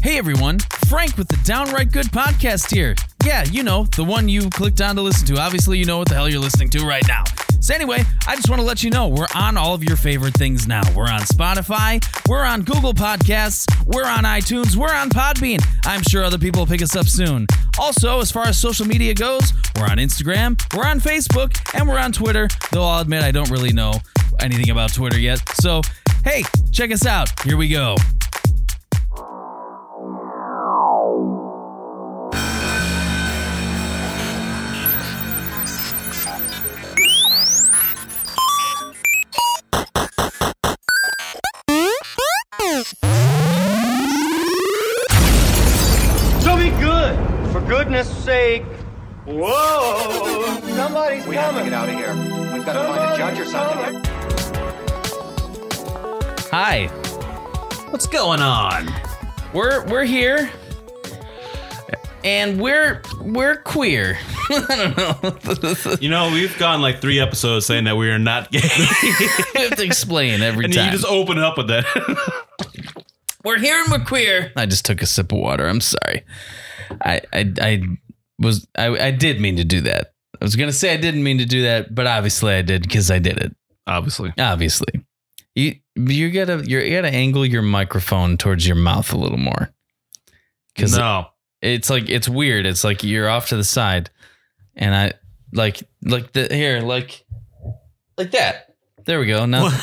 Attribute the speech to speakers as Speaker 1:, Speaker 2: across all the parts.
Speaker 1: Hey everyone, Frank with the Downright Good podcast here. Yeah, you know, the one you clicked on to listen to. Obviously, you know what the hell you're listening to right now. So, anyway, I just want to let you know we're on all of your favorite things now. We're on Spotify, we're on Google Podcasts, we're on iTunes, we're on Podbean. I'm sure other people will pick us up soon. Also, as far as social media goes, we're on Instagram, we're on Facebook, and we're on Twitter, though I'll admit I don't really know anything about Twitter yet. So, hey, check us out. Here we go.
Speaker 2: So be good. For goodness sake. Whoa. Somebody's
Speaker 3: We have to
Speaker 2: coming.
Speaker 3: get out of here. We've got to find a judge or something.
Speaker 1: Hi,
Speaker 4: What's going on?
Speaker 1: we're we're here, and we're we're queer.
Speaker 4: You know, we've gone like three episodes saying that we are not gay.
Speaker 1: we have to explain every
Speaker 4: and
Speaker 1: time.
Speaker 4: you just open up with that.
Speaker 1: we're here and we're queer. I just took a sip of water. I'm sorry. I I, I was I, I did mean to do that. I was gonna say I didn't mean to do that, but obviously I did because I did it.
Speaker 4: Obviously.
Speaker 1: Obviously, you you gotta you're, you gotta angle your microphone towards your mouth a little more because
Speaker 4: No.
Speaker 1: it's like it's weird. It's like you're off to the side, and I like like the here like like that. There we go. Now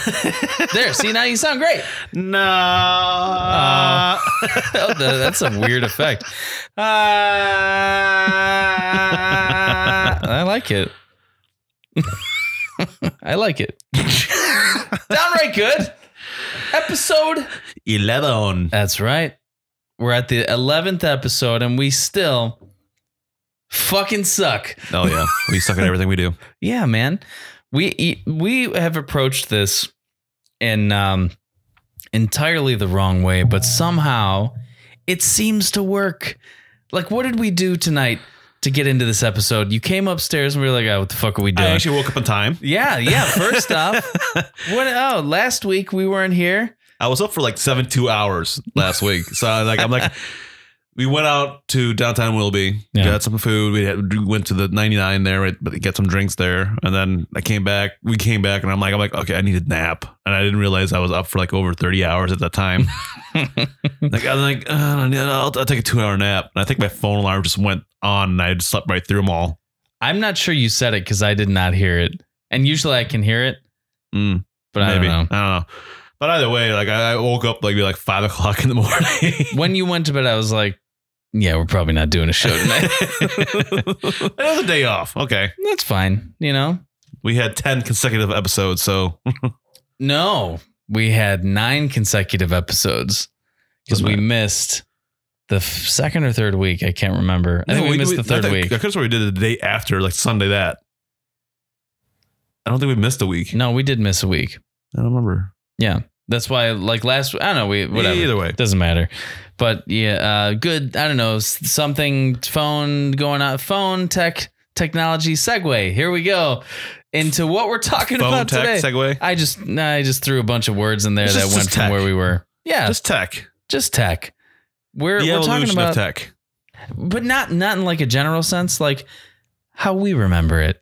Speaker 1: there. See now you sound great.
Speaker 4: no. Uh,
Speaker 1: Oh, th- that's a weird effect. Uh, I like it. I like it. Downright good. Episode
Speaker 4: 11.
Speaker 1: that's right. We're at the 11th episode and we still fucking suck.
Speaker 4: Oh, yeah. We suck at everything we do.
Speaker 1: Yeah, man. We e, we have approached this in um entirely the wrong way, but somehow it seems to work. Like what did we do tonight to get into this episode? You came upstairs and we were like, "Oh, what the fuck are we
Speaker 4: I
Speaker 1: doing?"
Speaker 4: actually woke up in time.
Speaker 1: yeah, yeah. First off, what? Oh, last week we weren't here.
Speaker 4: I was up for like seven, two hours last week. So I like, I'm like, we went out to downtown Willoughby,
Speaker 1: Yeah.
Speaker 4: got some food. We had, we went to the 99 there, right, but got some drinks there, and then I came back. We came back, and I'm like, I'm like, okay, I need a nap, and I didn't realize I was up for like over 30 hours at that time. like I'm like, uh, I'll, I'll take a two hour nap, and I think my phone alarm just went on, and I just slept right through them all.
Speaker 1: I'm not sure you said it because I did not hear it, and usually I can hear it,
Speaker 4: Mm,
Speaker 1: but I
Speaker 4: maybe
Speaker 1: don't know.
Speaker 4: But either way, like I I woke up like maybe like five o'clock in the morning.
Speaker 1: When you went to bed, I was like, "Yeah, we're probably not doing a show tonight."
Speaker 4: Another day off. Okay.
Speaker 1: That's fine. You know,
Speaker 4: We had 10 consecutive episodes, so
Speaker 1: No, we had nine consecutive episodes because we missed the f- second or third week. I can't remember. I think we, missed the third
Speaker 4: I think-
Speaker 1: week.
Speaker 4: I could swear we did it the day after, like Sunday that. I don't think we missed a week.
Speaker 1: No, we did miss a week.
Speaker 4: I don't remember.
Speaker 1: That's why, like last, I don't know. We whatever.
Speaker 4: Either way.
Speaker 1: Doesn't matter. But yeah, uh, good. I don't know. s- Something phone going on. Phone tech technology segue. Here we go into what we're talking
Speaker 4: Phone
Speaker 1: about
Speaker 4: tech
Speaker 1: today.
Speaker 4: segue.
Speaker 1: I just I just threw a bunch of words in there
Speaker 4: Just-
Speaker 1: that
Speaker 4: just
Speaker 1: went from
Speaker 4: tech.
Speaker 1: where we were. Yeah, just,
Speaker 4: Just tech.
Speaker 1: tech. We're,
Speaker 4: the
Speaker 1: we're talking
Speaker 4: evolution
Speaker 1: about
Speaker 4: of tech.
Speaker 1: but not not in like a general sense, like how we remember it.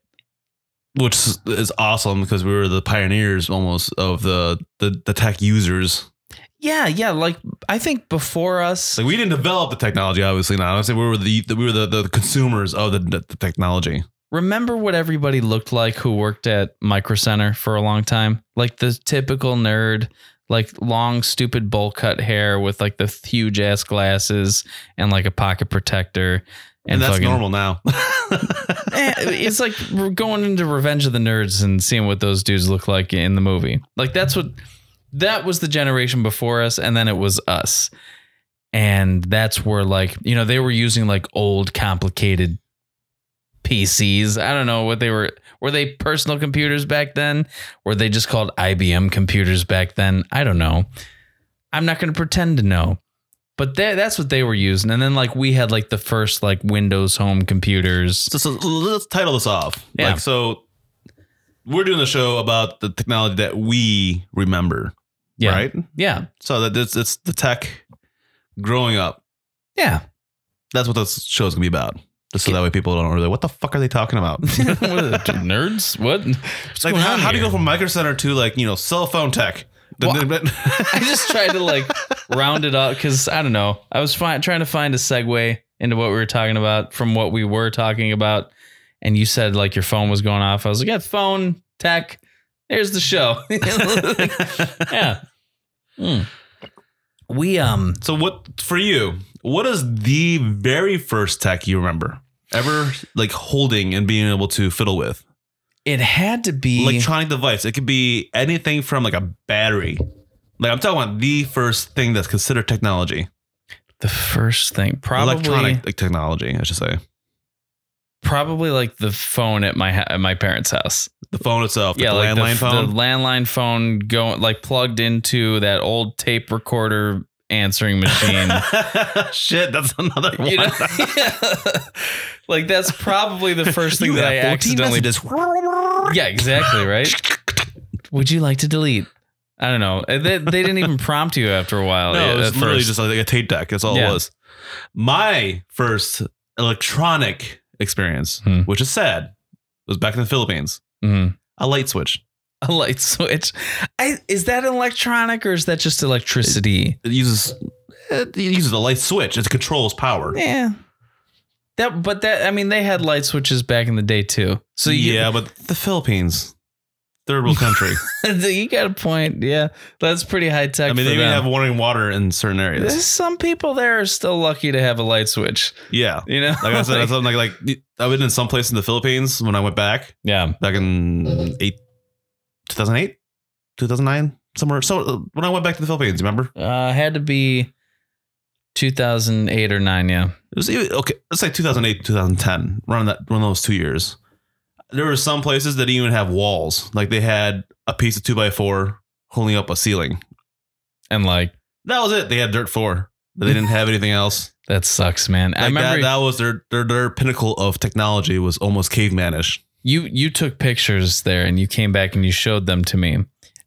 Speaker 4: Which is awesome because we were the pioneers almost of the, the the tech users.
Speaker 1: Yeah, yeah. Like I think before us,
Speaker 4: Like we didn't develop the technology, obviously not. Honestly, we were the, the we were the, the consumers of the, the technology.
Speaker 1: remember what everybody looked like who worked at Micro Center for a long time, like the typical nerd, like long stupid bowl cut hair with like the huge ass glasses and like a pocket protector.
Speaker 4: And, that's
Speaker 1: fucking-
Speaker 4: normal now.
Speaker 1: Eh, it's like we're going into Revenge of the Nerds and seeing what those dudes look like in the movie. Like that's what that was the generation before us, and then it was us. And that's where like, you know, they were using like old complicated PCs. I don't know what they were were they personal computers back then? Were they just called IBM computers back then? I don't know. I'm not gonna pretend to know. But that that's what they were using. And then like we had like the first like Windows home computers.
Speaker 4: So, so let's title this off.
Speaker 1: Yeah.
Speaker 4: Like so we're doing a show about the technology that we remember.
Speaker 1: Yeah.
Speaker 4: Right?
Speaker 1: Yeah.
Speaker 4: So that it's it's the tech growing up.
Speaker 1: Yeah.
Speaker 4: That's what this show's gonna be about. Just so that way people don't really what the fuck are they talking about?
Speaker 1: what are the two nerds? What? What's
Speaker 4: like
Speaker 1: going
Speaker 4: how,
Speaker 1: on
Speaker 4: how do you
Speaker 1: here?
Speaker 4: go from micro center to like, you know, cell phone tech?
Speaker 1: Well, I just tried to like round it up because I don't know. I was fi- trying to find a segue into what we were talking about from what we were talking about, and you said like your phone was going off. I was like, yeah, phone tech. There's the show. yeah. Hmm. We um.
Speaker 4: so what for you, what is the very first tech you remember? Ever like holding and being able to fiddle with?
Speaker 1: It had to be
Speaker 4: electronic device. It could be anything from like a battery. Like I'm talking about the first thing that's considered technology.
Speaker 1: the first thing, probably
Speaker 4: Electronic like, technology, I should say.
Speaker 1: probably like the phone at my ha- at my parents' house.
Speaker 4: The phone itself,
Speaker 1: yeah,
Speaker 4: the
Speaker 1: like
Speaker 4: landline
Speaker 1: the,
Speaker 4: phone.
Speaker 1: the landline phone going like plugged into that old tape recorder answering machine.
Speaker 4: Shit, that's another one.
Speaker 1: You know? like that's probably the first thing
Speaker 4: You
Speaker 1: that I
Speaker 4: have 14
Speaker 1: accidentally.
Speaker 4: messages.
Speaker 1: Yeah, exactly. Right. Would you like to delete? I don't know. They, they didn't even prompt you after a while.
Speaker 4: No,
Speaker 1: at-
Speaker 4: it
Speaker 1: Oh, at
Speaker 4: was literally
Speaker 1: first.
Speaker 4: just like a tape deck. That's all
Speaker 1: Yeah.
Speaker 4: it was. My first electronic experience,
Speaker 1: Hmm.
Speaker 4: which is sad, was back in the Philippines.
Speaker 1: Mhm.
Speaker 4: A light switch.
Speaker 1: a light switch. I, is that electronic or is that just electricity?
Speaker 4: It uses it uses a light switch. It controls power.
Speaker 1: Yeah. That, but that I mean, they had light switches back in the day too. So you,
Speaker 4: yeah, but the Philippines, third world country.
Speaker 1: you got a point. Yeah, that's pretty high tech.
Speaker 4: I mean,
Speaker 1: for
Speaker 4: they even
Speaker 1: them.
Speaker 4: have warning water in certain areas.
Speaker 1: There's some people there are still lucky to have a light switch.
Speaker 4: Yeah,
Speaker 1: You know,
Speaker 4: like I said, that's something like like I've been in some place in the Philippines when I went back
Speaker 1: yeah,
Speaker 4: back in eight, two thousand eight, two thousand nine, somewhere. So uh, when I went back to the Philippines, remember
Speaker 1: uh, had to be 2008 or nine. Yeah,
Speaker 4: it was even, okay. Let's say two thousand eight, two thousand ten, around that, around those two years. There were some places that didn't even have walls. Like they had a piece of two by four holding up a ceiling.
Speaker 1: and like
Speaker 4: That was it. They had dirt floor. But they didn't have anything else.
Speaker 1: that sucks, man. I
Speaker 4: Like
Speaker 1: remember
Speaker 4: that, that was their, their their pinnacle of technology was almost cavemanish.
Speaker 1: you you took pictures there, and you came back and you showed them to me,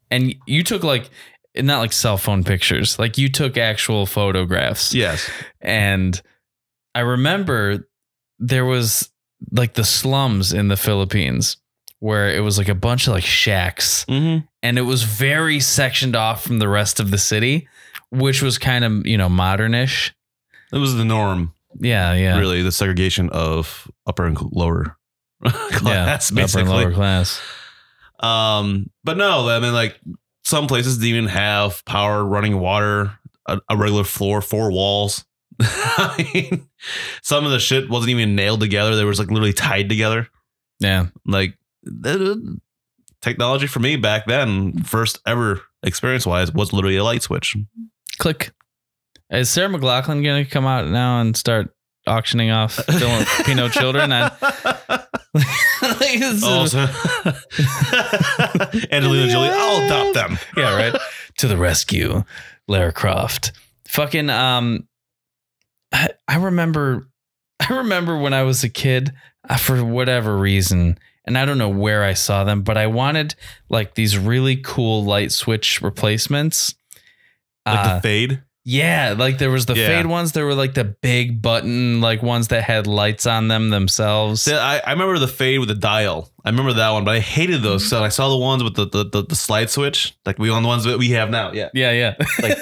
Speaker 1: and you took like not like cell phone pictures, like you took actual photographs.
Speaker 4: Yes.
Speaker 1: And I remember there was like the slums in the Philippines where it was like a bunch of like shacks
Speaker 4: Mm-hmm.
Speaker 1: and it was very sectioned off from the rest of the city, which was kind of, you know, modernish.
Speaker 4: It was the norm,
Speaker 1: Yeah, yeah.
Speaker 4: really, the segregation of upper and lower
Speaker 1: yeah.
Speaker 4: class,
Speaker 1: upper and
Speaker 4: basically.
Speaker 1: lower class.
Speaker 4: Um, but no, I mean, like some places didn't even have power, running water, a, a regular floor, four walls. I mean, some of the shit wasn't even nailed together; they was like literally tied together.
Speaker 1: Yeah.
Speaker 4: Like the- technology for me back then, first ever experience wise, was literally a light switch.
Speaker 1: Click. Is Sarah McLaughlin gonna come out now and start auctioning off Filipino children? I, Oh, like, this is-
Speaker 4: Also, Angelina Jolie, I'll adopt them.
Speaker 1: yeah, right. to the rescue, Lara Croft. Fucking um I, I remember I remember when I was a kid, uh, for whatever reason, and I don't know where I saw them, but I wanted like these really cool light switch replacements.
Speaker 4: Like
Speaker 1: Uh,
Speaker 4: the fade.
Speaker 1: yeah, like there was the
Speaker 4: Yeah.
Speaker 1: fade ones. There were like the big button, like ones that had lights on them themselves.
Speaker 4: See, I, I remember the fade with the dial. I remember that one, but I hated those. So I saw the ones with the, the, the, the slide switch, like we on the ones that we have now. Yeah,
Speaker 1: Yeah, yeah,
Speaker 4: Like-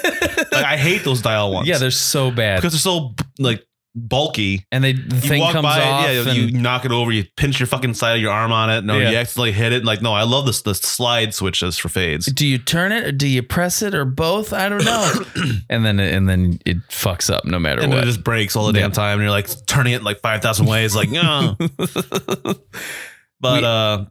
Speaker 4: like I hate those dial ones.
Speaker 1: yeah. They're so bad,
Speaker 4: because they're so like bulky.
Speaker 1: and they the
Speaker 4: You
Speaker 1: thing
Speaker 4: walk
Speaker 1: comes
Speaker 4: by,
Speaker 1: off.
Speaker 4: it, yeah,
Speaker 1: and,
Speaker 4: you knock it over, you pinch your fucking side of your arm on it, no,
Speaker 1: Yeah.
Speaker 4: you accidentally hit it. Like, no, I love this the slide switches for fades.
Speaker 1: do you turn it or do you press it or both? I don't know. and then and then it fucks up no matter
Speaker 4: and
Speaker 1: what.
Speaker 4: it just breaks all the
Speaker 1: Yeah.
Speaker 4: damn time. And you're like turning it like five thousand ways, like no. but
Speaker 1: We-
Speaker 4: uh,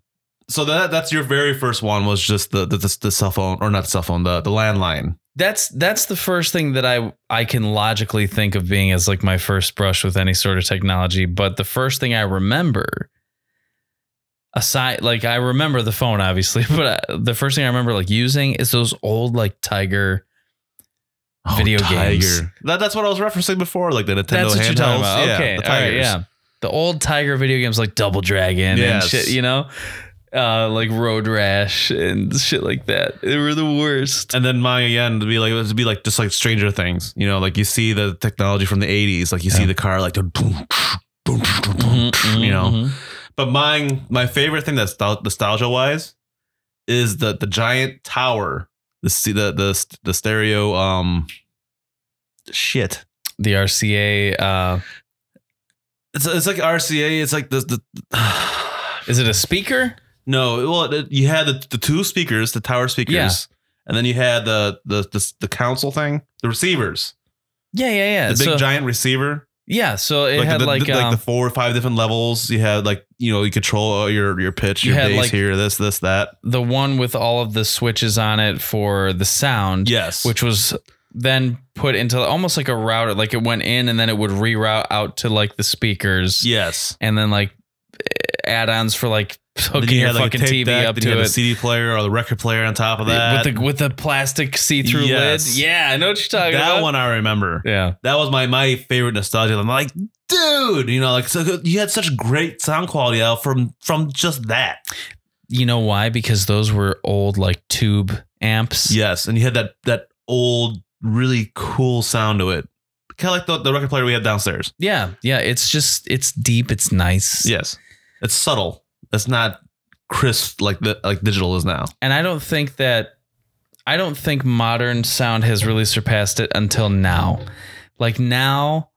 Speaker 4: so that that's your very first one was just the the, the, the cell phone or not cell phone the the landline.
Speaker 1: that's that's the first thing that I I can logically think of being as like my first brush with any sort of technology. But the first thing I remember, aside like I remember the phone obviously, but I, the first thing I remember like using is those old like Tiger Video games.
Speaker 4: That, that's what I was referencing before, like the Nintendo
Speaker 1: Oh, That's what you're talking
Speaker 4: handhelds.
Speaker 1: about.
Speaker 4: Yeah,
Speaker 1: okay,
Speaker 4: the
Speaker 1: all right,
Speaker 4: Tigers.
Speaker 1: yeah. The old Tiger video games like Double Dragon
Speaker 4: Yes.
Speaker 1: and shit, you know. uh, like road rash and shit like that. They were the worst.
Speaker 4: And then mine again to be like to be like just like Stranger Things, you know, like you see the technology from the '80s, like you see the car like, boom, boom, boom, boom, boom, you know.
Speaker 1: Mhm.
Speaker 4: But mine, my favorite thing that's nostalgia wise is the the giant tower, the se- the the the stereo um shit.
Speaker 1: the RCA. Uh,
Speaker 4: It's it's like RCA. It's like the the.
Speaker 1: is it a speaker?
Speaker 4: No, well, it- you had the, the two speakers, the tower speakers,
Speaker 1: Yeah.
Speaker 4: and then you had the the the, the console thing, the receivers,
Speaker 1: Yeah, yeah, yeah.
Speaker 4: the big
Speaker 1: so,
Speaker 4: giant receiver.
Speaker 1: yeah, so it
Speaker 4: like
Speaker 1: had
Speaker 4: the,
Speaker 1: like,
Speaker 4: the,
Speaker 1: um,
Speaker 4: the four or five different levels. You had like you know you control all your your pitch,
Speaker 1: You
Speaker 4: your
Speaker 1: had,
Speaker 4: bass
Speaker 1: like-
Speaker 4: here, this this that.
Speaker 1: the one with all of the switches on it for the sound,
Speaker 4: Yes,
Speaker 1: which was then put into almost like a router. Like it went in and then it would reroute out to like the speakers,
Speaker 4: yes.
Speaker 1: and then like add-ons for like
Speaker 4: Then
Speaker 1: hooking your
Speaker 4: like, a
Speaker 1: fucking
Speaker 4: tape
Speaker 1: TV
Speaker 4: deck,
Speaker 1: up
Speaker 4: then you
Speaker 1: to
Speaker 4: had
Speaker 1: it.
Speaker 4: the CD player or the record player on top of that.
Speaker 1: with the with the plastic see-through
Speaker 4: Yes.
Speaker 1: lid. Yeah, I know what you're talking
Speaker 4: that
Speaker 1: about.
Speaker 4: one I remember.
Speaker 1: Yeah.
Speaker 4: That was my my favorite nostalgia. I'm like, dude, you know, like so good- you had such great sound quality out from from just that.
Speaker 1: You know why? Because those were old like tube amps.
Speaker 4: Yes, and you had that that old, really cool sound to it, kind of like the, the record player we had downstairs.
Speaker 1: Yeah. Yeah. It's just it's deep. It's nice.
Speaker 4: Yes, it's subtle. It's not crisp like the like digital is now.
Speaker 1: And I don't think that I don't think modern sound has really surpassed it until now. Like now,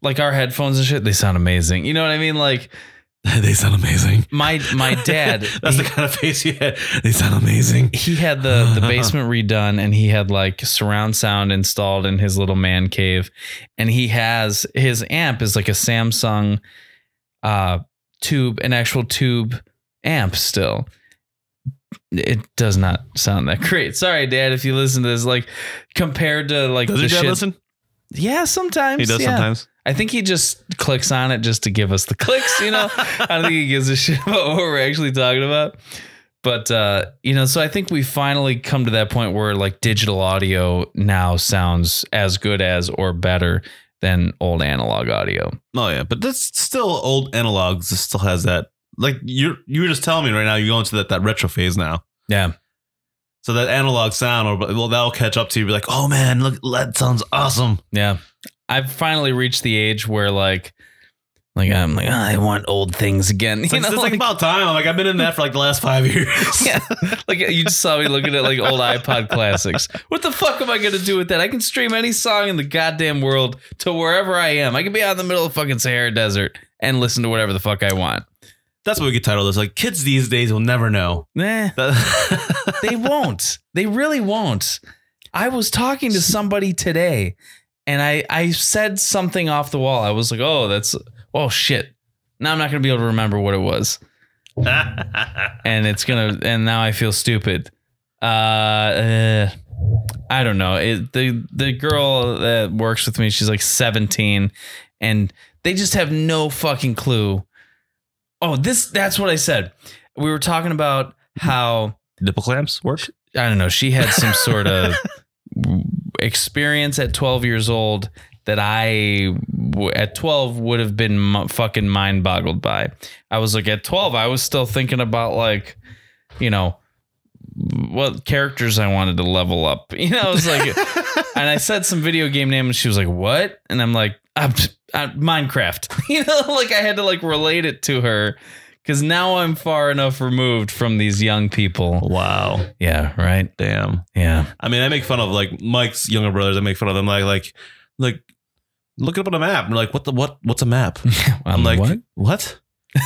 Speaker 1: like our headphones and shit, they sound amazing. You know what I mean? Like
Speaker 4: they sound amazing.
Speaker 1: my my dad
Speaker 4: That's the kind of face you had. They sound amazing.
Speaker 1: he had the the basement redone and he had like surround sound installed in his little man cave and he has his amp is like a Samsung uh tube an actual tube amp still it does not sound that great sorry dad if you listen to this like compared to like
Speaker 4: Does
Speaker 1: the
Speaker 4: your dad
Speaker 1: shit
Speaker 4: listen?
Speaker 1: yeah sometimes
Speaker 4: He does
Speaker 1: yeah.
Speaker 4: sometimes.
Speaker 1: I think he just clicks on it just to give us the clicks, you know? I don't think he gives a shit about what we're actually talking about. But, uh, you know, so I think we finally come to that point where like digital audio now sounds as good as or better than old analog audio.
Speaker 4: Oh yeah, but that's still old analogs. It still has that. Like you're you were just telling me right now, you're going to that that retro phase now.
Speaker 1: Yeah.
Speaker 4: So that analog sound, or well, that'll catch up to you. Be like, oh man, look, that sounds awesome.
Speaker 1: Yeah. I've finally reached the age where like, like I'm like, "Ah, I want old things again.
Speaker 4: It's, like, it's like about time. I'm like, I've been in that for like the last five years.
Speaker 1: yeah. Like you just saw me looking at like old iPod classics. What the fuck am I gonna do with that? I can stream any song in the goddamn world to wherever I am. I can be out in the middle of fucking Sahara Desert and listen to whatever the fuck I want.
Speaker 4: That's what we could title this. Like, kids these days will never know.
Speaker 1: Nah,
Speaker 4: That-
Speaker 1: they won't. They really won't. I was talking to somebody today and I, I said something off the wall. I was like, oh, that's oh shit. Now I'm not gonna be able to remember what it was. and it's gonna and now I feel stupid. Uh, uh I don't know. It, the the girl that works with me, she's like 17, and they just have no fucking clue. Oh, this that's what I said. We were talking about how
Speaker 4: Nipple clamps work.
Speaker 1: I don't know, she had some sort of experience at 12 years old that I w- at 12 would have been m- fucking mind boggled by. I was like at 12 I was still thinking about like you know what characters I wanted to level up. You know, I was like and I said some video game name and she was like, "What?" And I'm like, I'm, i "Minecraft." you know, like I had to like relate it to her cuz now I'm far enough removed from these young people.
Speaker 4: Wow.
Speaker 1: Yeah, right.
Speaker 4: Damn.
Speaker 1: Yeah.
Speaker 4: I mean, I make fun of like Mike's younger brothers. I make fun of them. Like, like, like, look it up on a map. And they're like, what the what? What's a map?
Speaker 1: I'm like,
Speaker 4: like,
Speaker 1: what?
Speaker 4: what?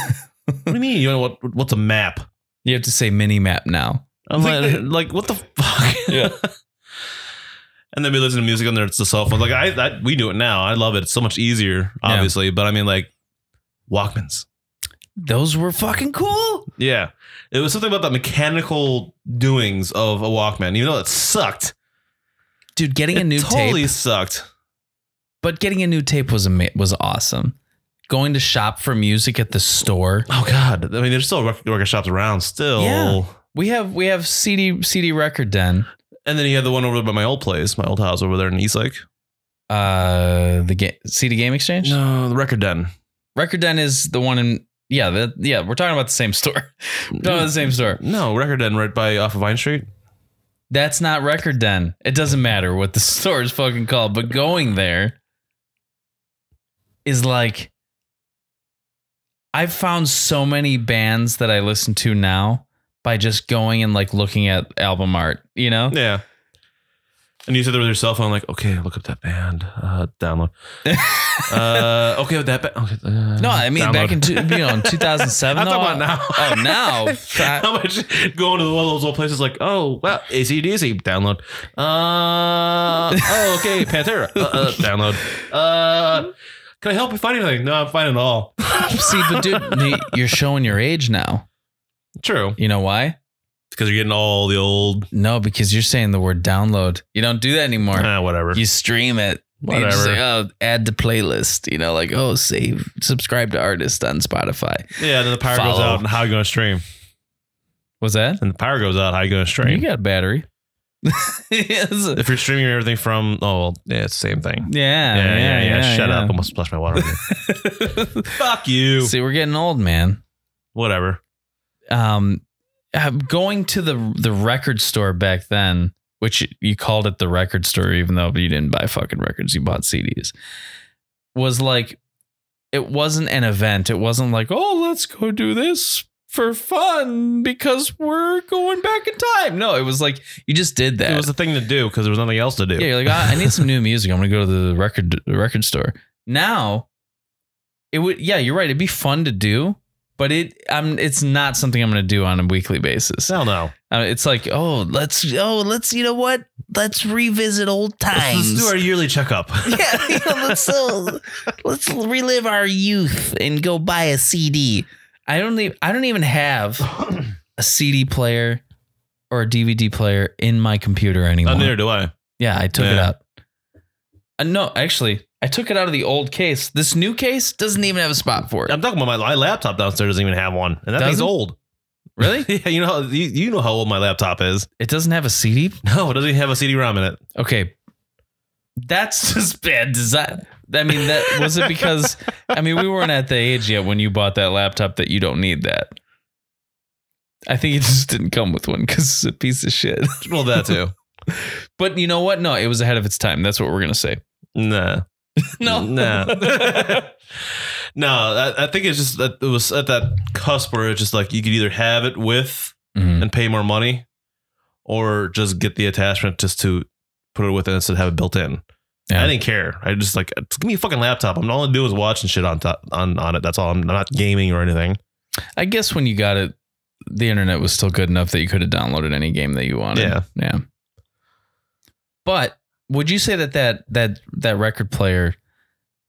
Speaker 4: what do you mean? You know what? What's a map?
Speaker 1: You have to say mini map now.
Speaker 4: I'm like, like, what the fuck?
Speaker 1: Yeah.
Speaker 4: and then we listen to music on their it's the cell phone. Like I, I, we do it now. I love it. It's so much easier,
Speaker 1: Yeah.
Speaker 4: obviously. But I mean, like Walkmans.
Speaker 1: Those were fucking cool.
Speaker 4: Yeah, it was something about the mechanical doings of a Walkman. Even though it sucked,
Speaker 1: Dude, getting
Speaker 4: it
Speaker 1: a new
Speaker 4: totally
Speaker 1: tape,
Speaker 4: sucked.
Speaker 1: but getting a new tape was ama- was awesome. Going to shop for music at the store.
Speaker 4: Oh God! I mean, there's still record, record shops around still.
Speaker 1: Yeah. We have we have CD CD record den.
Speaker 4: And then you had the one over by my old place, my old house over there in East Lake.
Speaker 1: Uh the ga- CD game exchange?
Speaker 4: No, the record den.
Speaker 1: Record den is the one in yeah, that, yeah, we're talking about the same store. We're talking about the same store.
Speaker 4: No, Record Den right by off of Vine Street.
Speaker 1: That's not Record Den. It doesn't matter what the store is fucking called, but going there is like I've found so many bands that I listen to now by just going and like looking at album art, you know?
Speaker 4: Yeah. And you sit there with your cell phone, like, okay, look up that band, uh, download. uh, okay, with that band. Okay, uh,
Speaker 1: No, I mean back
Speaker 4: download.
Speaker 1: in two, you know in 2007.
Speaker 4: I'm
Speaker 1: though,
Speaker 4: talking about
Speaker 1: I-
Speaker 4: now.
Speaker 1: Oh, now. I-
Speaker 4: How much going to one of those old places like, oh, well, is it easy? Download. Uh, oh, okay, Pantera. Uh, uh, download. Uh, can I help you find anything? No, I'm fine at all.
Speaker 1: See, but dude, Nate, you're showing your age now.
Speaker 4: True.
Speaker 1: You know why?
Speaker 4: Because you're getting all the old,
Speaker 1: No, because you're saying the word download. You don't do that anymore.
Speaker 4: uh, whatever.
Speaker 1: you stream it. You just
Speaker 4: Whatever.
Speaker 1: say, oh, add to playlist. You know, like oh, save, subscribe to artist on Spotify.
Speaker 4: Yeah, then the power goes
Speaker 1: Follow.
Speaker 4: out, and how you going to stream?
Speaker 1: Was that?
Speaker 4: And the power goes out, how you going to
Speaker 1: You
Speaker 4: stream?
Speaker 1: got a battery. yeah,
Speaker 4: If you're streaming everything from, oh, well, yeah, it's the same thing.
Speaker 1: yeah,
Speaker 4: Yeah, yeah, yeah. Shut
Speaker 1: yeah.
Speaker 4: up. I almost splashed my water on you. Fuck you.
Speaker 1: See, we're getting old, man.
Speaker 4: Whatever.
Speaker 1: Um, uh, going to the the record store back then, which you called it the record store, even though you didn't buy fucking records, you bought CDs. Was like, it wasn't an event. It wasn't like, oh, let's go do this for fun because we're going back in time. No, it was like you just did that.
Speaker 4: It was the thing to do because there was nothing else to do.
Speaker 1: Yeah, you're like, "Ah, I need some new music. I'm gonna go to the record the record store. Now, it would yeah, you're right. It'd be fun to do, but it um it's not something I'm gonna do on a weekly basis.
Speaker 4: Hell no.
Speaker 1: Uh, it's like, oh, let's oh let's you know what? Let's revisit old
Speaker 4: Let's do
Speaker 1: times.
Speaker 4: our yearly Oh, checkup.
Speaker 1: yeah, you know, let's uh, let's relive our youth and go buy a CD. I don't even I don't even have a CD player or a DVD player in my computer anymore.
Speaker 4: Oh, neither do I.
Speaker 1: Yeah, I took it
Speaker 4: Yeah.
Speaker 1: out. Uh, no, actually, I took it out of the old case. This new case doesn't even have a spot for it.
Speaker 4: I'm talking about my, my laptop downstairs doesn't even have one, and that thing's
Speaker 1: Doesn't?
Speaker 4: old.
Speaker 1: Really?
Speaker 4: yeah, you know how you, you know how old my laptop is.
Speaker 1: It doesn't have a CD?
Speaker 4: No, it doesn't even have a CD-ROM in it.
Speaker 1: Okay. That's just bad design. I mean, that was it because I mean, we weren't at the age yet when you bought that laptop that you don't need that. I think it just didn't come with one because it's a piece of shit.
Speaker 4: Well, that too.
Speaker 1: But you know what? No, it was ahead of its time. That's what we're gonna say.
Speaker 4: nah,
Speaker 1: No,
Speaker 4: nah, no. I, I think it's just that it was at that cusp where it's just like you could either have it with
Speaker 1: Mhm.
Speaker 4: and pay more money, or just get the attachment just to put it with it instead of have it built in.
Speaker 1: Yeah.
Speaker 4: I didn't care. I just like just give me a fucking laptop. I'm all I do is watch and shit on top on, on it. That's all. I'm not gaming or anything.
Speaker 1: I guess when you got it, the internet was still good enough that you could have downloaded any game that you wanted.
Speaker 4: Yeah.
Speaker 1: yeah. But would you say that that that that record player,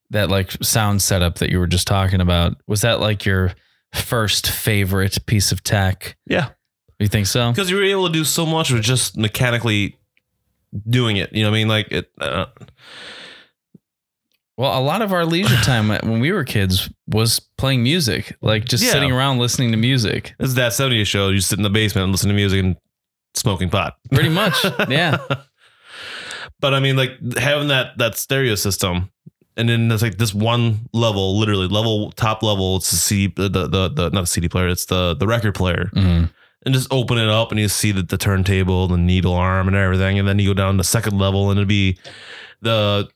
Speaker 1: that like sound setup that you were just talking about, was that like your first favorite piece of tech?
Speaker 4: Yeah.
Speaker 1: You think so?
Speaker 4: because you were able to do so much with just mechanically doing it. You know what I mean? Like it. Uh,
Speaker 1: Well, a lot of our leisure time when we were kids was playing music, like just
Speaker 4: Yeah.
Speaker 1: sitting around listening to music.
Speaker 4: this is that '70s show. You sit in the basement and listen to music and smoking pot.
Speaker 1: Pretty much. yeah.
Speaker 4: But I mean, like having that that stereo system, and then there's like this one level, literally level top level. It's the CD, the the, the, not a CD player. It's the the record player,
Speaker 1: Mhm.
Speaker 4: and just open it up and you see the, the turntable, the needle arm, and everything. And then you go down to the second level, and it'd be the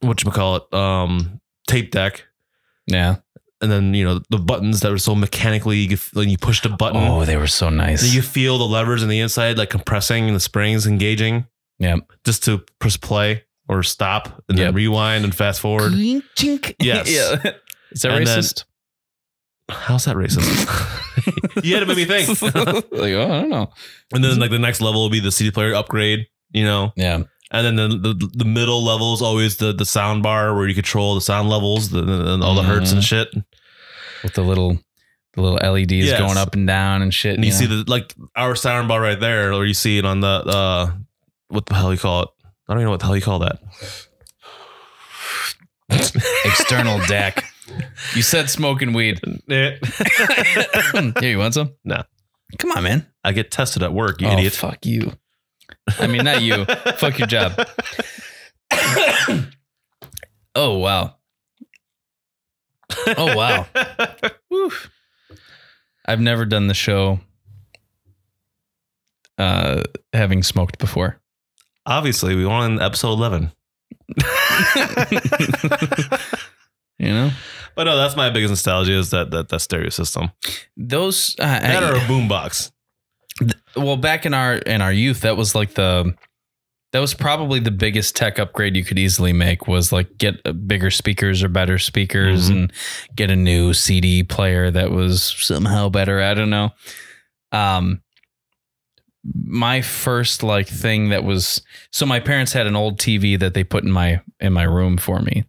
Speaker 4: what you call it, um, tape deck.
Speaker 1: Yeah.
Speaker 4: and then you know the buttons that were so mechanically you could, like you pushed a button
Speaker 1: Oh, they were so
Speaker 4: then
Speaker 1: nice.
Speaker 4: you feel the levers in the inside like compressing and the springs engaging
Speaker 1: Yep.
Speaker 4: just to press play or stop and
Speaker 1: Yep.
Speaker 4: then rewind and fast forward
Speaker 1: Clink, chink.
Speaker 4: Yes.
Speaker 1: yeah. Is that
Speaker 4: And then-
Speaker 1: racist?
Speaker 4: how's that racist you had to make me think
Speaker 1: like, oh, I don't know.
Speaker 4: and then like the next level will be the cd player upgrade you know
Speaker 1: Yeah.
Speaker 4: and then the the, the middle level is always the the sound bar where you control the sound levels the, the- and all the hertz and shit
Speaker 1: Mm-hmm. With the little the little LEDs
Speaker 4: Yes.
Speaker 1: going up and down and shit.
Speaker 4: and you
Speaker 1: yeah.
Speaker 4: see the like our sound bar right there, or you see it on the uh, what the hell you call it? I don't even know what the hell you call that.
Speaker 1: external deck. You said smoking weed. Here, you want some?
Speaker 4: No.
Speaker 1: Come on, man.
Speaker 4: I get tested at work, you
Speaker 1: Oh,
Speaker 4: idiot.
Speaker 1: Fuck you. I mean, not you. fuck your job. oh wow. Oh wow. Whew. I've never done the show uh having smoked before.
Speaker 4: Obviously, we were on episode 11.
Speaker 1: You know?
Speaker 4: But no, that's my biggest nostalgia is that that, that stereo system.
Speaker 1: Those uh,
Speaker 4: That
Speaker 1: I-
Speaker 4: or a boombox.
Speaker 1: well back in our in our youth that was like the that was probably the biggest tech upgrade you could easily make was like get uh, bigger speakers or better speakers
Speaker 4: Mhm.
Speaker 1: and get a new CD player that was somehow better I don't know um my first like thing that was so my parents had an old TV that they put in my in my room for me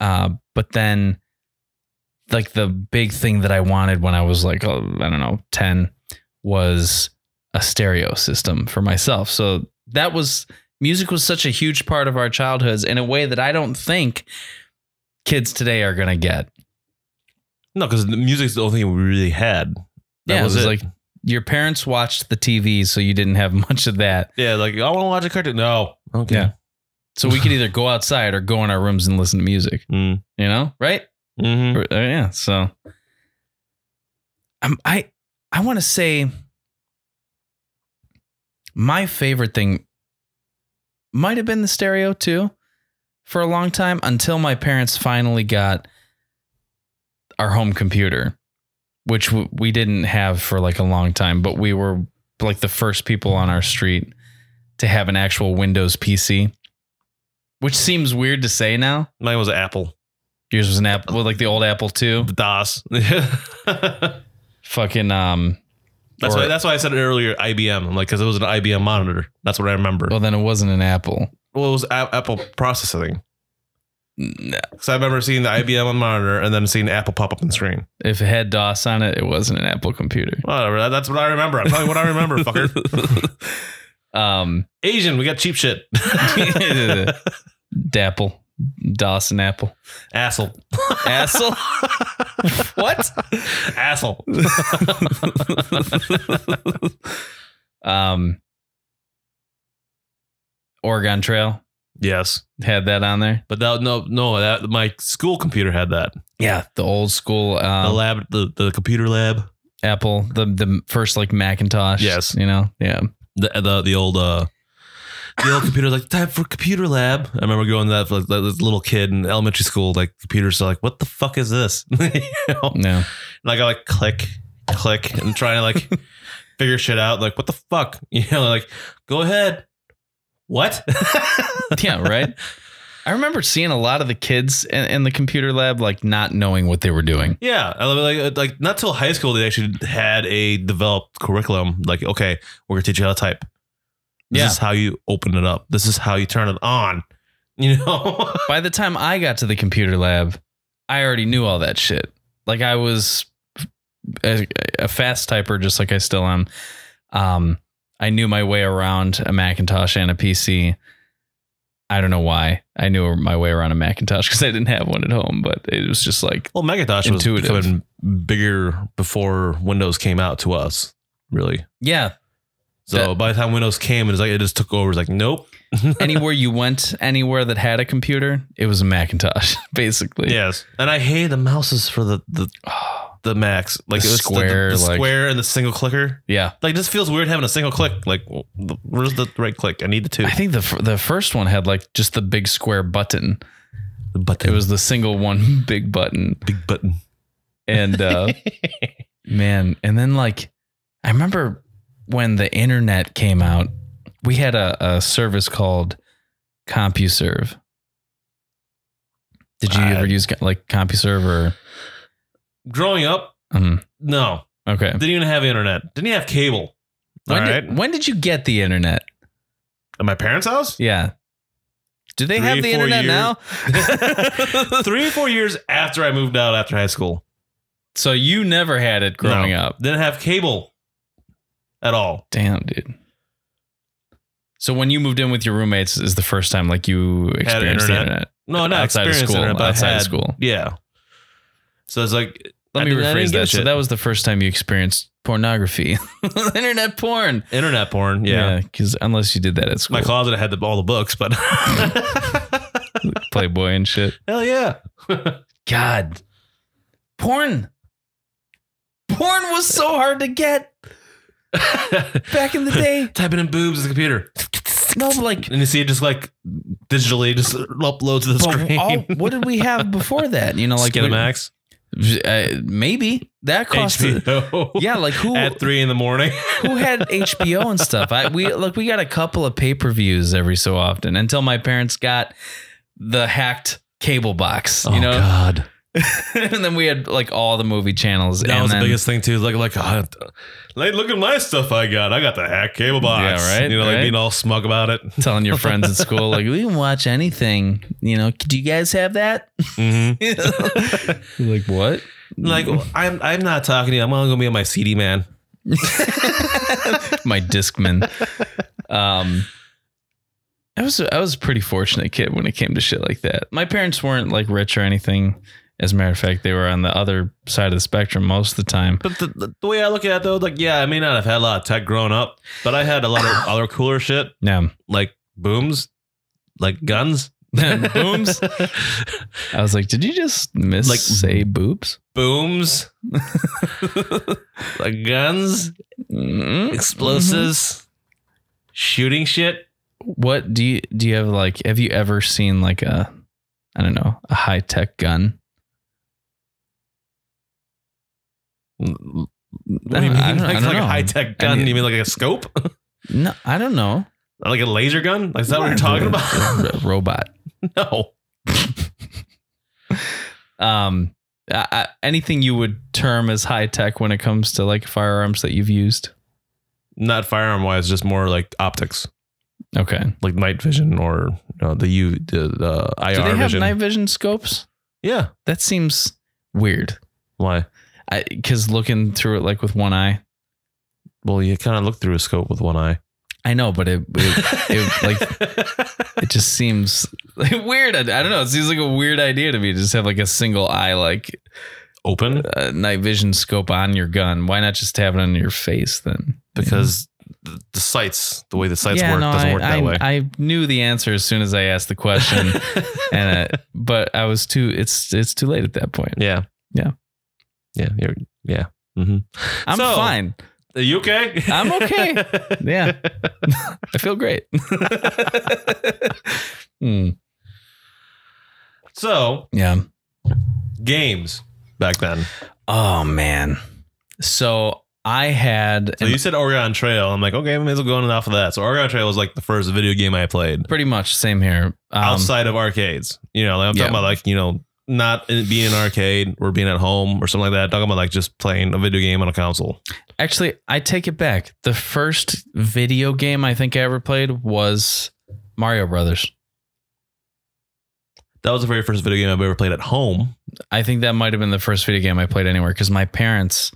Speaker 1: uh but then like the big thing that I wanted when I was like oh, I don't know 10 was a stereo system for myself. So that was music was such a huge part of our childhoods in a way that I don't think kids today are gonna get.
Speaker 4: No, because music's the only thing we really had. That
Speaker 1: yeah,
Speaker 4: was
Speaker 1: it was
Speaker 4: it.
Speaker 1: like your parents watched the TV, so you didn't have much of that.
Speaker 4: Yeah, like I want to watch a cartoon. No, okay.
Speaker 1: Yeah. So we could either go outside or go in our rooms and listen to music.
Speaker 4: Mm.
Speaker 1: You know, right?
Speaker 4: hmm
Speaker 1: Or- uh, yeah. So um, I I want to say my favorite thing might have been the stereo too for a long time until my parents finally got our home computer, which w- we didn't have for like a long time, but we were like the first people on our street to have an actual Windows PC, which seems weird to say now.
Speaker 4: Mine was Apple.
Speaker 1: Yours was an Apple, well, like the old Apple II.
Speaker 4: The DOS. that's
Speaker 1: fucking um or-
Speaker 4: why. That's why I said earlier IBM. I'm like, because it was an IBM monitor. That's what I remember.
Speaker 1: well then it wasn't an apple
Speaker 4: Well, it was a- Apple processing.
Speaker 1: No.
Speaker 4: Because I remember seeing the IBM on monitor and then seeing Apple pop up on the screen.
Speaker 1: if it had dos on it it wasn't an apple computer
Speaker 4: Whatever. that- That's what I remember. I'm telling you what I remember, fucker.
Speaker 1: um
Speaker 4: Asian, we got cheap shit.
Speaker 1: dapple dos and apple
Speaker 4: Asshole.
Speaker 1: assel what
Speaker 4: Asshole.
Speaker 1: um oregon trail
Speaker 4: Yes.
Speaker 1: had that on there
Speaker 4: But that, no, no, that my school computer had that.
Speaker 1: yeah the old school
Speaker 4: The
Speaker 1: um,
Speaker 4: lab, the, the computer lab,
Speaker 1: apple the the first like macintosh
Speaker 4: Yes.
Speaker 1: you know yeah
Speaker 4: the the, the old, uh, the old computer, like time for computer lab. I remember going to that for like, like this little kid in elementary school, like computers are like, what the fuck is this? you know?
Speaker 1: no
Speaker 4: And I got like click, click, and trying to like figure shit out. Like, what the fuck? You know, like, go ahead. What?
Speaker 1: yeah, right. I remember seeing a lot of the kids in, in the computer lab like not knowing what they were doing.
Speaker 4: yeah. I love it. Like, like, not till high school they actually had a developed curriculum. Like, okay, we're going to teach you how to type. This
Speaker 1: Yeah.
Speaker 4: is how you open it up. This is how you turn it on. You know?
Speaker 1: By the time I got to the computer lab, I already knew all that shit. Like I was a, a fast typer, just like I still am. Um, I knew my way around a Macintosh and a PC. I don't know why I knew my way around a Macintosh because I didn't have one at home, but it was just like,
Speaker 4: well, Macintosh was
Speaker 1: Intuitive.
Speaker 4: becoming bigger before Windows came out to us, really.
Speaker 1: yeah,
Speaker 4: So
Speaker 1: That-
Speaker 4: by the time Windows came, it was like it just took over. It's like, nope.
Speaker 1: anywhere you went, anywhere that had a computer, it was a Macintosh, basically.
Speaker 4: Yes, and I hated the mouses for the the the Macs, like
Speaker 1: The
Speaker 4: it was
Speaker 1: square,
Speaker 4: the, the,
Speaker 1: like-
Speaker 4: square and the single clicker.
Speaker 1: Yeah.
Speaker 4: Like, it just feels weird having a single click. Like, w- the- where's the right click? I need the two.
Speaker 1: I think the fir- the first one had like just the big square button.
Speaker 4: The button.
Speaker 1: It was the single one big button,
Speaker 4: big button.
Speaker 1: and uh, man, and then like I remember when the internet came out, we had a, a service called CompuServe. Did you
Speaker 4: I-
Speaker 1: ever use like CompuServe or?
Speaker 4: Growing up,
Speaker 1: Um,
Speaker 4: no,
Speaker 1: okay.
Speaker 4: didn't even have internet. Didn't even have cable.
Speaker 1: When,
Speaker 4: All right,
Speaker 1: did, when did you get the internet?
Speaker 4: at my parents' house.
Speaker 1: Yeah. Do they
Speaker 4: Three,
Speaker 1: have the
Speaker 4: four
Speaker 1: internet
Speaker 4: years.
Speaker 1: now?
Speaker 4: Three or four years after I moved out after high school,
Speaker 1: So you never had it growing
Speaker 4: No.
Speaker 1: up.
Speaker 4: didn't have cable at all.
Speaker 1: Damn, dude. So when you moved in with your roommates is the first time like you experienced the
Speaker 4: internet.
Speaker 1: internet.
Speaker 4: No, not
Speaker 1: Outside of
Speaker 4: experience
Speaker 1: school,
Speaker 4: internet, but I
Speaker 1: outside of
Speaker 4: had-
Speaker 1: school.
Speaker 4: Yeah. So it's like
Speaker 1: Let
Speaker 4: I
Speaker 1: me
Speaker 4: didn't- I didn't
Speaker 1: rephrase
Speaker 4: give a
Speaker 1: that. So
Speaker 4: shit.
Speaker 1: that was the first time you experienced pornography. internet porn.
Speaker 4: internet porn. yeah.
Speaker 1: Because unless you did that at school.
Speaker 4: my closet had the, all the books, but
Speaker 1: Playboy and shit.
Speaker 4: hell yeah,
Speaker 1: God. porn. Porn was so hard to get back in the day.
Speaker 4: Typing in boobs as a computer.
Speaker 1: No, but like,
Speaker 4: And you see it just like digitally just uploads to the
Speaker 1: but
Speaker 4: screen.
Speaker 1: all, what did we have before that? You know, like
Speaker 4: Skinamax.
Speaker 1: Uh, maybe that cost.
Speaker 4: HBO.
Speaker 1: Yeah, like who
Speaker 4: At three in the morning.
Speaker 1: who had HBO and stuff. I we like we got a couple of pay per views every so often until my parents got the hacked cable box, you know,
Speaker 4: Oh, God.
Speaker 1: and then we had like all the movie channels.
Speaker 4: That
Speaker 1: and
Speaker 4: was
Speaker 1: then,
Speaker 4: the biggest thing too. Like, like, "Ah, like, look at my stuff I got. I got the hack cable box.
Speaker 1: Yeah, right,
Speaker 4: You know, like
Speaker 1: right.
Speaker 4: being all smug about it.
Speaker 1: telling your friends at school like we can watch anything. You know, do you guys have that?
Speaker 4: Mm-hmm.
Speaker 1: You're like what?
Speaker 4: Like, I'm, I'm not talking to you. I'm gonna go be on my CD man.
Speaker 1: my Discman. Um, I was I was a pretty fortunate kid when it came to shit like that. My parents weren't like rich or anything. As a matter of fact, they were on the other side of the spectrum most of the time.
Speaker 4: But the, the, the way I look at it though, like, yeah, I may not have had a lot of tech growing up, but I had a lot of other cooler shit,
Speaker 1: Yeah,
Speaker 4: like booms, like guns,
Speaker 1: booms. I was like, did you just miss
Speaker 4: Like-
Speaker 1: like say boobs?
Speaker 4: booms, like guns, mm-hmm.
Speaker 1: Mm-mm.
Speaker 4: explosives, shooting shit.
Speaker 1: Mm-hmm. What do you do? You have like, have you ever seen like a, I don't know, a high tech gun?
Speaker 4: What do you mean?
Speaker 1: I don't- I
Speaker 4: like
Speaker 1: don't
Speaker 4: like a
Speaker 1: know.
Speaker 4: high tech gun?
Speaker 1: mean-
Speaker 4: you mean like a scope?
Speaker 1: No, I don't know.
Speaker 4: Like a laser gun? Like, is that what you're talking about?
Speaker 1: Ro- Robot.
Speaker 4: no.
Speaker 1: um I, I, anything you would term as high tech when it comes to like firearms that you've used
Speaker 4: Not firearm wise, just more like optics,
Speaker 1: okay
Speaker 4: like night vision or you know, the U, the, the IR
Speaker 1: do they have
Speaker 4: vision.
Speaker 1: night vision scopes
Speaker 4: yeah.
Speaker 1: that seems weird
Speaker 4: Why?
Speaker 1: i because looking through it like with one eye
Speaker 4: Well, you kind of look through a scope with one eye.
Speaker 1: i know but it it, it like it just seems like weird I, I don't know it seems like a weird idea to me to just have like a single eye like
Speaker 4: Open
Speaker 1: uh, night vision scope on your gun why not just have it on your face then
Speaker 4: because the, the sights, the way the sights
Speaker 1: yeah,
Speaker 4: work,
Speaker 1: no,
Speaker 4: doesn't
Speaker 1: I,
Speaker 4: work that
Speaker 1: I,
Speaker 4: way.
Speaker 1: I knew the answer as soon as I asked the question, and uh, but I was too. It's it's too late at that point.
Speaker 4: yeah.
Speaker 1: Yeah.
Speaker 4: Yeah. You're, yeah. Mm-hmm.
Speaker 1: I'm
Speaker 4: So-
Speaker 1: fine.
Speaker 4: Are you okay?
Speaker 1: I'm okay. Yeah, I feel great. Hmm.
Speaker 4: so
Speaker 1: Yeah.
Speaker 4: games back then.
Speaker 1: Oh man. So I had
Speaker 4: So you said Oregon Trail. I'm like, okay, I may as well go on and off of that. So Oregon Trail was like the first video game I played
Speaker 1: pretty much same here. Um,
Speaker 4: outside of arcades. You know, like I'm
Speaker 1: yeah.
Speaker 4: talking about like, you know, not in- being in an arcade or being at home or something like that. Talking about like just playing a video game on a console.
Speaker 1: Actually, I take it back. The first video game I think I ever played was Mario Brothers.
Speaker 4: That was the very first video game I've ever played at home.
Speaker 1: I think that might have been the first video game I played anywhere because my parents,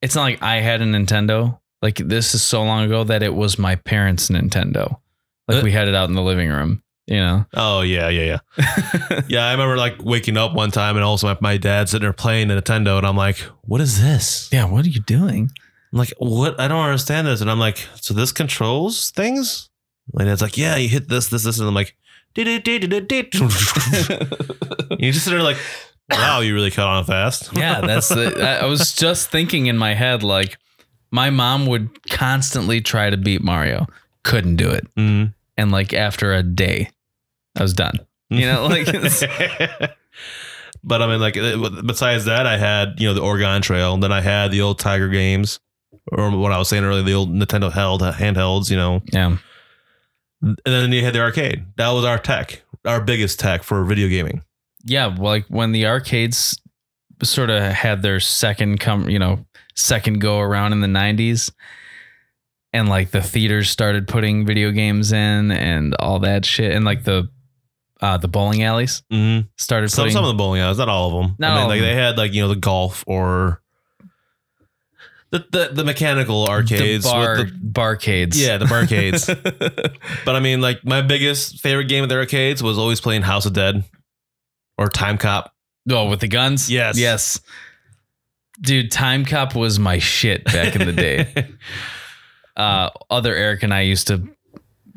Speaker 1: it's not like I had a Nintendo. Like this is so long ago that it was my parents' Nintendo. Like we had it out in the living room, you know?
Speaker 4: Oh yeah, yeah, yeah. yeah, I remember like waking up one time and also my, my dad sitting there playing a Nintendo and I'm like, what is this?
Speaker 1: Yeah, what are you doing?
Speaker 4: I'm like, what? I don't understand this. And I'm like, so this controls things? And it's like, yeah, you hit this, this, this. And I'm like, "Do-do-do-do-do-do." you just sit there like, wow, you really cut on fast.
Speaker 1: Yeah, that's the, I I was just thinking in my head, like, my mom would constantly try to beat Mario, couldn't do it.
Speaker 4: Mm.
Speaker 1: And like after a day, I was done. You know, like, it's-
Speaker 4: but I mean, like, it- besides that, I had, you know, the Oregon Trail. And then I had the old Tiger games or what I was saying earlier, the old Nintendo held uh, handhelds, you know.
Speaker 1: yeah.
Speaker 4: And then you had the arcade. That was our tech, our biggest tech for video gaming.
Speaker 1: yeah, well, like when the arcades sort of had their second come, you know, second go around in the 90s and like the theaters started putting video games in and all that shit and like the uh the bowling alleys
Speaker 4: Mm-hmm.
Speaker 1: started
Speaker 4: Some,
Speaker 1: putting
Speaker 4: some of the bowling alleys, not all of them.
Speaker 1: Not
Speaker 4: I mean,
Speaker 1: all
Speaker 4: like
Speaker 1: of them.
Speaker 4: they had like you know the golf or the the, the mechanical arcades,
Speaker 1: the
Speaker 4: with
Speaker 1: bar
Speaker 4: the-
Speaker 1: barcades.
Speaker 4: yeah, the barcades. but I mean, like my biggest favorite game at the arcades was always playing House of Dead or Time Cop.
Speaker 1: Oh, with the guns?
Speaker 4: Yes.
Speaker 1: Yes. Dude, Time Cop was my shit back in the day. uh, other Eric and I used to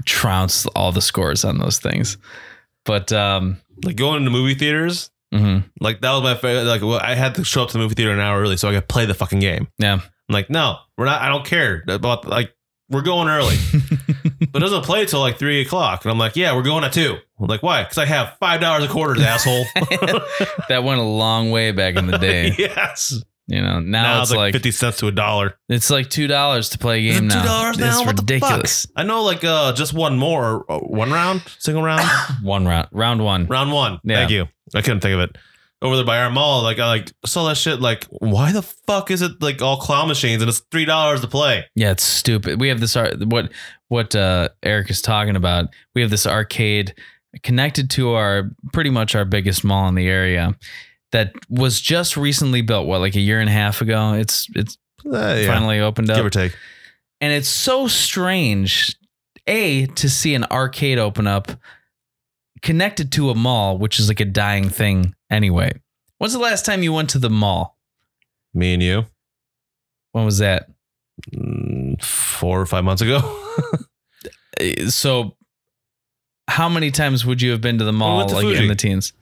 Speaker 1: trounce all the scores on those things. But um,
Speaker 4: Like going into movie theaters,
Speaker 1: Mhm.
Speaker 4: Like that was my favorite. Like well, I had to show up to the movie theater an hour early so I could play the fucking game.
Speaker 1: Yeah.
Speaker 4: I'm like, no, we're not. I don't care about like we're going early, but it doesn't play till like three o'clock. And I'm like, yeah, we're going at 2 I'm like, why? Because I have five dollars a quarter, asshole.
Speaker 1: that went a long way back in the day.
Speaker 4: yes.
Speaker 1: You know, now,
Speaker 4: Now
Speaker 1: it's
Speaker 4: it's
Speaker 1: like,
Speaker 4: fifty cents to a dollar.
Speaker 1: it's like two dollars to play a
Speaker 4: Is
Speaker 1: game
Speaker 4: it
Speaker 1: now.
Speaker 4: $2 now?
Speaker 1: It's
Speaker 4: What the fuck?
Speaker 1: ridiculous.
Speaker 4: I know, like uh, just one more, uh, one round, single round.
Speaker 1: One round, round one.
Speaker 4: Round one.
Speaker 1: Yeah.
Speaker 4: Thank you. I couldn't think of it. Over there by our mall, like I like saw that shit. Like, why the fuck is it like all claw machines and it's three dollars to play?
Speaker 1: Yeah, it's stupid. We have this ar- what what uh, Eric is talking about. We have this arcade connected to our pretty much our biggest mall in the area that was just recently built. What like a year and a half ago? It's it's finally opened up,
Speaker 4: Give or take.
Speaker 1: and it's so strange. A to see an arcade open up connected to a mall, which is like a dying thing anyway. When's the last time you went to the mall?
Speaker 4: Me and you,
Speaker 1: When was that?
Speaker 4: mm, four or five months ago.
Speaker 1: Uh, So, how many times would you have been to the mall
Speaker 4: went to
Speaker 1: like in
Speaker 4: Fuji. Uh,
Speaker 1: the teens?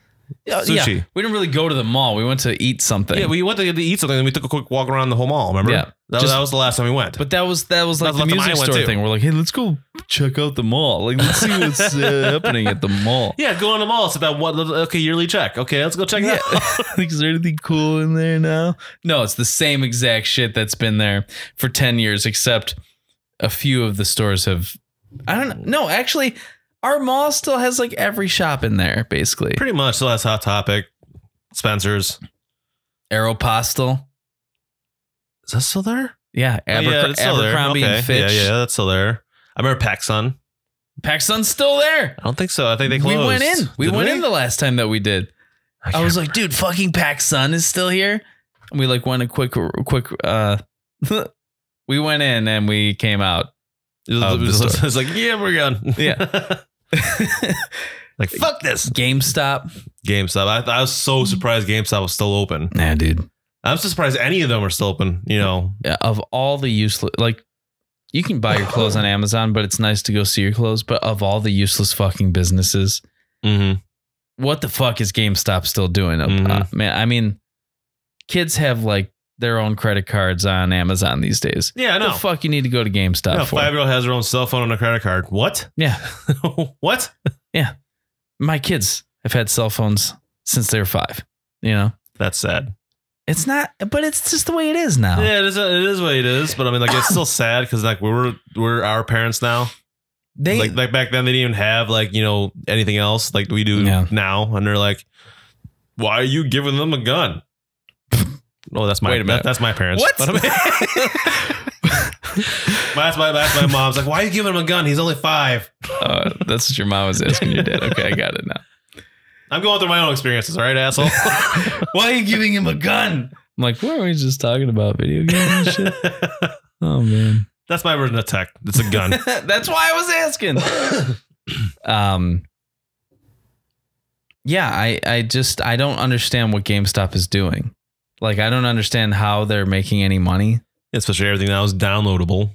Speaker 1: Yeah,
Speaker 4: Sushi.
Speaker 1: yeah. we didn't really go to the mall. We went to eat something.
Speaker 4: Yeah, we went to eat something and we took a quick walk around the whole mall. Remember?
Speaker 1: Yeah.
Speaker 4: that,
Speaker 1: Just-
Speaker 4: that was the last time we went.
Speaker 1: but that was that was like
Speaker 4: That's
Speaker 1: the
Speaker 4: what the
Speaker 1: music
Speaker 4: mine went
Speaker 1: store
Speaker 4: to.
Speaker 1: thing. We're like, hey, let's go check out the mall. Like, let's see what's uh, happening at the mall.
Speaker 4: yeah, go on the mall. So that one little- okay yearly check. Okay, let's go check it out.
Speaker 1: like, is there anything cool in there now? No, it's the same exact shit that's been there for ten years, except a few of the stores have. I don't know. No, actually, our mall still has like every shop in there, basically.
Speaker 4: Pretty much the last hot topic. Spencer's
Speaker 1: Aeropostale.
Speaker 4: is that still there?
Speaker 1: Yeah,
Speaker 4: Oh,
Speaker 1: Abercr-
Speaker 4: yeah, it's still there.
Speaker 1: Abercrombie
Speaker 4: Okay.
Speaker 1: and Fitch.
Speaker 4: Yeah, yeah, that's still there. I remember PacSun.
Speaker 1: Paxson's still there.
Speaker 4: I don't think so. I think they closed.
Speaker 1: We went in. We
Speaker 4: Did
Speaker 1: went in the last time that we did. I was like, dude, fucking Paxson is still here. And we like went a quick, quick. uh We went in and we came out.
Speaker 4: It was,
Speaker 1: of
Speaker 4: it was-
Speaker 1: the
Speaker 4: it
Speaker 1: store.
Speaker 4: was like, yeah, we're gone.
Speaker 1: Yeah.
Speaker 4: like fuck this
Speaker 1: GameStop.
Speaker 4: GameStop. I, I was so surprised GameStop was still open.
Speaker 1: Nah, dude.
Speaker 4: I'm so surprised any of them are still open. You know,
Speaker 1: Yeah, Of all the useless, like, you can buy your clothes on Amazon, but it's nice to go see your clothes. But of all the useless fucking businesses,
Speaker 4: mm-hmm.
Speaker 1: what the fuck is GameStop still doing? up-
Speaker 4: Mhm.
Speaker 1: uh, man, I mean, kids have like their own credit cards on Amazon these days.
Speaker 4: yeah, I
Speaker 1: What
Speaker 4: know.
Speaker 1: the fuck you need to go to GameStop
Speaker 4: No,
Speaker 1: for?
Speaker 4: five year old has her own cell phone and a credit card. What?
Speaker 1: yeah,
Speaker 4: what?
Speaker 1: my kids have had cell phones since they were five. You know,
Speaker 4: That's sad.
Speaker 1: it's not, but it's just the way it is now.
Speaker 4: Yeah, it is. It is what it is. But I mean, like, it's still sad because like we're we're our parents now.
Speaker 1: They
Speaker 4: like like back then they didn't even have like you know anything else like we do
Speaker 1: Yeah.
Speaker 4: now and they're like why are you giving them a gun oh that's my
Speaker 1: Wait a minute.
Speaker 4: that- that's my parents
Speaker 1: what?
Speaker 4: But I mean- that's my that's my mom's like why are you giving him a gun he's only five
Speaker 1: Uh, that's what your mom was asking your dad. Okay, I got it now.
Speaker 4: I'm going through my own experiences all right asshole
Speaker 1: Why are you giving him a gun? I'm like, what were we just talking about? Video games and shit. Oh man.
Speaker 4: that's my version of tech it's a gun
Speaker 1: That's why I was asking. um Yeah, I I just I don't understand what GameStop is doing. Like I don't understand how they're making any money.
Speaker 4: especially everything now is downloadable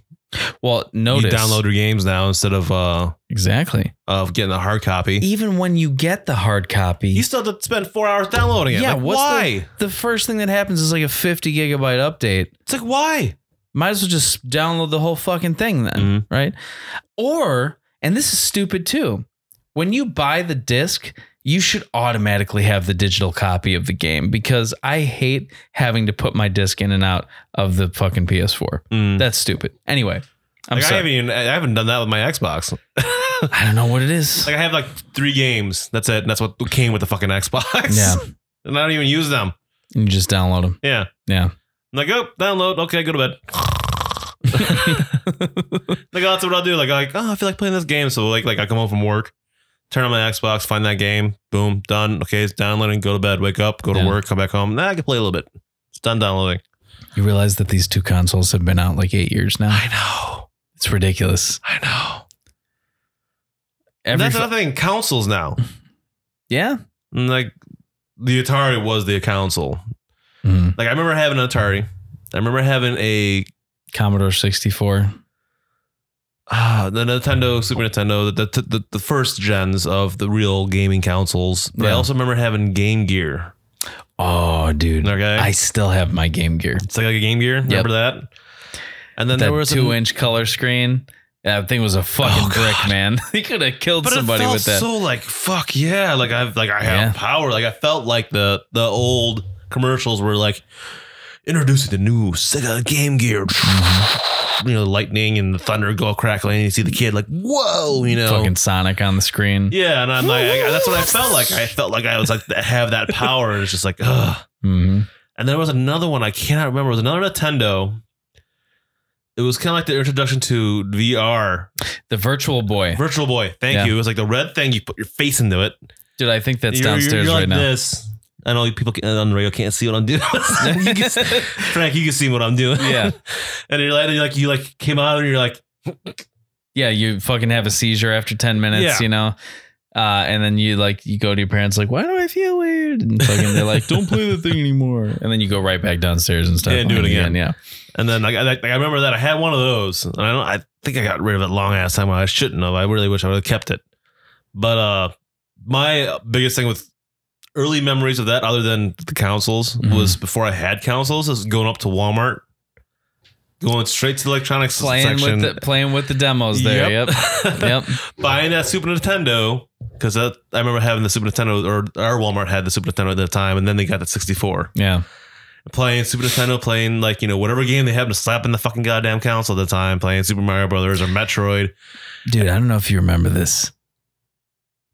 Speaker 1: Well, notice
Speaker 4: you download your games now instead of uh
Speaker 1: exactly.
Speaker 4: of getting a hard copy
Speaker 1: Even when you get the hard copy,
Speaker 4: you still have to spend four hours downloading it
Speaker 1: yeah.
Speaker 4: Like,
Speaker 1: what's
Speaker 4: why
Speaker 1: The, the first thing that happens is like a fifty gigabyte update.
Speaker 4: it's like why
Speaker 1: Might as well just download the whole fucking thing then,
Speaker 4: Mhm.
Speaker 1: right? Or and this is stupid too. When you buy the disc, you should automatically have the digital copy of the game because I hate having to put my disc in and out of the fucking PS4.
Speaker 4: Mm.
Speaker 1: That's stupid. Anyway, I'm
Speaker 4: Like, I
Speaker 1: sorry.
Speaker 4: haven't even I haven't done that with my Xbox. like
Speaker 1: I don't know what it is.
Speaker 4: I have like three games. That's it. And that's what came with the fucking Xbox.
Speaker 1: Yeah.
Speaker 4: and I don't even use them.
Speaker 1: you just download them.
Speaker 4: Yeah.
Speaker 1: Yeah.
Speaker 4: I'm like, oh, download. Okay, go to bed. like oh, that's what I'll do. Like like oh, I feel like playing this game. So like like I come home from work, turn on my Xbox, find that game. Boom, done. Okay, it's downloading. Go to bed. Wake up. Go to
Speaker 1: Yeah.
Speaker 4: work. Come back home. Nah, I can play a little bit. It's done downloading.
Speaker 1: You realize that these two consoles have been out like eight years now.
Speaker 4: know.
Speaker 1: It's ridiculous.
Speaker 4: I know. And
Speaker 1: Every
Speaker 4: that's
Speaker 1: fu-
Speaker 4: another thing. Consoles now.
Speaker 1: yeah.
Speaker 4: And, like the Atari was the console.
Speaker 1: Mm.
Speaker 4: Like I remember having an Atari. I remember having a
Speaker 1: Commodore 64.
Speaker 4: ah, the Nintendo, Super Nintendo, the, the the the first gens of the real gaming consoles. But I
Speaker 1: Yeah.
Speaker 4: also remember having Game Gear.
Speaker 1: Oh, dude.
Speaker 4: Okay.
Speaker 1: I still have my Game Gear.
Speaker 4: It's like, a Game Gear. Remember that? And then there
Speaker 1: that
Speaker 4: was
Speaker 1: two
Speaker 4: an-
Speaker 1: inch color screen. That thing was a fucking brick, man. He could have killed
Speaker 4: but
Speaker 1: somebody
Speaker 4: it felt
Speaker 1: with that.
Speaker 4: so like fuck yeah, like I've like I have
Speaker 1: Yeah.
Speaker 4: power. Like I felt like the the old commercials were like introducing the new Sega Game Gear. You know, lightning and the thunder go crackling, and you see the kid like, "Whoa!" You know,
Speaker 1: fucking Sonic on the screen.
Speaker 4: Yeah, and I'm like, I, that's what I felt like. I felt like I was like have that power. And it's just like, ugh.
Speaker 1: Mhm.
Speaker 4: And there was another one I cannot remember. It was another Nintendo. It was kind of like the introduction to VR,
Speaker 1: The Virtual Boy.
Speaker 4: Virtual Boy. Thank
Speaker 1: Yeah.
Speaker 4: you. It was like the red thing. You put your face into it.
Speaker 1: Dude, I think that's
Speaker 4: You're- you're-
Speaker 1: downstairs
Speaker 4: you're
Speaker 1: right
Speaker 4: like
Speaker 1: now.
Speaker 4: This. I know people can, on the radio can't see what I'm doing. You can see- Frank, you can see what I'm doing.
Speaker 1: Yeah.
Speaker 4: and you're like, you're like, you like came out and you're like,
Speaker 1: yeah, you fucking have a seizure after 10 minutes,
Speaker 4: Yeah.
Speaker 1: you know? Uh, and then you like you go to your parents like, why do I feel weird? And fucking they're like, don't play the thing anymore. And then you go right back downstairs and start
Speaker 4: Yeah, do it
Speaker 1: playing
Speaker 4: again. And then like, I, like, I remember that I had one of those, and I don't. I think I got rid of it long ass time when I shouldn't have. I really wish I would have kept it. But uh, my biggest thing with early memories of that, other than the consoles,
Speaker 1: Mhm.
Speaker 4: was before I had consoles, is going up to Walmart, going straight to the electronics
Speaker 1: Playing
Speaker 4: section,
Speaker 1: with the playing with the demos there. Yep. Yep.
Speaker 4: buying that Super Nintendo because I remember having the Super Nintendo, or our Walmart had the Super Nintendo at the time, and then they got the sixty four.
Speaker 1: Yeah.
Speaker 4: playing Super Nintendo, playing like you know whatever game they happen to slap in the fucking goddamn console at the time, playing Super Mario Brothers or Metroid.
Speaker 1: Dude, I don't know if you remember this.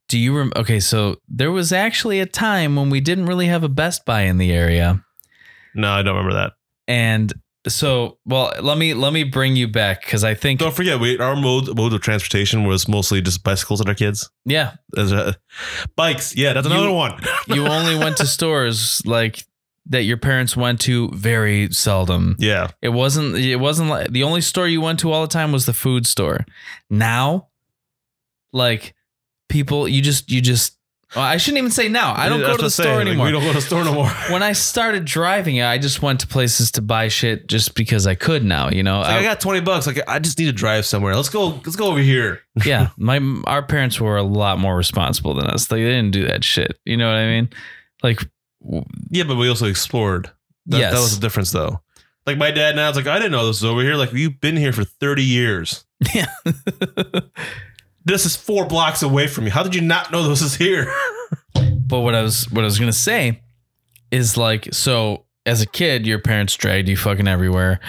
Speaker 1: Do you remember? Okay, so there was actually a time when we didn't really have a Best Buy in the area,
Speaker 4: No, I don't remember that.
Speaker 1: and so well, let me let me bring you back because I think
Speaker 4: Don't forget, we our mode mode of transportation was mostly just bicycles and our kids.
Speaker 1: yeah,
Speaker 4: As a- bikes, yeah, that's
Speaker 1: You-
Speaker 4: another one.
Speaker 1: you only went to stores like that your parents went to very seldom.
Speaker 4: yeah,
Speaker 1: It wasn't it wasn't like the only store you went to all the time was the food store. Now, like people, you just you just. Well, I shouldn't even say now. I don't
Speaker 4: That's
Speaker 1: go to
Speaker 4: what
Speaker 1: the
Speaker 4: I'm
Speaker 1: store
Speaker 4: saying, like,
Speaker 1: anymore.
Speaker 4: we don't go to the store no more.
Speaker 1: when I started driving, I just went to places to buy shit just because I could now, you know.
Speaker 4: Like, I
Speaker 1: I-
Speaker 4: got twenty bucks. Like I just need to drive somewhere. Let's go. Let's go over here.
Speaker 1: yeah, my our parents were a lot more responsible than us. Like, they didn't do that shit. You know what I mean? Like,
Speaker 4: Yeah, but we also explored. That,
Speaker 1: yes,
Speaker 4: that was the difference, though. Like my dad now, it's like I didn't know this was over here. Like you've been here for thirty years.
Speaker 1: yeah.
Speaker 4: This is four blocks away from you. How did you not know this is here?
Speaker 1: but what I was what I was gonna say is like, so as a kid, your parents dragged you fucking everywhere,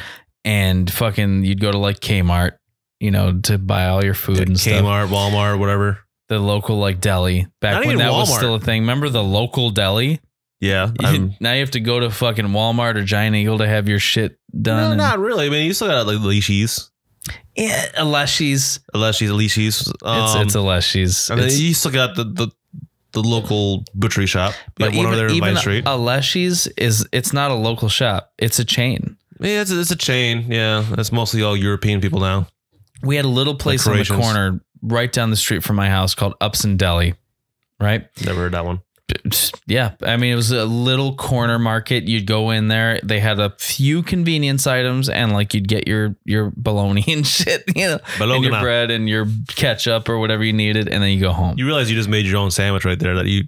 Speaker 1: and fucking you'd go to like Kmart, you know, to buy all your food and stuff.
Speaker 4: Kmart, Walmart, whatever.
Speaker 1: The local like deli back
Speaker 4: Not
Speaker 1: when
Speaker 4: even
Speaker 1: that was
Speaker 4: Walmart.
Speaker 1: still a thing. Remember the local deli?
Speaker 4: Yeah.
Speaker 1: You- now you have to go to fucking Walmart or Giant Eagle to have your shit
Speaker 4: no,
Speaker 1: done.
Speaker 4: not really. I mean, you still got like leashes,
Speaker 1: yeah, unless she's
Speaker 4: unless she's leashes.
Speaker 1: Eh, it's
Speaker 4: Um,
Speaker 1: it's unless she's.
Speaker 4: and then
Speaker 1: it's-
Speaker 4: you still got the, the the local butchery shop. You
Speaker 1: but
Speaker 4: have one over there in Vine Street.
Speaker 1: a Leshy's is it's not a local shop. It's a chain.
Speaker 4: yeah, it's, a- it's a chain. Yeah, that's mostly all European people now.
Speaker 1: We had a little place on the
Speaker 4: Croatians.
Speaker 1: corner right down the street from my house called Ups and Deli, right?
Speaker 4: Never heard that one.
Speaker 1: Yeah, I mean it was a little corner market. You'd go in there. They had a few convenience items, and like you'd get your your bologna and shit, you know, and your
Speaker 4: Bologna.
Speaker 1: bread and your ketchup or whatever you needed, and then you go home.
Speaker 4: You realize you just made your own sandwich right there. That you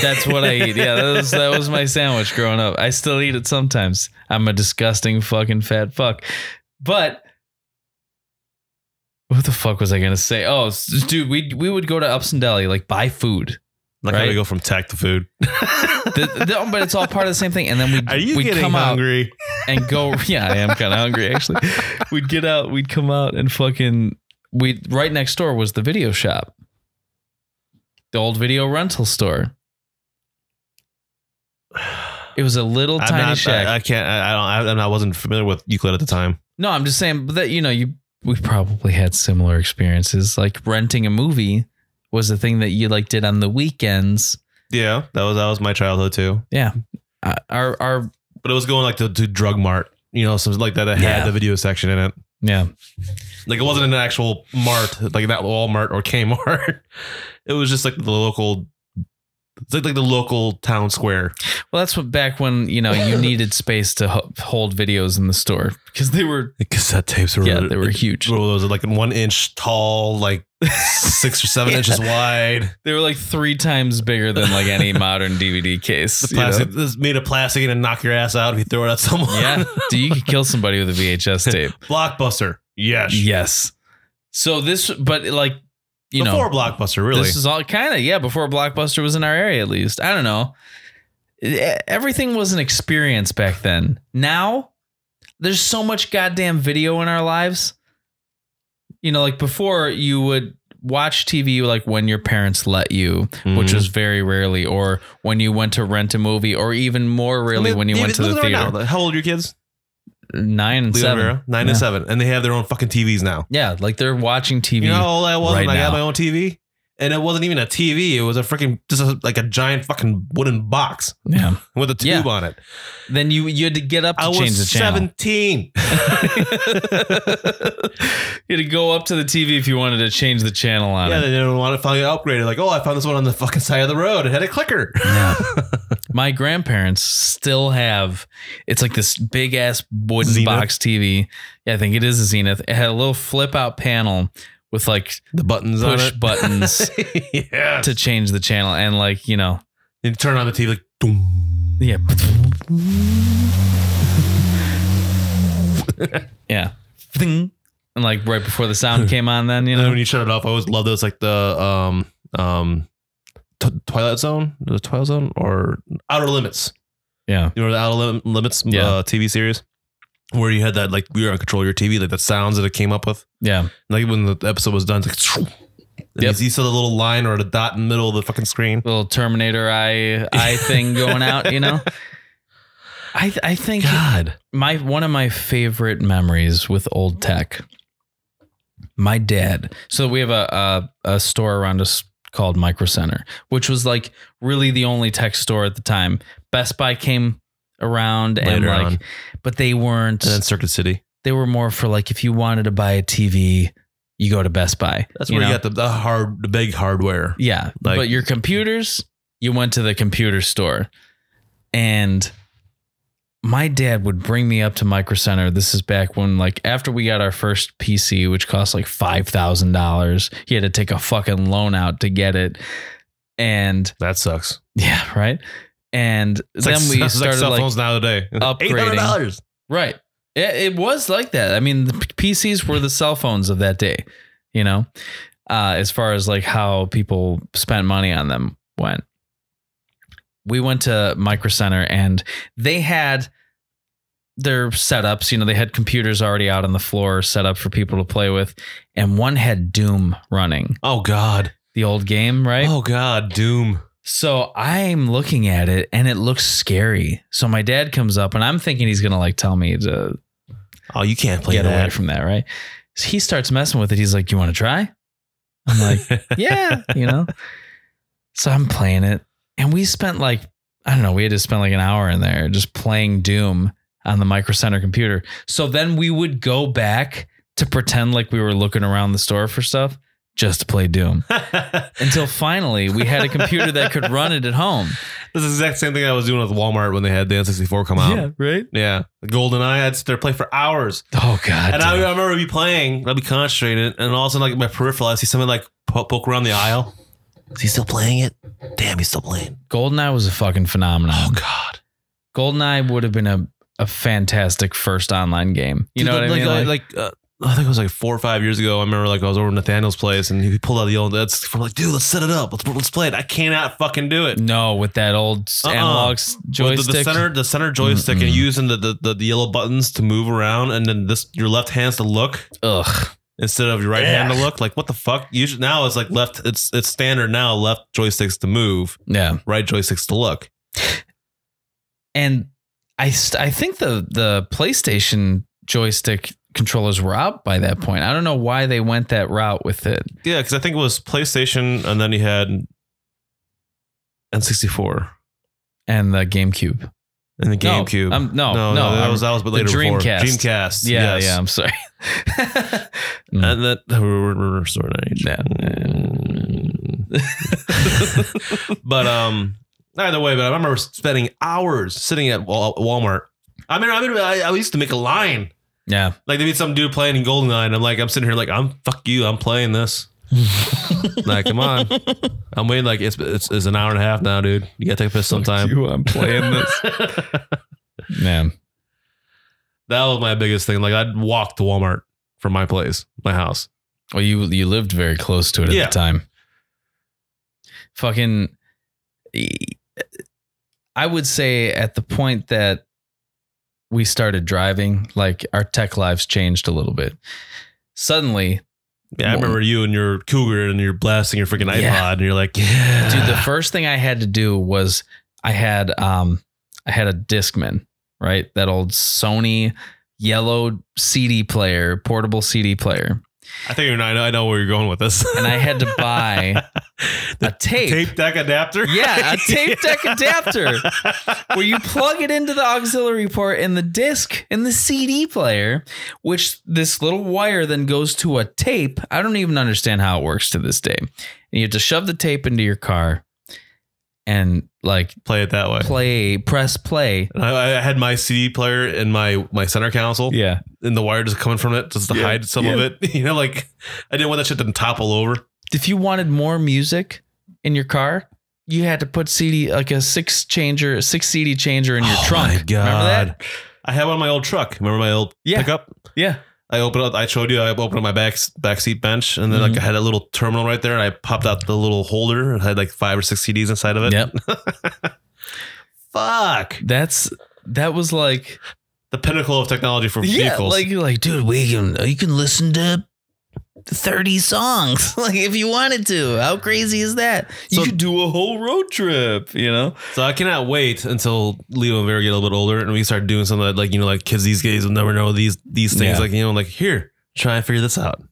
Speaker 1: That's what I eat. Yeah, that was that was my sandwich growing up. I still eat it sometimes. I'm a disgusting fucking fat fuck. But what the fuck was I gonna say? Oh, s- dude, we we would go to Ups and Deli like buy food.
Speaker 4: like how
Speaker 1: Right.
Speaker 4: we go from tech to food.
Speaker 1: The- the- but it's all part of the same thing. And then we
Speaker 4: Are you
Speaker 1: we'd
Speaker 4: getting
Speaker 1: come out
Speaker 4: hungry?
Speaker 1: and go. Yeah, I am kind of hungry actually. We'd get out. We'd come out and fucking. We right next door was the video shop, the old video rental store. It was a little
Speaker 4: I'm
Speaker 1: tiny
Speaker 4: not,
Speaker 1: shack.
Speaker 4: I, I can't. I, I don't. I, I wasn't familiar with Euclid at the time.
Speaker 1: no, I'm just saying but that you know you we probably had similar experiences. Like renting a movie was the thing that you like did on the weekends.
Speaker 4: Yeah, that was that was my childhood too.
Speaker 1: Uh, our our
Speaker 4: But it was going like to, to drug mart, you know, something like that. It
Speaker 1: Yeah.
Speaker 4: had the video section in it.
Speaker 1: yeah
Speaker 4: Like it wasn't an actual mart, like that Walmart or Kmart. It was just like the local It's like, like the local town square.
Speaker 1: Well, that's what back when you know you needed space to ho- hold videos in the store because they were
Speaker 4: The cassette tapes were
Speaker 1: yeah they were huge.
Speaker 4: Well, those are like one inch tall, like six or seven inches wide.
Speaker 1: They were like three times bigger than like any modern DVD case.
Speaker 4: The
Speaker 1: you know?
Speaker 4: plastic this is made of plastic and knock your ass out if you throw it at someone.
Speaker 1: Yeah, dude, you could kill somebody with a VHS tape.
Speaker 4: blockbuster. Yes.
Speaker 1: yes. So this, but like you know,
Speaker 4: Before blockbuster, really.
Speaker 1: This is all kind of yeah before Blockbuster was in our area at least. I don't know. E- Everything was an experience back then. Now there's so much goddamn video in our lives. You know, like before you would watch TV like when your parents let you, which
Speaker 4: Mhm.
Speaker 1: was very rarely, or when you went to rent a movie, or even more
Speaker 4: Mm-hmm. I
Speaker 1: rarely
Speaker 4: mean,
Speaker 1: when you
Speaker 4: yeah,
Speaker 1: went to the
Speaker 4: look at it
Speaker 1: theater.
Speaker 4: now. How old are your kids?
Speaker 1: Nine and
Speaker 4: Leo
Speaker 1: seven.
Speaker 4: Rivera, nine
Speaker 1: Yeah.
Speaker 4: and seven, and they have their own fucking TVs now.
Speaker 1: Yeah, like they're watching TV.
Speaker 4: You know how old I was
Speaker 1: Right
Speaker 4: when I
Speaker 1: now.
Speaker 4: got my own TV, and it wasn't even a TV. It was a freaking just a, like a giant fucking wooden box
Speaker 1: yeah.
Speaker 4: with a tube
Speaker 1: Yeah.
Speaker 4: on it.
Speaker 1: Then you you had to get up to
Speaker 4: I
Speaker 1: change the
Speaker 4: was
Speaker 1: channel.
Speaker 4: seventeen.
Speaker 1: you had to go up to the TV if you wanted to change the channel on
Speaker 4: Yeah,
Speaker 1: it.
Speaker 4: they didn't want to finally upgrade it. Like, oh, I found this one on the fucking side of the road. It had a clicker.
Speaker 1: My grandparents still have it's like this big ass wooden
Speaker 4: Zenith?
Speaker 1: box TV. Yeah, I think it is a Zenith. It had a little flip out panel with like
Speaker 4: The buttons on
Speaker 1: push
Speaker 4: it.
Speaker 1: buttons
Speaker 4: yeah.
Speaker 1: to change the channel and like, you know,
Speaker 4: And you turn on the TV like, doom.
Speaker 1: yeah. yeah. Ding. And like right before the sound came on then, you
Speaker 4: And then
Speaker 1: know.
Speaker 4: when you shut it off, I always love those like the um um T- Twilight Zone, the Twilight Zone, or Outer Limits.
Speaker 1: Yeah.
Speaker 4: You know the Outer Lim- Limits
Speaker 1: Yeah.
Speaker 4: uh, TV series, where you had that like you were on control of your TV, like the sounds that it came up with.
Speaker 1: Yeah.
Speaker 4: Like when the episode was done, it's like. And
Speaker 1: Yep.
Speaker 4: You see saw the little line or the dot in the middle of the fucking screen.
Speaker 1: little Terminator eye eye thing going out, you know. I th- I think
Speaker 4: God.
Speaker 1: my one of my favorite memories with old tech. My dad. So we have a a, a store around us called Micro Center, which was like really the only tech store at the time. Best Buy came around and
Speaker 4: Later
Speaker 1: like,
Speaker 4: on.
Speaker 1: but they weren't.
Speaker 4: And then Circuit City.
Speaker 1: they were more for like if you wanted to buy a TV, you go to Best Buy.
Speaker 4: That's where you,
Speaker 1: know?
Speaker 4: got the, the hard, the big hardware.
Speaker 1: Yeah.
Speaker 4: Like-
Speaker 1: but your computers, you went to the computer store. And my dad would bring me up to Micro Center. This is back when, like, after we got our first PC, which cost like $5,000, he had to take a fucking loan out to get it. And
Speaker 4: That sucks.
Speaker 1: yeah, right. And
Speaker 4: It's
Speaker 1: then
Speaker 4: like-
Speaker 1: we
Speaker 4: it's like
Speaker 1: started
Speaker 4: cell
Speaker 1: like,
Speaker 4: phones now today.
Speaker 1: upgrading.
Speaker 4: $800.
Speaker 1: Right. It, it was like that. I mean, the p- PCs were the cell phones of that day, you know, uh, as far as like how people spent money on them went. We went to Micro Center and they had their setups. You know, they had computers already out on the floor set up for people to play with. And one had Doom running,
Speaker 4: Oh God.
Speaker 1: the old game, right?
Speaker 4: Oh God. Doom.
Speaker 1: So I'm looking at it and it looks scary. So my dad comes up and I'm thinking he's going to like tell me to
Speaker 4: Oh, you can't play
Speaker 1: get away
Speaker 4: that.
Speaker 1: from that, right? So he starts messing with it. He's like, "You want to try?" I'm like, "Yeah," you know. So I'm playing it, and we spent like I don't know. We had to spend like an hour in there just playing Doom on the Micro Center computer. So then we would go back to pretend like we were looking around the store for stuff just to play Doom until finally we had a computer that could run it at home.
Speaker 4: This is the exact same thing I was doing with Walmart when they had the N64 come out. Yeah.
Speaker 1: right.
Speaker 4: The Golden Eye, I'd sit there and play for hours.
Speaker 1: Oh god.
Speaker 4: and I, uh, I
Speaker 1: damn.
Speaker 4: remember be playing, I'd be concentrated, and all of a sudden, like my peripheral, I see someone like po- poke around the aisle. Is he still playing it? Damn, he's still playing.
Speaker 1: Goldeneye was a fucking phenomenon.
Speaker 4: Oh God!
Speaker 1: Goldeneye would have been a, a fantastic first online game. You know
Speaker 4: Dude,
Speaker 1: what
Speaker 4: like,
Speaker 1: I mean? Like,
Speaker 4: Like, uh, I think it was like four or five years ago. I remember like I was over at Nathaniel's place, and he pulled out the old. That's from like, dude, let's set it up. Let's let's play it. I cannot fucking do it.
Speaker 1: no, with that old
Speaker 4: Uh-uh.
Speaker 1: analog s-
Speaker 4: With
Speaker 1: joystick.
Speaker 4: The, the center, the center joystick, and
Speaker 1: Mm-mm.
Speaker 4: using the, the the the yellow buttons to move around, and then this your left hand's to look.
Speaker 1: Ugh.
Speaker 4: instead of your right hand to look. Like what the fuck? Usually now it's like left. It's it's standard now. Left joysticks to move,
Speaker 1: Yeah.
Speaker 4: right joysticks to look.
Speaker 1: And I st- I think the the PlayStation joystick controllers were out by that point. I don't know why they went that route with it.
Speaker 4: Yeah, because I think it was PlayStation, and then you had N sixty four
Speaker 1: And the GameCube.
Speaker 4: and the GameCube.
Speaker 1: No, um, no, no,
Speaker 4: no, that
Speaker 1: I'm-
Speaker 4: was that was but
Speaker 1: the
Speaker 4: later before
Speaker 1: Dreamcast.
Speaker 4: Dreamcast.
Speaker 1: Yeah,
Speaker 4: yes.
Speaker 1: yeah, I'm sorry. Hmm. Mm,
Speaker 4: And that we're, we're, we're sort of age.
Speaker 1: Yeah.
Speaker 4: but um, either way, but I remember spending hours sitting at Wal- Walmart. I mean, I mean, I, I used to make a line.
Speaker 1: Yeah.
Speaker 4: Like there'd be some dude playing in Goldeneye, and I'm like, I'm sitting here like, I'm fuck you, I'm playing this. like, come on, I'm waiting. Like it's, it's it's an hour and a half now, dude. You gotta take a piss sometime.
Speaker 5: You, I'm playing this.
Speaker 1: Man.
Speaker 4: That was my biggest thing. Like I'd walk to Walmart from my place, my house.
Speaker 1: Well, you you lived very close to it at
Speaker 4: Yeah.
Speaker 1: the time. Fucking, e, I would say at the point that we started driving, like our tech lives changed a little bit. Suddenly,
Speaker 4: Yeah, I
Speaker 1: Well-
Speaker 4: remember you and your cougar and you're blasting your freaking iPod
Speaker 1: Yeah.
Speaker 4: and you're like, yeah.
Speaker 1: dude, the first thing I had to do was I had um I had a Discman, right? That old Sony yellow CD player, portable CD player,
Speaker 4: I think you know, I know I know where you're going with this.
Speaker 1: and I had to buy a tape.
Speaker 4: tape deck adapter.
Speaker 1: Yeah, a tape deck adapter.
Speaker 4: adapter.
Speaker 1: where you plug it into the auxiliary port and the disc and the CD player, which this little wire then goes to a tape. I don't even understand how it works to this day. And you have to shove the tape into your car and like
Speaker 4: Play it that way.
Speaker 1: play, press play.
Speaker 4: And I, I had my CD player in my my center console,
Speaker 1: Yeah.
Speaker 4: and the wire just coming from it just to
Speaker 5: Yeah.
Speaker 4: hide some of it. You know, like I didn't want that shit to topple over.
Speaker 1: If you wanted more music in your car, you had to put CD like a six changer, a six CD changer in your trunk. Remember that?
Speaker 4: Oh I had one in my old truck. Remember my old
Speaker 1: Yeah.
Speaker 4: pickup?
Speaker 1: Yeah.
Speaker 4: I opened up. I showed you. I opened up my back backseat bench, and then
Speaker 1: Mhm.
Speaker 4: like I had a little terminal right there, and I popped out the little holder. and had like five or six CDs inside of it.
Speaker 1: Yep.
Speaker 4: Fuck
Speaker 1: That's that was like
Speaker 4: the pinnacle of technology for vehicles.
Speaker 1: like you're like, dude, we can you can listen to thirty songs like if you wanted to. How crazy is that?
Speaker 4: So-
Speaker 1: you could do a whole road trip, you know?
Speaker 4: so I cannot wait until Leo and Vera get a little bit older, and we start doing some of that, like you know, like kids these days will never know these these
Speaker 1: Yeah.
Speaker 4: things. Like you know, like here, try and figure this out.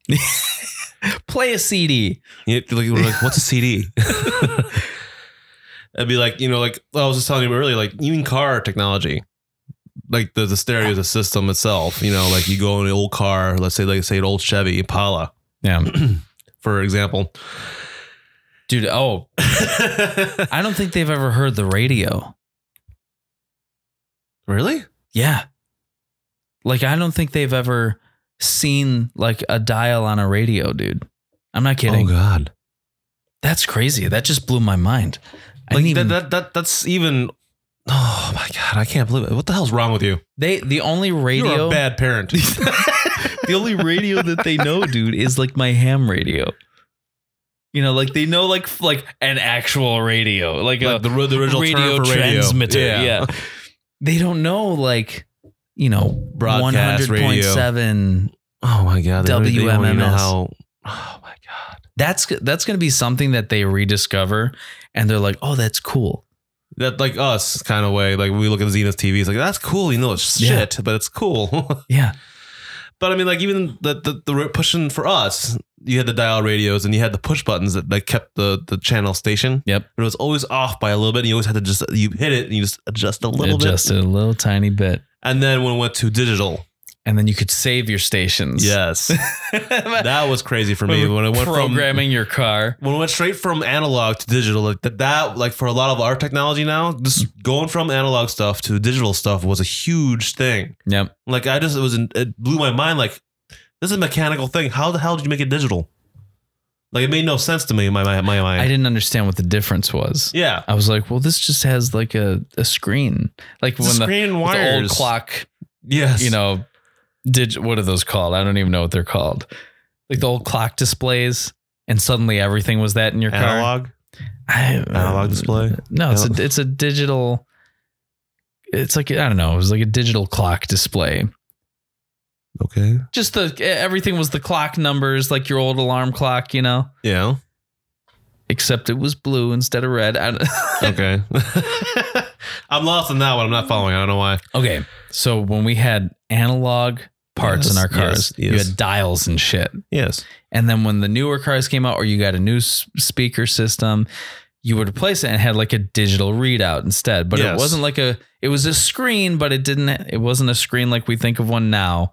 Speaker 1: Play a CD.
Speaker 4: You like, we're like, what's a CD? I'd be like, you know, like I was just telling you earlier, like even car technology, like the, the stereo is a system itself. You know, like you go in an old car, let's say, like say an old Chevy Impala,
Speaker 1: Yeah,
Speaker 4: for example.
Speaker 1: dude. Oh, I don't think they've ever heard the radio.
Speaker 4: really?
Speaker 1: Yeah, like I don't think they've ever seen like a dial on a radio, dude. I'm not
Speaker 4: Oh
Speaker 1: kidding.
Speaker 4: God!
Speaker 1: That's crazy. That just blew my mind. I
Speaker 4: Like
Speaker 1: didn't even,
Speaker 4: that, that that that's even. Oh my God! I can't believe it. What the hell's wrong with you?
Speaker 1: they the only radio
Speaker 4: You're a bad parent.
Speaker 1: the only radio that they know, dude, is like my ham radio. You know, like they know like like an actual radio, like,
Speaker 4: like uh, the, the
Speaker 1: a
Speaker 4: original
Speaker 1: radio
Speaker 4: term for radio.
Speaker 1: transmitter. Yeah. they don't know like you know one
Speaker 4: Broadcast
Speaker 1: hundred point
Speaker 4: radio.
Speaker 1: seven.
Speaker 4: Oh my God! They don't- they don't even know
Speaker 1: WMMS.
Speaker 4: how- oh my God!
Speaker 1: That's that's gonna be something that they rediscover, and they're like, oh, that's cool.
Speaker 4: that like us kind of way. Like we look at Zenith TV, it's like that's cool. You know, it's
Speaker 1: Yeah.
Speaker 4: shit, but it's cool.
Speaker 1: Yeah,
Speaker 4: but I mean, like even the, the the re- pushing for us, you had the dial radios and you had the push buttons that, that kept the the channel station.
Speaker 1: Yep.
Speaker 4: but it was always off by a little bit. And you always had to just you hit it and you just adjust a little
Speaker 1: just
Speaker 4: bit.
Speaker 1: a little tiny bit,
Speaker 4: And then when it went to digital,
Speaker 1: and then you could save your stations.
Speaker 4: yes, that was crazy for me when it went
Speaker 1: programming your car.
Speaker 4: from. When it went straight from analog to digital, like that, that, like for a lot of our technology now, just
Speaker 1: Mm.
Speaker 4: going from analog stuff to digital stuff was a huge thing.
Speaker 1: Yep.
Speaker 4: Like I just it was in, it blew my mind. Like this is a mechanical thing. How the hell did you make it digital? Like it made no sense to me in my my, my mind.
Speaker 1: I didn't understand what the difference was.
Speaker 4: yeah,
Speaker 1: I was like, well, this just has like a, a screen. Like
Speaker 4: The
Speaker 1: when the,
Speaker 4: screen
Speaker 1: with the
Speaker 4: wires.
Speaker 1: old clock,
Speaker 4: Yes,
Speaker 1: you know, dig, what are those called? I don't even know what they're called. Like the old clock displays, and suddenly everything was that in your car.
Speaker 4: analog
Speaker 1: I- uh,
Speaker 4: analog display.
Speaker 1: No, it's a, it's a digital. It's like, I don't know, it was like a digital clock display.
Speaker 4: Okay.
Speaker 1: Just the e, everything was the clock numbers, like your old alarm clock, you know,
Speaker 4: Yeah.
Speaker 1: except it was blue instead of red. I don't,
Speaker 4: Okay. I'm lost in that one. I'm not following. I don't know why.
Speaker 1: Okay. So when we had analog parts
Speaker 4: Yes,
Speaker 1: in our cars,
Speaker 4: yes,
Speaker 1: you
Speaker 4: yes.
Speaker 1: had dials and shit.
Speaker 4: Yes.
Speaker 1: And then when the newer cars came out or you got a new s- speaker system, you would replace it and had like a digital readout instead. But
Speaker 4: Yes.
Speaker 1: it wasn't like a it was a screen, but it didn't it wasn't a screen like we think of one now.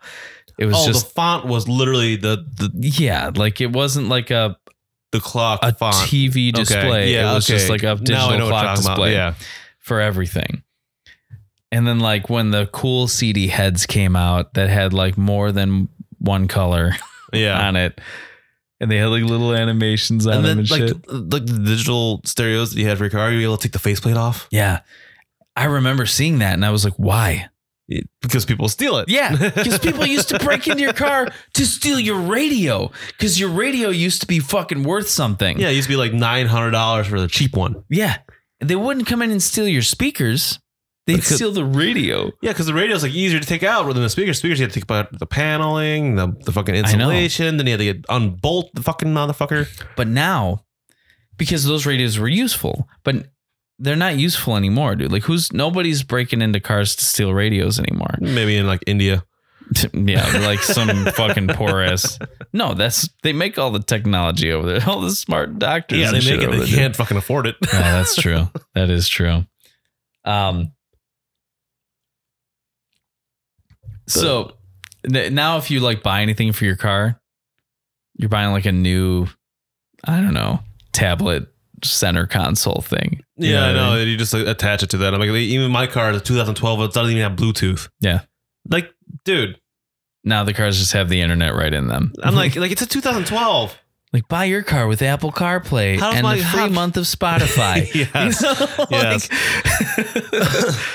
Speaker 1: It was
Speaker 4: Oh,
Speaker 1: just
Speaker 4: the font was literally the the
Speaker 1: yeah, like it wasn't like a
Speaker 4: the clock
Speaker 1: a
Speaker 4: font.
Speaker 1: TV
Speaker 4: Okay,
Speaker 1: display. it was just
Speaker 4: okay.
Speaker 1: like a
Speaker 4: Now
Speaker 1: digital
Speaker 4: I know what you're
Speaker 1: clock
Speaker 4: talking about.
Speaker 1: display
Speaker 4: Yeah.
Speaker 1: for everything. And then like when the cool CD heads came out that had like more than one color
Speaker 4: Yeah.
Speaker 1: on it, and they had like little animations on
Speaker 4: and
Speaker 1: them
Speaker 4: then
Speaker 1: and
Speaker 4: like
Speaker 1: shit.
Speaker 4: like the digital stereos that you had for your car, you were able to take the faceplate off
Speaker 1: Yeah, I remember seeing that and I was like, why?
Speaker 4: because people steal it.
Speaker 1: Yeah, because people used to break into your car to steal your radio because your radio used to be fucking worth something.
Speaker 4: Yeah, it used to be like nine hundred dollars for the cheap one.
Speaker 1: yeah. They wouldn't come in and steal your speakers. They'd
Speaker 4: Because-
Speaker 1: steal the radio.
Speaker 4: Yeah, because the radio's like easier to take out than the speakers. Speakers you had to take out the paneling, the, the fucking insulation, then you had to get unbolt the fucking motherfucker.
Speaker 1: But now, because those radios were useful, but they're not useful anymore, dude. Like, who's nobody's breaking into cars to steal radios anymore?
Speaker 4: Maybe in like India.
Speaker 1: yeah, like some fucking poor ass. No, that's they make all the technology over there. All the smart doctors.
Speaker 4: Yeah,
Speaker 1: and
Speaker 4: they
Speaker 1: shit
Speaker 4: make it.
Speaker 1: over
Speaker 4: They
Speaker 1: there, dude.
Speaker 4: can't fucking afford it.
Speaker 1: No, that's true. that is true. Um. So n- now, if you like buy anything for your car, you're buying like a new, I don't know, tablet center console thing. You
Speaker 4: yeah, I
Speaker 1: what I
Speaker 4: know.
Speaker 1: mean?
Speaker 4: You just like attach it to that. I'm like, even my car is a 2012. It doesn't even have Bluetooth.
Speaker 1: Yeah.
Speaker 4: Like, dude,
Speaker 1: Now the cars just have the internet right in them.
Speaker 4: I'm like, like it's a 2012.
Speaker 1: like buy your car with Apple CarPlay
Speaker 4: How's
Speaker 1: and
Speaker 4: my-
Speaker 1: the free
Speaker 4: how-
Speaker 1: month of Spotify.
Speaker 4: Yes.
Speaker 1: You know, like-
Speaker 4: Yes.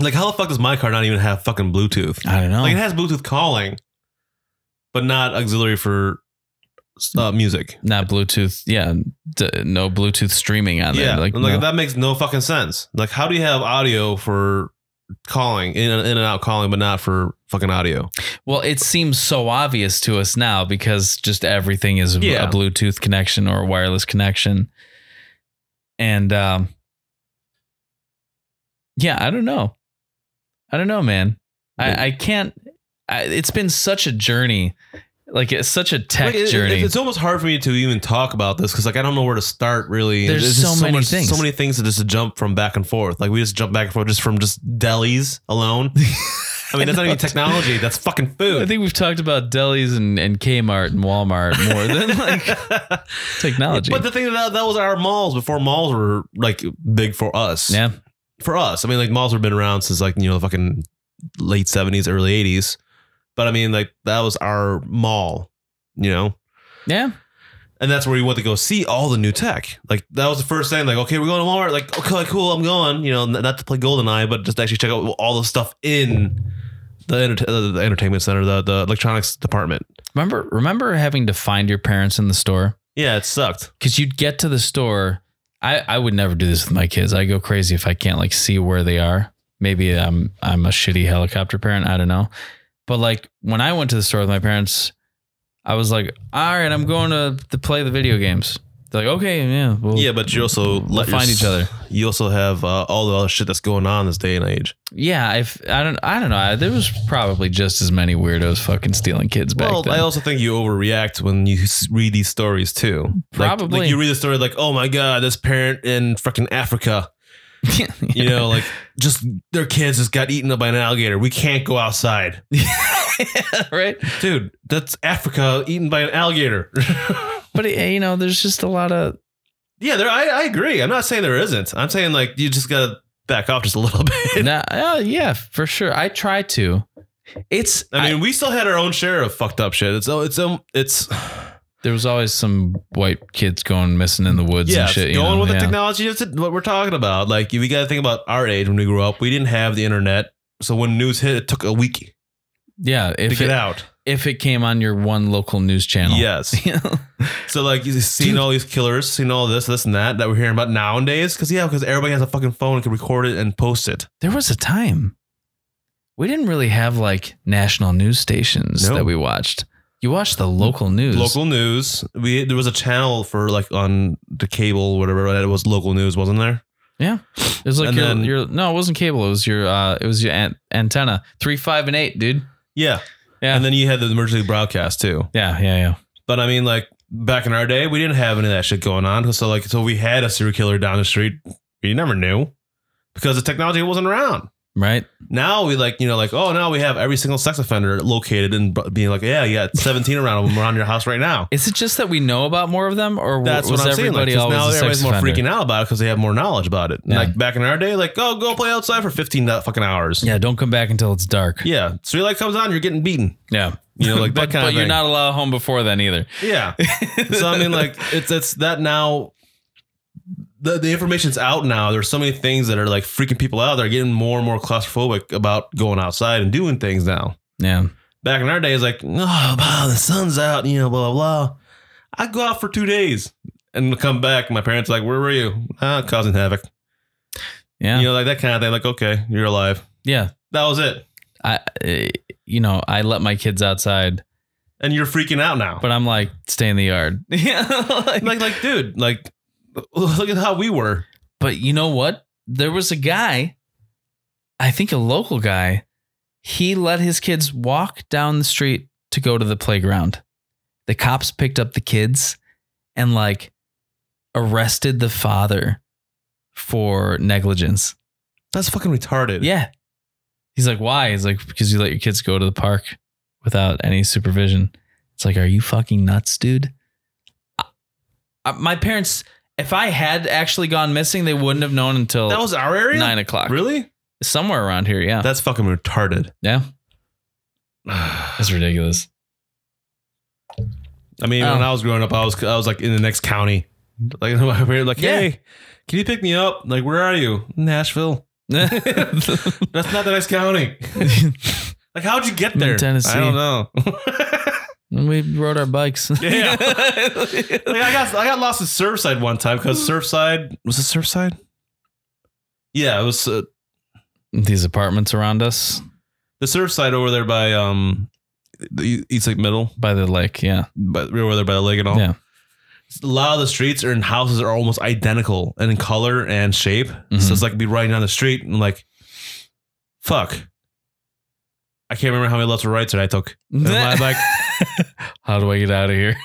Speaker 4: like, how the fuck does my car not even have fucking Bluetooth?
Speaker 1: I don't know.
Speaker 4: Like, it has Bluetooth calling, but not auxiliary for uh, music.
Speaker 1: not Bluetooth. Yeah, d- no Bluetooth streaming on
Speaker 4: Yeah,
Speaker 1: there.
Speaker 4: like,
Speaker 1: Like, no.
Speaker 4: that makes no fucking sense. Like, how do you have audio for calling in and, in and out calling, but not for fucking audio?
Speaker 1: Well, it seems so obvious to us now because just everything is
Speaker 4: Yeah.
Speaker 1: a Bluetooth connection or a wireless connection. And um, yeah, I don't know. I don't know, man. I, I can't. I, it's been such a journey. Like it's such a tech
Speaker 4: Like, it- it-
Speaker 1: journey.
Speaker 4: it's almost hard for me to even talk about this because like I don't know where to start. Really,
Speaker 1: There's
Speaker 4: just
Speaker 1: so many
Speaker 4: much-
Speaker 1: things.
Speaker 4: So many things to just jump from back and forth. Like we just jump back and forth just from just delis alone. I mean, that's not even technology. That's fucking
Speaker 1: I
Speaker 4: food.
Speaker 1: think we've talked about delis and, and Kmart and Walmart more than like technology.
Speaker 4: but the thing that that was our malls before malls were like big for us.
Speaker 1: yeah,
Speaker 4: for us. I mean, like malls have been around since like you know the fucking late seventies, early eighties. But I mean, like that was our mall, you know,
Speaker 1: yeah.
Speaker 4: and that's where we went to go see all the new tech. Like that was the first thing. Like, okay, we're going to Walmart. Like, okay, cool, I'm going. You know, n- not to play GoldenEye, but just to actually check out all the stuff in the, enter- uh, the entertainment center, the the electronics department.
Speaker 1: Remember, remember having to find your parents in the store.
Speaker 4: Yeah, it sucked.
Speaker 1: because you'd get to the store. I, I would never do this with my kids. I go crazy if I can't like see where they are. Maybe I'm I'm a shitty helicopter parent. I don't know. But like when I went to the store with my parents, I was like, all right, I'm going to, to play the video games. They're like, okay, yeah, well,
Speaker 4: Yeah, but you
Speaker 1: we'll
Speaker 4: also let
Speaker 1: find
Speaker 4: your-
Speaker 1: each other.
Speaker 4: You also have uh, all the other shit that's going on this day and age.
Speaker 1: Yeah, if I don't, I don't know. I, there was probably just as many weirdos fucking stealing kids back
Speaker 4: Well,
Speaker 1: then.
Speaker 4: I also think you overreact when you s- read these stories too. Like-
Speaker 1: Probably.
Speaker 4: like, you read the story like, "Oh my god, this parent in freaking Africa, you know, like just their kids just got eaten up by an alligator. We can't go outside,
Speaker 1: right?
Speaker 4: dude. That's Africa eaten by an alligator.
Speaker 1: But eh, you know, there's just a lot of
Speaker 4: yeah, there. I, I agree. I'm not saying there isn't. I'm saying like you just gotta back off just a little bit.
Speaker 1: nah, uh, yeah, for sure. I try to. It's
Speaker 4: I mean, we still had our own share of fucked up shit. It's oh, it's um, it's
Speaker 1: There was always some white kids going missing in the woods
Speaker 4: yeah,
Speaker 1: and shit. you
Speaker 4: going
Speaker 1: know?
Speaker 4: with the
Speaker 1: Yeah.
Speaker 4: technology is what we're talking about. Like, if you got to think about our age when we grew up, we didn't have the internet, so when news hit, it took a week
Speaker 1: Yeah,
Speaker 4: to
Speaker 1: if
Speaker 4: get
Speaker 1: it,
Speaker 4: out.
Speaker 1: if it came on your one local news channel.
Speaker 4: Yes, so like you've seen
Speaker 1: Dude.
Speaker 4: all these killers, seen all this, this, and that that we're hearing about nowadays, because yeah, because everybody has a fucking phone and can record it and post it.
Speaker 1: there was a time we didn't really have like national news stations
Speaker 4: No.
Speaker 1: that we watched. You watched the local news.
Speaker 4: Local news, we there was a channel for like on the cable, whatever that it was. Local news wasn't there?
Speaker 1: It was like
Speaker 4: and
Speaker 1: your,
Speaker 4: then-
Speaker 1: your no, it wasn't cable. It was your uh, it was your an- antenna three, five, and eight, dude.
Speaker 4: Yeah,
Speaker 1: Yeah.
Speaker 4: And then you had the emergency broadcast too.
Speaker 1: Yeah, yeah, yeah.
Speaker 4: But I mean, like back in our day, we didn't have any of that shit going on. So like, so we had a serial killer down the street. You never knew because the technology wasn't around.
Speaker 1: right?
Speaker 4: Now we like, you know, like, oh, now we have every single sex offender located and bu- being like, yeah, yeah, 17 around them around your house right now.
Speaker 1: Is it just that we know about more of them, or
Speaker 4: That's
Speaker 1: was
Speaker 4: what I'm saying. Like,
Speaker 1: everybody
Speaker 4: 'cause
Speaker 1: always
Speaker 4: now
Speaker 1: a
Speaker 4: everybody's
Speaker 1: sex
Speaker 4: more
Speaker 1: offender?
Speaker 4: freaking out about it because they have more knowledge about it.
Speaker 1: Yeah.
Speaker 4: Like back in our day, like, oh, go play outside for 15 not fucking hours.
Speaker 1: Yeah, don't come back until it's dark.
Speaker 4: Yeah. So your light comes on, you're getting beaten.
Speaker 1: Yeah,
Speaker 4: You know, like that
Speaker 1: but,
Speaker 4: kind
Speaker 1: but
Speaker 4: of
Speaker 1: you're
Speaker 4: thing.
Speaker 1: not allowed home before then either.
Speaker 4: Yeah. so I mean, like it's it's that now. The, the information's out now. There's so many things that are like freaking people out. They're getting more and more claustrophobic about going outside and doing things now.
Speaker 1: Yeah,
Speaker 4: Back in our days, like, oh, wow, the sun's out, you know, blah, blah, blah. I go out for two days and come back. My parents are like, where were you? Ah, causing havoc.
Speaker 1: yeah,
Speaker 4: You know, like that kind of thing. Like, okay, you're alive.
Speaker 1: yeah.
Speaker 4: That was it.
Speaker 1: I, eh, you know, I let my kids outside,
Speaker 4: And you're freaking out now.
Speaker 1: but I'm like, stay in the yard. Yeah, like-
Speaker 4: like, like, dude, like, look at how we were.
Speaker 1: But you know what? There was a guy, I think a local guy, he let his kids walk down the street to go to the playground. The cops picked up the kids and like arrested the father for negligence.
Speaker 4: That's fucking retarded.
Speaker 1: Yeah. He's like, why? He's like, because you let your kids go to the park without any supervision. It's like, are you fucking nuts, dude? I- I- my parents, if I had actually gone missing, they wouldn't have known until
Speaker 4: That was our area?
Speaker 1: nine o'clock.
Speaker 4: Really?
Speaker 1: Somewhere around here. Yeah.
Speaker 4: That's fucking retarded.
Speaker 1: yeah. That's ridiculous.
Speaker 4: I mean, when
Speaker 1: Oh.
Speaker 4: I was growing up, I was I was like in the next county. Like my parents like,
Speaker 1: Yeah.
Speaker 4: hey, can you pick me up? Like, where are you? Nashville.
Speaker 1: Tennessee.
Speaker 4: That's not the next county. Like, how'd you get there?
Speaker 1: Tennessee.
Speaker 4: I don't know.
Speaker 1: we rode our bikes.
Speaker 4: Yeah. like, I got I got lost in Surfside one time because Surfside was it Surfside? Yeah, it was uh,
Speaker 1: These apartments around us
Speaker 4: the Surfside over there by um the East Lake Middle,
Speaker 1: by the lake. Yeah.
Speaker 4: but we were over there by the lake and all.
Speaker 1: Yeah.
Speaker 4: a lot of the streets and houses are almost identical and in color and shape. So it's like be riding down the street and like, fuck. I can't remember how many lefts or rights that I took. And I'm like,
Speaker 1: How do I get out of here?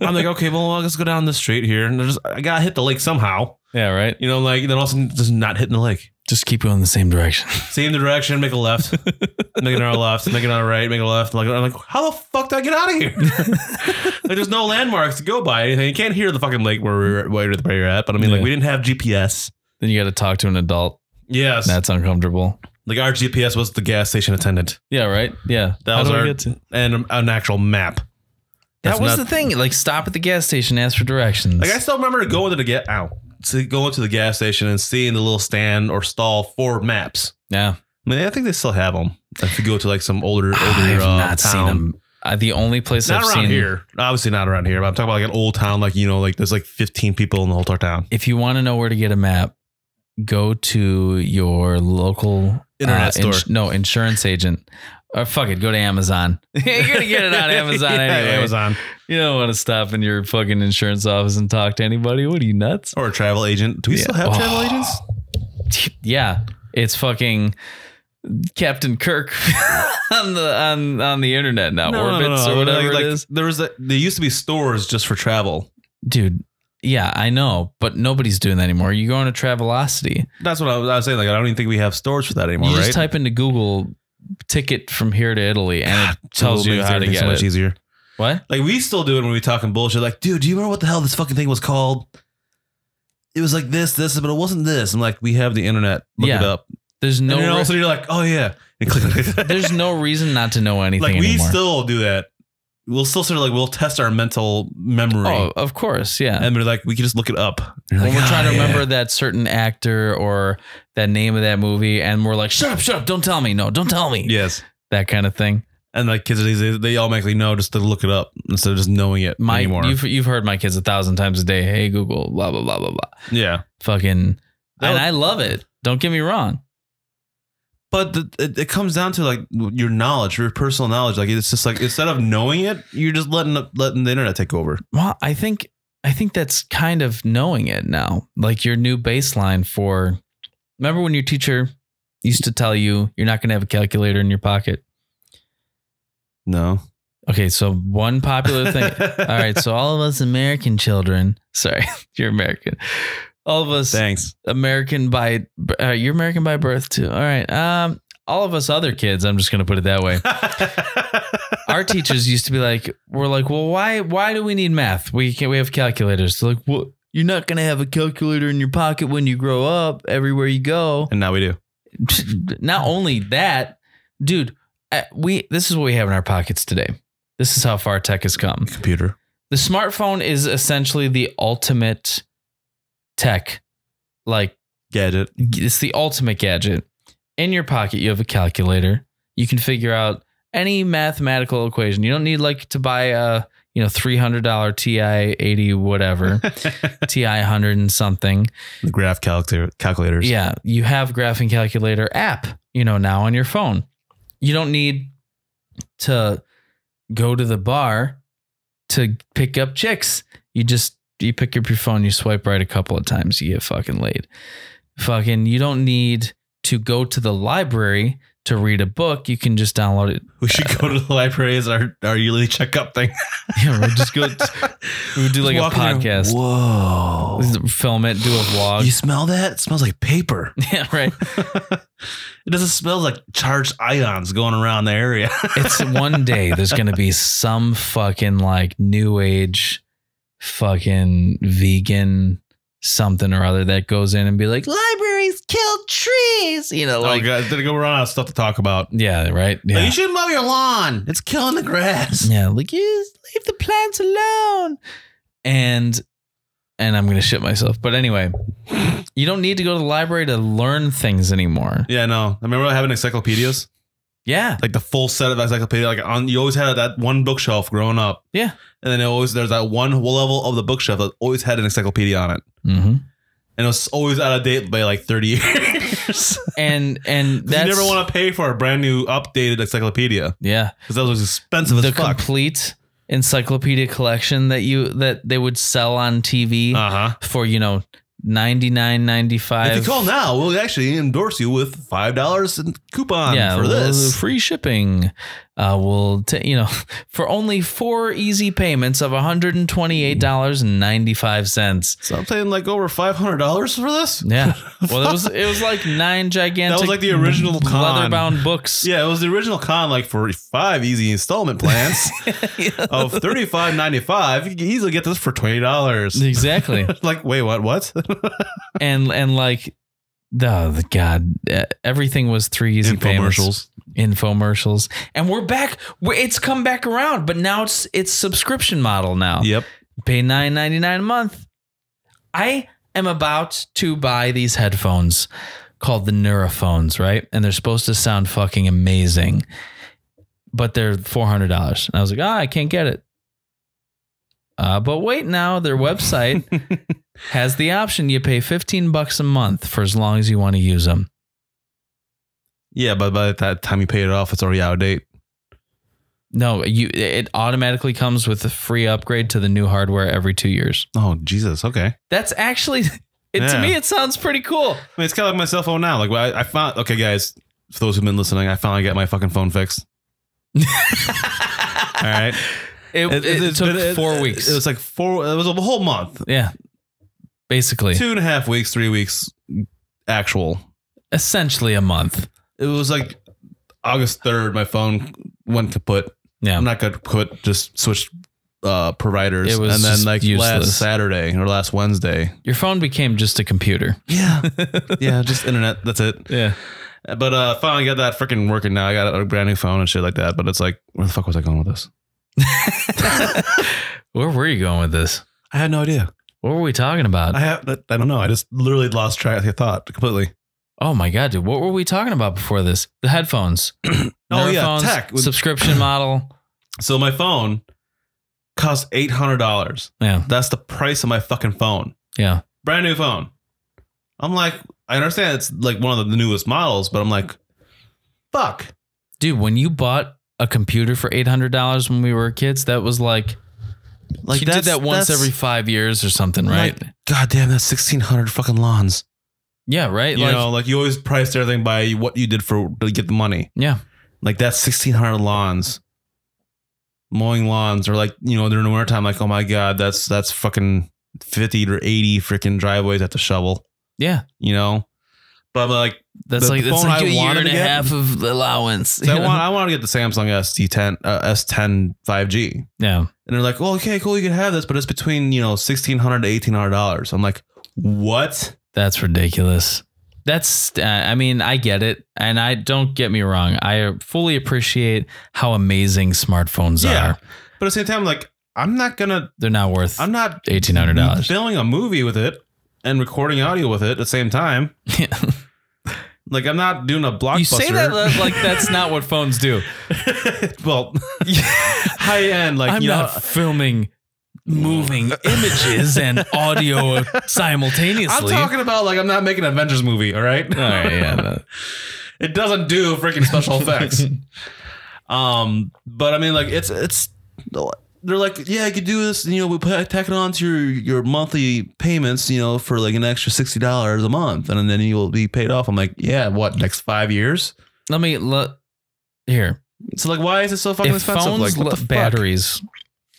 Speaker 4: I'm like, okay, well, let's go down the street here, and there's I gotta hit the lake somehow.
Speaker 1: Yeah. Right.
Speaker 4: You know, like then all of a sudden just not hitting the lake.
Speaker 1: Just keep going the same direction.
Speaker 4: Same direction, make a left, make another left, make another right, make a left. Like I'm like, how the fuck did I get out of here? like there's no landmarks to go by anything. You can't hear the fucking lake where we're where you're at. But I mean, like
Speaker 1: Yeah.
Speaker 4: we didn't have GPS.
Speaker 1: Then you got to talk to an adult.
Speaker 4: Yes.
Speaker 1: That's uncomfortable.
Speaker 4: Like our GPS was the gas station attendant
Speaker 1: Yeah, right. Yeah,
Speaker 4: That was
Speaker 1: do I
Speaker 4: our-
Speaker 1: get to-
Speaker 4: and an actual map. That's
Speaker 1: that was
Speaker 4: not-
Speaker 1: the thing. Like, stop at the gas station, ask for directions.
Speaker 4: Like I still remember going to the get ow to going to the gas station and seeing the little stand or stall for maps.
Speaker 1: yeah,
Speaker 4: I mean, I think they still have them. If you go to like some older, older
Speaker 1: I've
Speaker 4: uh,
Speaker 1: not seen
Speaker 4: town.
Speaker 1: them. I, the only place
Speaker 4: Not
Speaker 1: I've
Speaker 4: around
Speaker 1: seen
Speaker 4: here. Obviously not around here. But I'm talking about like an old town. Like you know, like there's like 15 people in the whole entire town.
Speaker 1: If you want to know where to get a map, go to your local uh,
Speaker 4: Internet store.
Speaker 1: no, insurance agent. Or fuck it, go to Amazon. You're gonna get it on Amazon
Speaker 4: Yeah,
Speaker 1: anyway.
Speaker 4: Amazon
Speaker 1: You don't want to stop in your fucking insurance office and talk to anybody. What are you nuts?
Speaker 4: or a travel agent. Do we still have
Speaker 1: Oh.
Speaker 4: travel agents?
Speaker 1: yeah, it's fucking Captain Kirk on the on on the internet now, orbits or whatever
Speaker 4: Like,
Speaker 1: it
Speaker 4: like,
Speaker 1: is.
Speaker 4: There was a, there used to be stores just for travel.
Speaker 1: Dude, yeah, I know, but nobody's doing that anymore. You go on to Travelocity,
Speaker 4: That's what I was, I was saying. Like I don't even think we have stores for that
Speaker 1: you
Speaker 4: anymore. right?
Speaker 1: just type into Google ticket from here to Italy, and it tells you how to get
Speaker 4: so much
Speaker 1: it.
Speaker 4: easier.
Speaker 1: What?
Speaker 4: Like we still do it when we talking bullshit. Like, dude, do you remember what the hell this fucking thing was called? It was like this, this, but it wasn't this. I'm like, we have the internet. Look
Speaker 1: Yeah.
Speaker 4: it up.
Speaker 1: There's
Speaker 4: No,
Speaker 1: no
Speaker 4: and then all of a
Speaker 1: re-
Speaker 4: sudden you're like, oh yeah. And click like
Speaker 1: there's no reason not to know anything
Speaker 4: like we
Speaker 1: anymore.
Speaker 4: still do that. We'll still sort of like we'll test our mental memory,
Speaker 1: oh, of course, yeah.
Speaker 4: and we're like, we can just look it up. You're
Speaker 1: when
Speaker 4: like,
Speaker 1: we're
Speaker 4: "Ah,
Speaker 1: trying to
Speaker 4: yeah."
Speaker 1: remember that certain actor or that name of that movie, and we're like, "Shut up, shut up! Don't tell me, no, don't tell me."
Speaker 4: Yes,
Speaker 1: that kind of thing.
Speaker 4: and like kids these days, they automatically know just to look it up instead of just knowing it
Speaker 1: My,
Speaker 4: anymore.
Speaker 1: you've you've heard my kids a thousand times a day. Hey Google, blah blah blah blah blah.
Speaker 4: yeah,
Speaker 1: Fucking,
Speaker 4: That
Speaker 1: and
Speaker 4: was-
Speaker 1: I love it. Don't get me wrong.
Speaker 4: But the, it, it comes down to like your knowledge, your personal knowledge. Like it's just like instead of knowing it, you're just letting the- letting the internet take over.
Speaker 1: Well, I think I think that's kind of knowing it now. Like your new baseline for. Remember when your teacher used to tell you you're not going to have a calculator in your pocket?
Speaker 4: No.
Speaker 1: Okay, so one popular thing. All right, so all of us American children, sorry, you're American. All of us
Speaker 5: Thanks.
Speaker 1: American by uh, you're American by birth too. All right. Um, all of us other kids. I'm just gonna put it that way. Our teachers used to be like, we're like, well, why why do we need math? We can not we have calculators. They're like, well, you're not gonna have a calculator in your pocket when you grow up. Everywhere you go.
Speaker 5: And now we do.
Speaker 1: not only that, dude, uh, we this is what we have in our pockets today. This is how far tech has come.
Speaker 5: Computer.
Speaker 1: The smartphone is essentially the ultimate tech. Like
Speaker 5: Gadget.
Speaker 1: it's the ultimate gadget. In your pocket, you have a calculator. You can figure out any mathematical equation. You don't need like to buy a you know three hundred dollar TI eighty whatever TI hundred and something.
Speaker 5: The graph calculator calculators.
Speaker 1: Yeah, you have graphing calculator app, you know, now on your phone. You don't need to go to the bar to pick up chicks. You just you pick up your phone, you swipe right a couple of times, you get fucking laid. Fucking you don't need to go to the library to read a book. You can just download it.
Speaker 4: We should go to the library as our, our yearly checkup thing.
Speaker 1: Yeah, we'll just go we do like a podcast.
Speaker 4: Whoa.
Speaker 1: Film it, do a vlog.
Speaker 4: You smell that? It smells like paper.
Speaker 1: yeah, right.
Speaker 4: It doesn't smell like charged ions going around the area.
Speaker 1: it's one day there's gonna be some fucking like new age fucking vegan something or other that goes in and be like libraries kill trees you know like
Speaker 4: oh, God. Did it go around? Stuff to talk about.
Speaker 1: yeah right yeah
Speaker 4: You should mow your lawn. It's killing the grass.
Speaker 1: yeah like you leave the plants alone and and i'm gonna shit myself but anyway you don't need to go to the library to learn things anymore
Speaker 4: Yeah, no. I remember having encyclopedias,
Speaker 1: yeah
Speaker 4: like the full set of encyclopedia. Like on, you always had that one bookshelf growing up,
Speaker 1: yeah
Speaker 4: and then it always there's that one level of the bookshelf that always had an encyclopedia on it,
Speaker 1: mm-hmm.
Speaker 4: and it was always out of date by like thirty years.
Speaker 1: and and
Speaker 4: 'Cause you
Speaker 1: that's
Speaker 4: never want to pay for a brand new updated encyclopedia
Speaker 1: yeah
Speaker 4: because that was expensive
Speaker 1: the
Speaker 4: as fuck.
Speaker 1: complete encyclopedia collection that you that they would sell on TV
Speaker 4: uh huh.
Speaker 1: for you know ninety nine ninety
Speaker 4: If you
Speaker 1: five.
Speaker 4: call now, we'll actually endorse you with five dollars in coupon
Speaker 1: Yeah,
Speaker 4: for
Speaker 1: we'll-
Speaker 4: this.
Speaker 1: free shipping. Uh, will ta- you know for only four easy payments of one hundred and twenty eight dollars and ninety five cents.
Speaker 4: So I'm paying like over five hundred dollars for this.
Speaker 1: Yeah, well, it was it was like nine gigantic.
Speaker 4: like the original con.
Speaker 1: leather bound books.
Speaker 4: Yeah, it was the original con like for five easy installment plans of thirty five ninety five. You can easily get this for twenty dollars.
Speaker 1: exactly.
Speaker 4: Like, wait, what? What?
Speaker 1: and and like oh, the god, uh, everything was three easy payments. infomercials and we're back We're- it's come back around but now it's it's subscription model now
Speaker 4: Yep.
Speaker 1: pay 9.99 a month i am about to buy these headphones called the neurophones right and they're supposed to sound fucking amazing but they're $400 and i was like ah i can't get it uh, but wait now their website has the option you pay 15 bucks a month for as long as you want to use them
Speaker 4: Yeah, but by that time you pay it off, it's already out of date.
Speaker 1: No, you it automatically comes with a free upgrade to the new hardware every two years.
Speaker 4: Oh Jesus. Okay. I
Speaker 1: That's actually it to
Speaker 4: Yeah.
Speaker 1: me it sounds pretty cool.
Speaker 4: mean, it's kind of like my cell phone now. Like, I, I found. Okay, guys, for those who've been listening, I finally got my fucking phone fixed. All right.
Speaker 1: It, it,
Speaker 4: it's
Speaker 1: took
Speaker 4: been- it-
Speaker 1: four
Speaker 4: it-
Speaker 1: weeks.
Speaker 4: It was like four. It was a whole month.
Speaker 1: yeah. Basically.
Speaker 4: Two and a half weeks, three weeks, actual.
Speaker 1: Essentially a month.
Speaker 4: it was like August 3rd, my phone went kaput.
Speaker 1: Yeah.
Speaker 4: I'm not going to put, just switch uh, providers.
Speaker 1: It was
Speaker 4: and
Speaker 1: just
Speaker 4: then like
Speaker 1: useless.
Speaker 4: last Saturday or last Wednesday.
Speaker 1: Your phone became just a computer.
Speaker 4: Yeah. yeah. Just internet. That's it.
Speaker 1: Yeah.
Speaker 4: But uh finally got that freaking working now. I got a brand new phone and shit like that. But it's like, where the fuck was I going with this?
Speaker 1: Where were you going with this?
Speaker 4: I had no idea.
Speaker 1: What were we talking about?
Speaker 4: I have, I don't know. I just literally lost track of thought completely.
Speaker 1: oh my god, dude. What were we talking about before this? The headphones.
Speaker 4: Oh, yeah,
Speaker 1: Neurophones,
Speaker 4: tech.
Speaker 1: subscription model.
Speaker 4: So my phone cost $800.
Speaker 1: Yeah.
Speaker 4: That's the price of my fucking phone.
Speaker 1: Yeah.
Speaker 4: brand new phone. I'm like, I understand it's like one of the newest models, but I'm like, fuck.
Speaker 1: Dude, when you bought a computer for eight hundred dollars when we were kids, that was like
Speaker 4: Like
Speaker 1: you did that once
Speaker 4: that's-
Speaker 1: every five years or something, right?
Speaker 4: Like, God damn, that's sixteen hundred fucking lawns.
Speaker 1: yeah, right.
Speaker 4: You
Speaker 1: Like
Speaker 4: know, like you always priced everything by what you did for to get the money.
Speaker 1: yeah,
Speaker 4: Like that's sixteen hundred lawns. Mowing lawns or like, you know, during the wintertime, like, oh my god, that's that's fucking 50 or 80 freaking driveways I have to shovel,
Speaker 1: Yeah,
Speaker 4: you know? But I'm like,
Speaker 1: that's
Speaker 4: The
Speaker 1: like that's
Speaker 4: phone
Speaker 1: like
Speaker 4: I
Speaker 1: a year
Speaker 4: wanted
Speaker 1: and
Speaker 4: to
Speaker 1: a
Speaker 4: get-
Speaker 1: half of allowance.
Speaker 4: so I want, I want to get the Samsung SD10, uh, S10 5G. And
Speaker 1: yeah,
Speaker 4: they're like, well, okay, cool. You can have this, but it's between, you know, 1600 to $1,800. I'm like, what?
Speaker 1: that's ridiculous. That's uh, I mean I get it, and I don't get me wrong. I fully appreciate how amazing smartphones
Speaker 4: Yeah.
Speaker 1: are.
Speaker 4: But at the same time, like, I'm not going to,
Speaker 1: They're not worth
Speaker 4: I'm not
Speaker 1: eighteen hundred dollars.
Speaker 4: filming a movie with it and recording audio with it at the same time. Like, I'm not doing a blockbuster.
Speaker 1: You say that uh, like that's not what phones do.
Speaker 4: well, high end, like,
Speaker 1: I'm
Speaker 4: you know,
Speaker 1: not filming moving images and audio
Speaker 4: I'm
Speaker 1: simultaneously.
Speaker 4: talking about like I'm not making an Avengers movie, all right?
Speaker 1: All right, yeah, no.
Speaker 4: it doesn't do freaking special effects. um, but I mean, like it's it's they're like, yeah, you could do this. You know, we put, tack it on to your your monthly payments. You know, for like an extra sixty dollars a month, and then you will be paid off. I'm like, yeah, what next five years?
Speaker 1: Let me look here.
Speaker 4: So like, why is it so fucking
Speaker 1: if
Speaker 4: expensive?
Speaker 1: phones
Speaker 4: Like what
Speaker 1: la-
Speaker 4: the fuck?
Speaker 1: batteries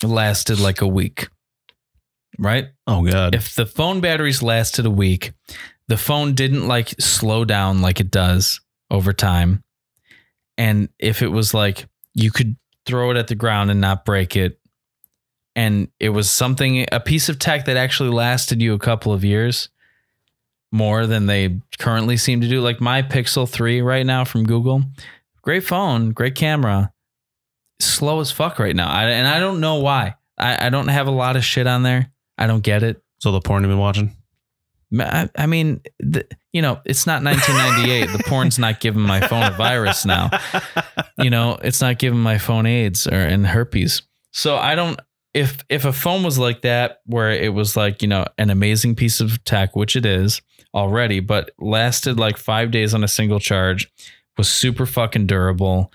Speaker 1: lasted like a week, right?
Speaker 4: Oh god.
Speaker 1: If the phone batteries lasted a week, the phone didn't like slow down like it does over time. And if it was like you could throw it at the ground and not break it, and it was something, a piece of tech that actually lasted you a couple of years more than they currently seem to do. Like my Pixel 3 right now from Google, great phone, great camera, slow as fuck right now. I, and I don't know why. I, I don't have a lot of shit on there. I don't get it.
Speaker 4: so the porn you've been watching?
Speaker 1: Ma- I, I mean, the, you know, it's not 1998. the porn's not giving my phone a virus now. You know, it's not giving my phone AIDS or and herpes. So I don't. If if a phone was like that, where it was like you know an amazing piece of tech, which it is already, but lasted like five days on a single charge, was super fucking durable.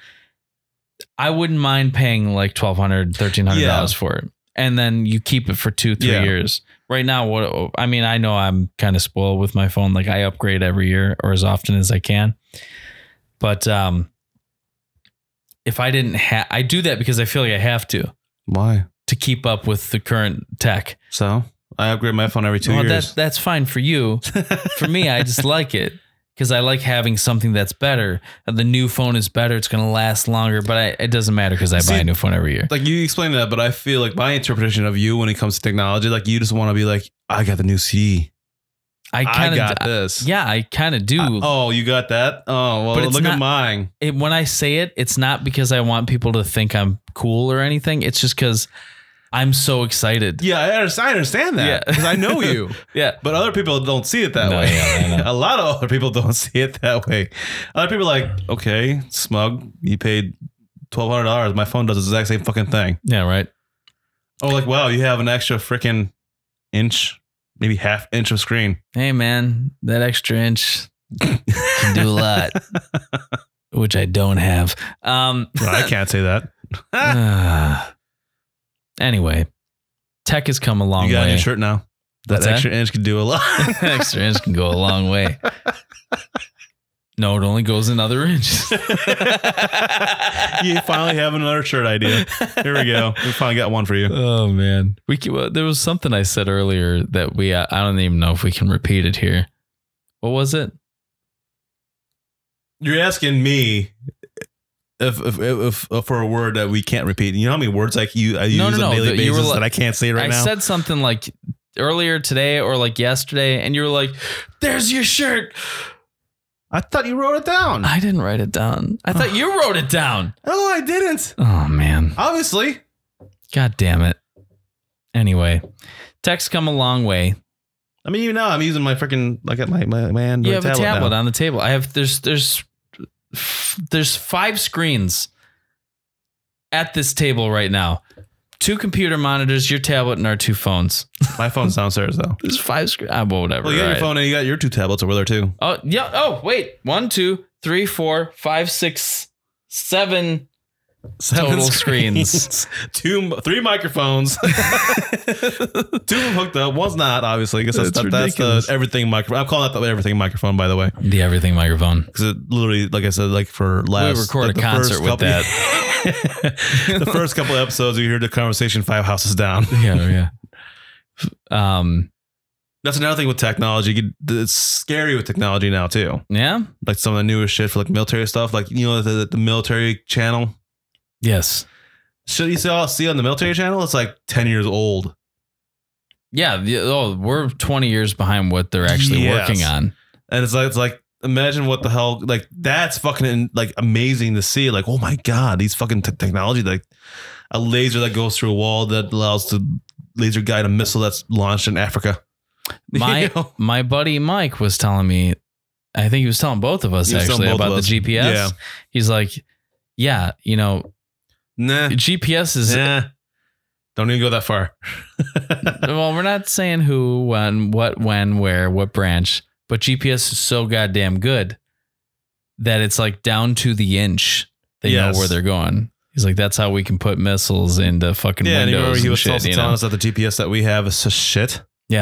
Speaker 1: I wouldn't mind paying like twelve hundred, thirteen hundred dollars for it, and then you keep it for two, three
Speaker 4: Yeah.
Speaker 1: years right now what i mean i know i'm kind of spoiled with my phone like i upgrade every year or as often as i can but um if i didn't have i do that because i feel like i have to
Speaker 4: Why?
Speaker 1: to keep up with the current tech
Speaker 4: So I upgrade my phone every two
Speaker 1: well,
Speaker 4: years.
Speaker 1: that, that's fine for you for me i just like it because i like having something that's better the new phone is better it's going to last longer but I, it doesn't matter because i buy
Speaker 4: See,
Speaker 1: a new phone every year
Speaker 4: like you explained that, but I feel like my interpretation of you when it comes to technology, like you just want to be like, I got the new CD.
Speaker 1: i
Speaker 4: I,
Speaker 1: kind
Speaker 4: got
Speaker 1: of
Speaker 4: this.
Speaker 1: yeah i kind of do
Speaker 4: I- oh, you got that? Oh, well,
Speaker 1: But it's
Speaker 4: look
Speaker 1: not-
Speaker 4: at mine.
Speaker 1: it, when I say it, it's not because I want people to think I'm cool or anything. It's just because I'm so excited.
Speaker 4: Yeah, I under- I understand that
Speaker 1: Yeah.
Speaker 4: because I know you,
Speaker 1: Yeah.
Speaker 4: but other people don't see it that
Speaker 1: No,
Speaker 4: way.
Speaker 1: yeah, I know.
Speaker 4: a lot of other people don't see it that way. Other people are like, okay, smug, you paid twelve hundred dollars. My phone does the exact same fucking thing.
Speaker 1: Yeah. Right.
Speaker 4: Or Oh, like, wow, you have an extra freaking inch, maybe half inch of screen.
Speaker 1: Hey, man, that extra inch can do a lot, which I don't have. Um,
Speaker 4: Well, I can't say that.
Speaker 1: anyway, tech has come a long
Speaker 4: you got
Speaker 1: way.
Speaker 4: a new shirt now. That
Speaker 1: What's that?
Speaker 4: extra inch could do a lot.
Speaker 1: extra inch can go a long way. No, it only goes another inch.
Speaker 4: you finally have another shirt idea. Here we go. We finally got one for you.
Speaker 1: Oh man, we can, well, there was something I said earlier that we I I don't even know if we can repeat it here. What was it?
Speaker 4: You're asking me if if, if, if for a word that we can't repeat. You know how many words I you I use
Speaker 1: no,
Speaker 4: on
Speaker 1: no,
Speaker 4: a daily
Speaker 1: that you were
Speaker 4: basis
Speaker 1: like-
Speaker 4: that I can't say right
Speaker 1: I
Speaker 4: now.
Speaker 1: said something like earlier today or like yesterday, and you were like, "There's your shirt."
Speaker 4: I thought you wrote it down.
Speaker 1: I didn't write it down. I thought you wrote it down.
Speaker 4: oh, I didn't.
Speaker 1: Oh man,
Speaker 4: Obviously.
Speaker 1: god damn it. Anyway, tech's come a long way.
Speaker 4: I mean, even now I'm using my freaking like my my, my Android
Speaker 1: you have
Speaker 4: tablet.
Speaker 1: a tablet
Speaker 4: now.
Speaker 1: on the table. I have there's there's there's five screens at this table right now. Two computer monitors, your tablet, and our two phones.
Speaker 4: My phone's downstairs though.
Speaker 1: There's five screens. Ah, well, whatever.
Speaker 4: Well, you got
Speaker 1: right.
Speaker 4: your phone and you got your two tablets over there too.
Speaker 1: Oh yeah. Oh wait. One, two, three, four, five, six, seven. Total screens.
Speaker 4: two, three microphones. two of them hooked up. One's not, obviously, because that's,
Speaker 1: That's
Speaker 4: that- that's the
Speaker 1: ridiculous.
Speaker 4: everything microphone. I'm calling that the everything microphone, by the way,
Speaker 1: The everything microphone.
Speaker 4: because it literally, like I said, like for last,
Speaker 1: record
Speaker 4: like
Speaker 1: a concert with
Speaker 4: that. the first couple episodes, you hear the conversation five houses down.
Speaker 1: oh, Yeah, yeah. Um,
Speaker 4: That's another thing with technology. You could- It's scary with technology now too.
Speaker 1: yeah.
Speaker 4: Like some of the newest shit for like military stuff. Like you know the, the military channel.
Speaker 1: Yes.
Speaker 4: Should you see, all- see on the military channel? It's like ten years old.
Speaker 1: Yeah. the- Oh, we're 20 years behind what they're actually
Speaker 4: Yes.
Speaker 1: working on.
Speaker 4: And it's like it's like imagine what the hell like that's fucking like amazing to see. Like, oh my god, these fucking te- technology like a laser that goes through a wall that allows to laser guide a missile that's launched in Africa. You
Speaker 1: My
Speaker 4: know?
Speaker 1: my buddy Mike was telling me, I think he was telling both of us
Speaker 4: He was telling
Speaker 1: actually
Speaker 4: both
Speaker 1: about
Speaker 4: of us.
Speaker 1: the GPS.
Speaker 4: Yeah.
Speaker 1: He's like, yeah, you know,
Speaker 4: Nah.
Speaker 1: GPS is
Speaker 4: Nah. Don't even go that far.
Speaker 1: well, we're not saying who, when, what, when, where, what branch, but GPS is so goddamn good that it's like down to the inch. They
Speaker 4: Yes.
Speaker 1: know where they're going. He's like, that's how we can put missiles into fucking
Speaker 4: Yeah, and you remember
Speaker 1: windows
Speaker 4: he
Speaker 1: and
Speaker 4: was
Speaker 1: shit.
Speaker 4: also
Speaker 1: You
Speaker 4: telling
Speaker 1: know?
Speaker 4: us that the GPS that we have is just shit.
Speaker 1: Yeah,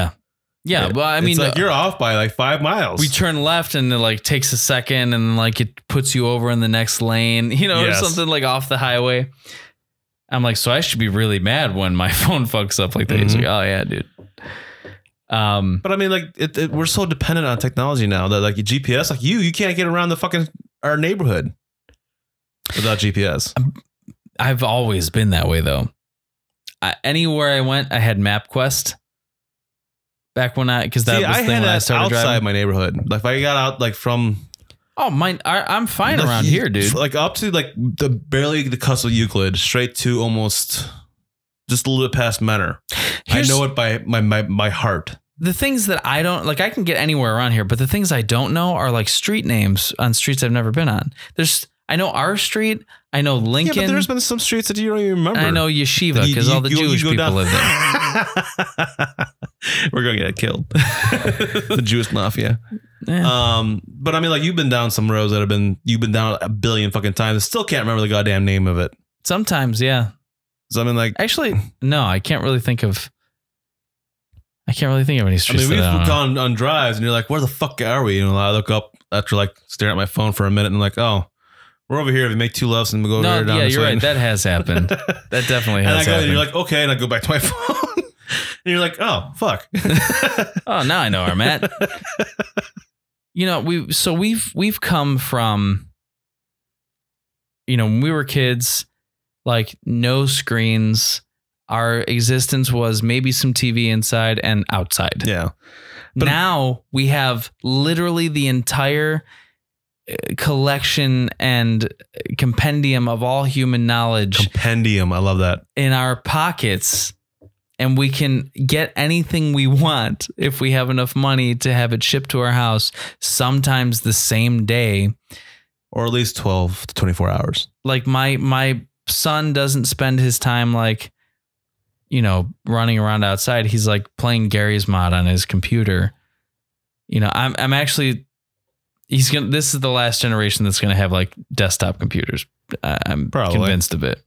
Speaker 1: yeah.
Speaker 4: Yeah.
Speaker 1: Well, I
Speaker 4: I mean,
Speaker 1: mean, uh,
Speaker 4: it's like you're off by like five miles.
Speaker 1: we turn left and it like takes a second and like it puts you over in the next lane, you know,
Speaker 4: Yes.
Speaker 1: or something like off the highway. I'm like, so I should be really mad when my phone fucks up like that. He's
Speaker 4: Mhm.
Speaker 1: like, oh yeah, dude. Um,
Speaker 4: but I mean, like it, it, we're so dependent on technology now that like GPS, like you, you can't get around the fucking our neighborhood without GPS.
Speaker 1: I've always been that way though. I, anywhere I went, I had MapQuest. Back when I, because that
Speaker 4: See,
Speaker 1: was
Speaker 4: I
Speaker 1: the thing
Speaker 4: had
Speaker 1: when I
Speaker 4: that
Speaker 1: started
Speaker 4: outside
Speaker 1: driving.
Speaker 4: my neighborhood. Like if I got out like from
Speaker 1: Oh, mine, I, I'm fine
Speaker 4: like,
Speaker 1: around here, dude.
Speaker 4: Like up to like the barely the cusp of Euclid, straight to almost just a little bit past Menor. I
Speaker 1: Here's-
Speaker 4: know it by my my, my heart.
Speaker 1: the things that I don't like, I can get anywhere around here, but the things I don't know are like street names on streets I've never been on. There's, I know our street, I know
Speaker 4: Yeah,
Speaker 1: Lincoln,
Speaker 4: but there's been some streets that you don't even remember.
Speaker 1: and I know Yeshiva because all the Jewish people live there.
Speaker 4: there. We're gonna get killed. the Jewish mafia.
Speaker 1: Yeah.
Speaker 4: Um, but I mean, like you've been down some roads that have been you've been down a billion fucking times. and still can't remember the goddamn name of it.
Speaker 1: Sometimes, yeah.
Speaker 4: So I mean, like
Speaker 1: Actually, no, I can't really think of. I can't really think of any
Speaker 4: I
Speaker 1: streets.
Speaker 4: mean, we've
Speaker 1: that I don't know.
Speaker 4: gone on drives, and you're like, "Where the fuck are we?" And I look up after like staring at my phone for a minute, and I'm like, "Oh, we're over here. If you make two lefts and we go over
Speaker 1: No,
Speaker 4: here down
Speaker 1: yeah,
Speaker 4: this
Speaker 1: you're
Speaker 4: way."
Speaker 1: right. That has happened. That definitely
Speaker 4: and I
Speaker 1: has
Speaker 4: go, and
Speaker 1: happened.
Speaker 4: you're like, "Okay," and I go back to my phone, and you're like, "Oh, fuck."
Speaker 1: oh, now I know where I'm at. you know, we so we've we've come from you know, when we were kids, like no screens. Our existence was maybe some TV inside and outside.
Speaker 4: yeah, but-
Speaker 1: now we have literally the entire uh, collection and compendium of all human knowledge
Speaker 4: compendium. I love that.
Speaker 1: in our pockets and we can get anything we want if we have enough money to have it shipped to our house sometimes the same day
Speaker 4: Or at least twelve to twenty-four hours.
Speaker 1: like my my son doesn't spend his time like you know running around outside he's like playing Gary's mod on his computer you know i'm i'm actually he's going to this is the last generation that's going to have like desktop computers I- i'm
Speaker 4: Probably.
Speaker 1: convinced of it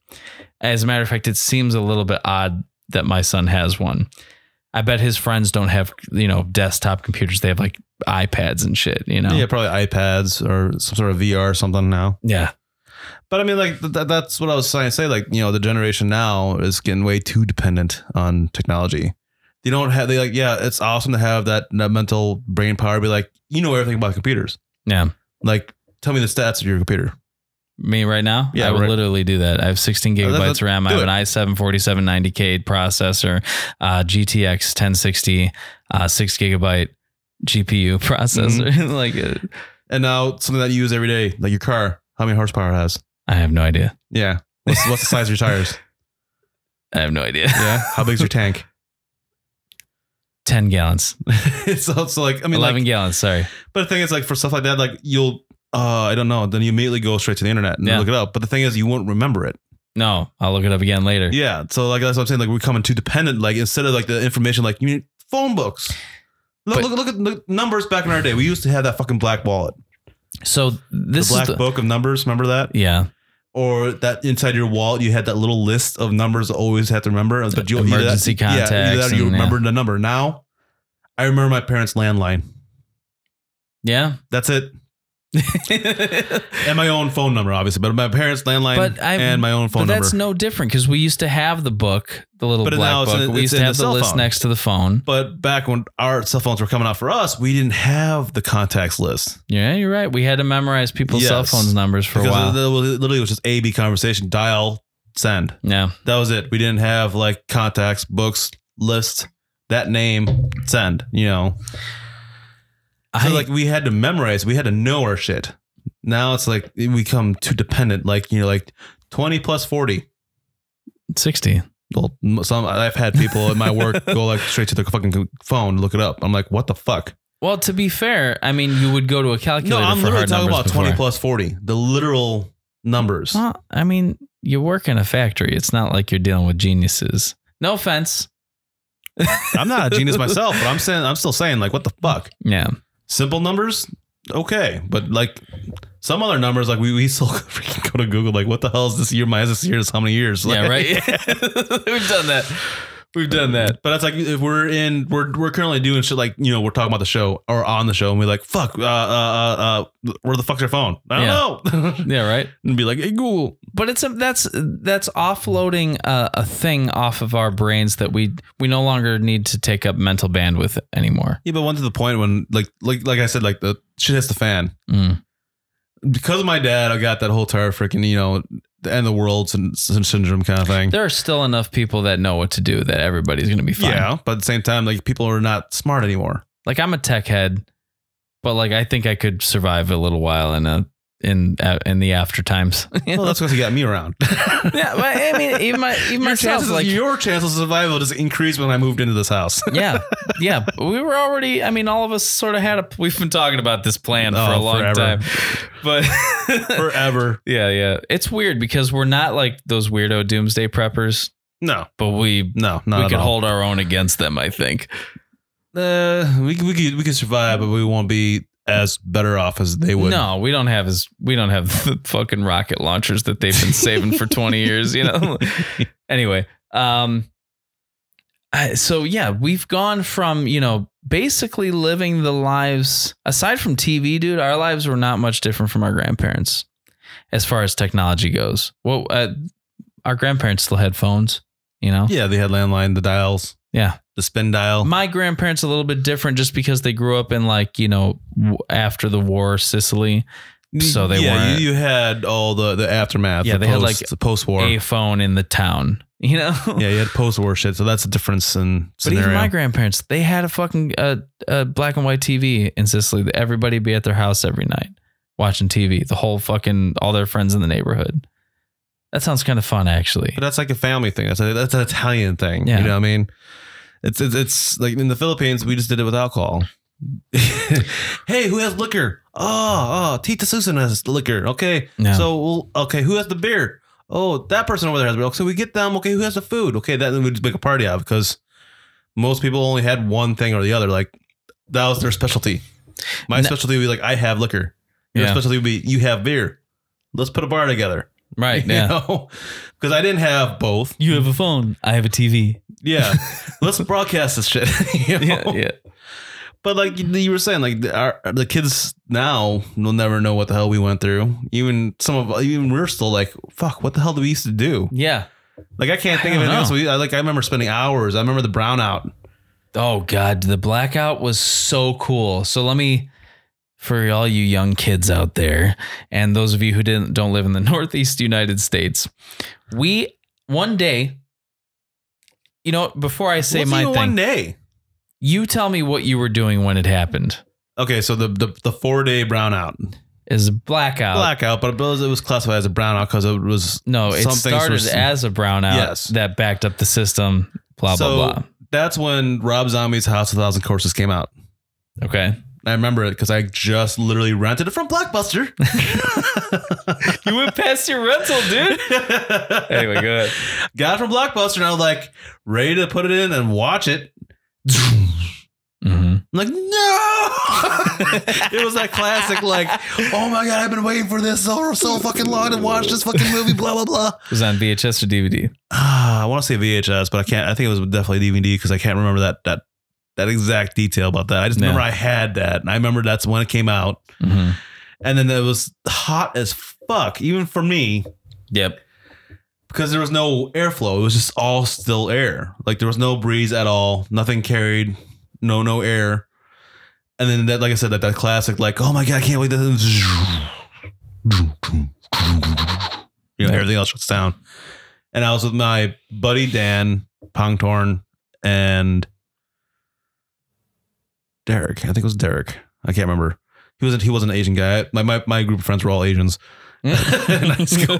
Speaker 1: as a matter of fact it seems a little bit odd that my son has one i bet his friends don't have you know desktop computers they have like ipads and shit you know
Speaker 4: Yeah, probably iPads or some sort of VR or something now.
Speaker 1: yeah
Speaker 4: But I mean, like th- th- that's what I was trying to say. Like you know, the generation now is getting way too dependent on technology. They don't have. They like, yeah, it's awesome to have that, that mental brain power. to Be like, you know everything about computers.
Speaker 1: Yeah.
Speaker 4: Like, tell me the stats of your computer.
Speaker 1: Me right now?
Speaker 4: Yeah,
Speaker 1: I would
Speaker 4: right-
Speaker 1: literally do that. I have 16
Speaker 4: Oh,
Speaker 1: gigabytes
Speaker 4: that- that-
Speaker 1: RAM. I
Speaker 4: do
Speaker 1: have an
Speaker 4: it.
Speaker 1: i7 4790K processor, uh, GTX 1060, uh, six gigabyte GPU processor.
Speaker 4: Mm-hmm.
Speaker 1: like, uh,
Speaker 4: And now something that you use every day, like your car, how many horsepower it has.
Speaker 1: I have no idea.
Speaker 4: Yeah. What's, what's the size of your tires?
Speaker 1: I have no idea.
Speaker 4: Yeah. How big's your tank?
Speaker 1: 10 gallons,
Speaker 4: it's also like I mean,
Speaker 1: 11
Speaker 4: like,
Speaker 1: gallons. Sorry.
Speaker 4: But the thing is, like for stuff like that, like you'll, uh, I don't know, then you immediately go straight to the internet and
Speaker 1: Yeah.
Speaker 4: look it up. But the thing is, you won't remember it.
Speaker 1: No, I'll look it up again later.
Speaker 4: Yeah. So like that's what I'm saying. Like we're becoming too dependent. Like instead of like the information, like you need phone books. Look,
Speaker 1: But-
Speaker 4: look, look at the numbers back in our day. We used to have that fucking black wallet,
Speaker 1: So this
Speaker 4: the black
Speaker 1: is the,
Speaker 4: book of numbers. Remember that?
Speaker 1: yeah,
Speaker 4: Or that inside your wallet, you had that little list of numbers that always had to remember. But you either that-
Speaker 1: Emergency
Speaker 4: Yeah, either that
Speaker 1: contacts
Speaker 4: or you
Speaker 1: and-
Speaker 4: remember the number. Now, I remember my parents' landline.
Speaker 1: yeah.
Speaker 4: That's it. and my own phone number, obviously, but my parents' landline
Speaker 1: But I-
Speaker 4: and my own phone
Speaker 1: but
Speaker 4: number.
Speaker 1: that's no different because we used to have the book, the little
Speaker 4: But
Speaker 1: black
Speaker 4: now it's
Speaker 1: book.
Speaker 4: in-
Speaker 1: we
Speaker 4: it's
Speaker 1: used to
Speaker 4: in
Speaker 1: have
Speaker 4: the
Speaker 1: the,
Speaker 4: cell
Speaker 1: list
Speaker 4: phone.
Speaker 1: next to the phone.
Speaker 4: but back when our cell phones were coming out for us, we didn't have the contacts list.
Speaker 1: Yeah, you're right. We had to memorize people's cell
Speaker 4: Yes.
Speaker 1: phones numbers for a
Speaker 4: because
Speaker 1: while.
Speaker 4: it literally was just A B conversation, dial, send.
Speaker 1: yeah,
Speaker 4: That was it. We didn't have like contacts, books, list, that name, send. You know, so
Speaker 1: I
Speaker 4: like we had to memorize, we had to know our shit. Now it's like we become too dependent. Like you know, like twenty plus forty.
Speaker 1: sixty.
Speaker 4: Well, m- some I've had people at my work go like straight to their fucking phone, look it up. I'm like, what the fuck?
Speaker 1: Well, to be fair, I mean, you would go to a
Speaker 4: No,
Speaker 1: calculator
Speaker 4: I'm
Speaker 1: for
Speaker 4: literally
Speaker 1: hard
Speaker 4: talking
Speaker 1: numbers
Speaker 4: about
Speaker 1: before.
Speaker 4: twenty plus forty, the literal numbers.
Speaker 1: Well, I mean, you work in a factory. It's not like you're dealing with geniuses. No offense.
Speaker 4: I'm not a genius myself, but I'm saying I'm still saying like, what the fuck?
Speaker 1: Yeah.
Speaker 4: Simple numbers, okay, but like some other numbers, like we we still freaking go to Google, like what the hell is this year minus this year is how many years?
Speaker 1: Yeah,
Speaker 4: Like-
Speaker 1: right. We've done that. We've done that.
Speaker 4: But that's like if we're in, we're we're currently doing shit like you know we're talking about the show or on the show, and we're like, fuck, uh, uh, uh, uh where the fuck's your phone? I don't know.
Speaker 1: Yeah, right.
Speaker 4: and be like, hey Google,
Speaker 1: But it's a, that's that's offloading a, a thing off of our brains that we we no longer need to take up mental bandwidth anymore.
Speaker 4: Yeah, but one to the point when like like like I said, like the shit hits the fan.
Speaker 1: Mm.
Speaker 4: Because of my dad, I got that whole entire freaking, you know, the end of the world syn- syn- syndrome kind of thing.
Speaker 1: There are still enough people that know what to do that everybody's going to be fine.
Speaker 4: Yeah. But at the same time, like people are not smart anymore.
Speaker 1: Like I'm a tech head, but like I think I could survive a little while in a in uh, in the after times.
Speaker 4: Well, that's because he got me around.
Speaker 1: yeah, but I mean, even my even
Speaker 4: Your
Speaker 1: myself,
Speaker 4: chances,
Speaker 1: like
Speaker 4: your chances of survival just increased when I moved into this house.
Speaker 1: yeah, yeah. We were already. I mean, all of us sort of had a. We've been talking about this plan for
Speaker 4: Oh,
Speaker 1: a long
Speaker 4: forever.
Speaker 1: time, but
Speaker 4: Forever.
Speaker 1: yeah, yeah. It's weird because we're not like those weirdo doomsday preppers,
Speaker 4: No,
Speaker 1: but we
Speaker 4: no, not
Speaker 1: we
Speaker 4: at
Speaker 1: could
Speaker 4: all.
Speaker 1: hold our own against them. I think.
Speaker 4: Uh, we c- we could we could survive, but we won't be as better off as they would.
Speaker 1: No, we don't have as we don't have the fucking rocket launchers that they've been saving for 20 years, you know. anyway, um I- so yeah, we've gone from, you know, basically living the lives aside from TV, dude, our lives were not much different from our grandparents as far as technology goes. Well, uh, our grandparents still had phones, you know.
Speaker 4: Yeah, they had landline, the dials,
Speaker 1: Yeah.
Speaker 4: the spin dial.
Speaker 1: My grandparents a little bit different just because they grew up in like, you know, w- after the war Sicily. So they
Speaker 4: yeah,
Speaker 1: weren't-
Speaker 4: you, you had all the the aftermath.
Speaker 1: Yeah,
Speaker 4: the
Speaker 1: they had,
Speaker 4: post-
Speaker 1: like,
Speaker 4: the post war.
Speaker 1: a phone in the town, you know?
Speaker 4: yeah, you had post war shit. So that's a difference in
Speaker 1: But
Speaker 4: scenario.
Speaker 1: even my grandparents, they had a fucking uh, uh, black and white TV in Sicily. that Everybody be at their house every night watching TV. The whole fucking all their friends in the neighborhood. That sounds kind of fun, actually.
Speaker 4: but that's like a family thing. That's a, that's an Italian thing.
Speaker 1: Yeah.
Speaker 4: You know what I mean? It's, it's it's like in the Philippines, we just did it with alcohol. hey, who has liquor? Oh, oh, Tita Susan has liquor. Okay,
Speaker 1: Yeah.
Speaker 4: uh, so we'll, okay, who has the beer? Oh, that person over there has beer. So we get them. Okay, who has the food? Okay, that we just make a party out because most people only had one thing or the other. Like that was their specialty. My
Speaker 1: No.
Speaker 4: specialty would be like I have liquor. Your
Speaker 1: Yeah.
Speaker 4: specialty would be you have beer. Let's put a bar together.
Speaker 1: Right?
Speaker 4: You
Speaker 1: Yeah.
Speaker 4: know, because I didn't have both.
Speaker 1: You have a phone. I have a TV.
Speaker 4: Yeah, let's broadcast this shit. you
Speaker 1: Yeah,
Speaker 4: know?
Speaker 1: yeah.
Speaker 4: But like you- you were saying, like the- our, the kids now will never know what the hell we went through. Even some of even we're still like, fuck, what the hell do we used to do?
Speaker 1: Yeah.
Speaker 4: Like I can't
Speaker 1: I
Speaker 4: think of
Speaker 1: don't
Speaker 4: anything else.
Speaker 1: know.
Speaker 4: We, I, like I remember spending hours. I remember the brownout.
Speaker 1: Oh god, the blackout was so cool. So let me for all you young kids out there and those of you who didn't don't live in the northeast United States. We one day you know, before I say
Speaker 4: Wasn't
Speaker 1: my
Speaker 4: even one
Speaker 1: thing,
Speaker 4: day.
Speaker 1: you tell me what you were doing when it happened.
Speaker 4: Okay, so the the, the four day brownout,
Speaker 1: Is a blackout.
Speaker 4: blackout, but it was, it was classified as a brownout because it was
Speaker 1: no, it
Speaker 4: some things
Speaker 1: started
Speaker 4: were-
Speaker 1: as a brownout
Speaker 4: Yes.
Speaker 1: that backed up the system, blah blah
Speaker 4: So- that's when Rob Zombie's House of Thousand Corpses came out.
Speaker 1: blah. Okay.
Speaker 4: I remember it because I just literally rented it from Blockbuster.
Speaker 1: you went past your rental, dude. Anyway, go ahead.
Speaker 4: Got it from Blockbuster and I was like ready to put it in and watch it.
Speaker 1: hmm
Speaker 4: I'm like, no! it was that classic, like, oh my god, I've been waiting for this so, so fucking long to watch this fucking movie, blah, blah, blah.
Speaker 1: It was on VHS or DVD.
Speaker 4: Ah, I want to say VHS, but I can't, I think it was definitely DVD because I can't remember that, that, that exact detail about that. I just
Speaker 1: No.
Speaker 4: remember I had that and I remember that's when it came out.
Speaker 1: Mm-hmm.
Speaker 4: and then it was hot as fuck, even for me,
Speaker 1: Yep.
Speaker 4: because there was no airflow. It was just all still air. Like there was no breeze at all. Nothing carried. No, no air. And then that, like I said, that that classic, like, oh my god, I can't wait. This. You know, everything else shuts down. And I was with my buddy Dan Pongtorn and Derek. I think it was Derek. I can't remember. He wasn't. He was an Asian guy. My my, my group of friends were all Asians. in high school.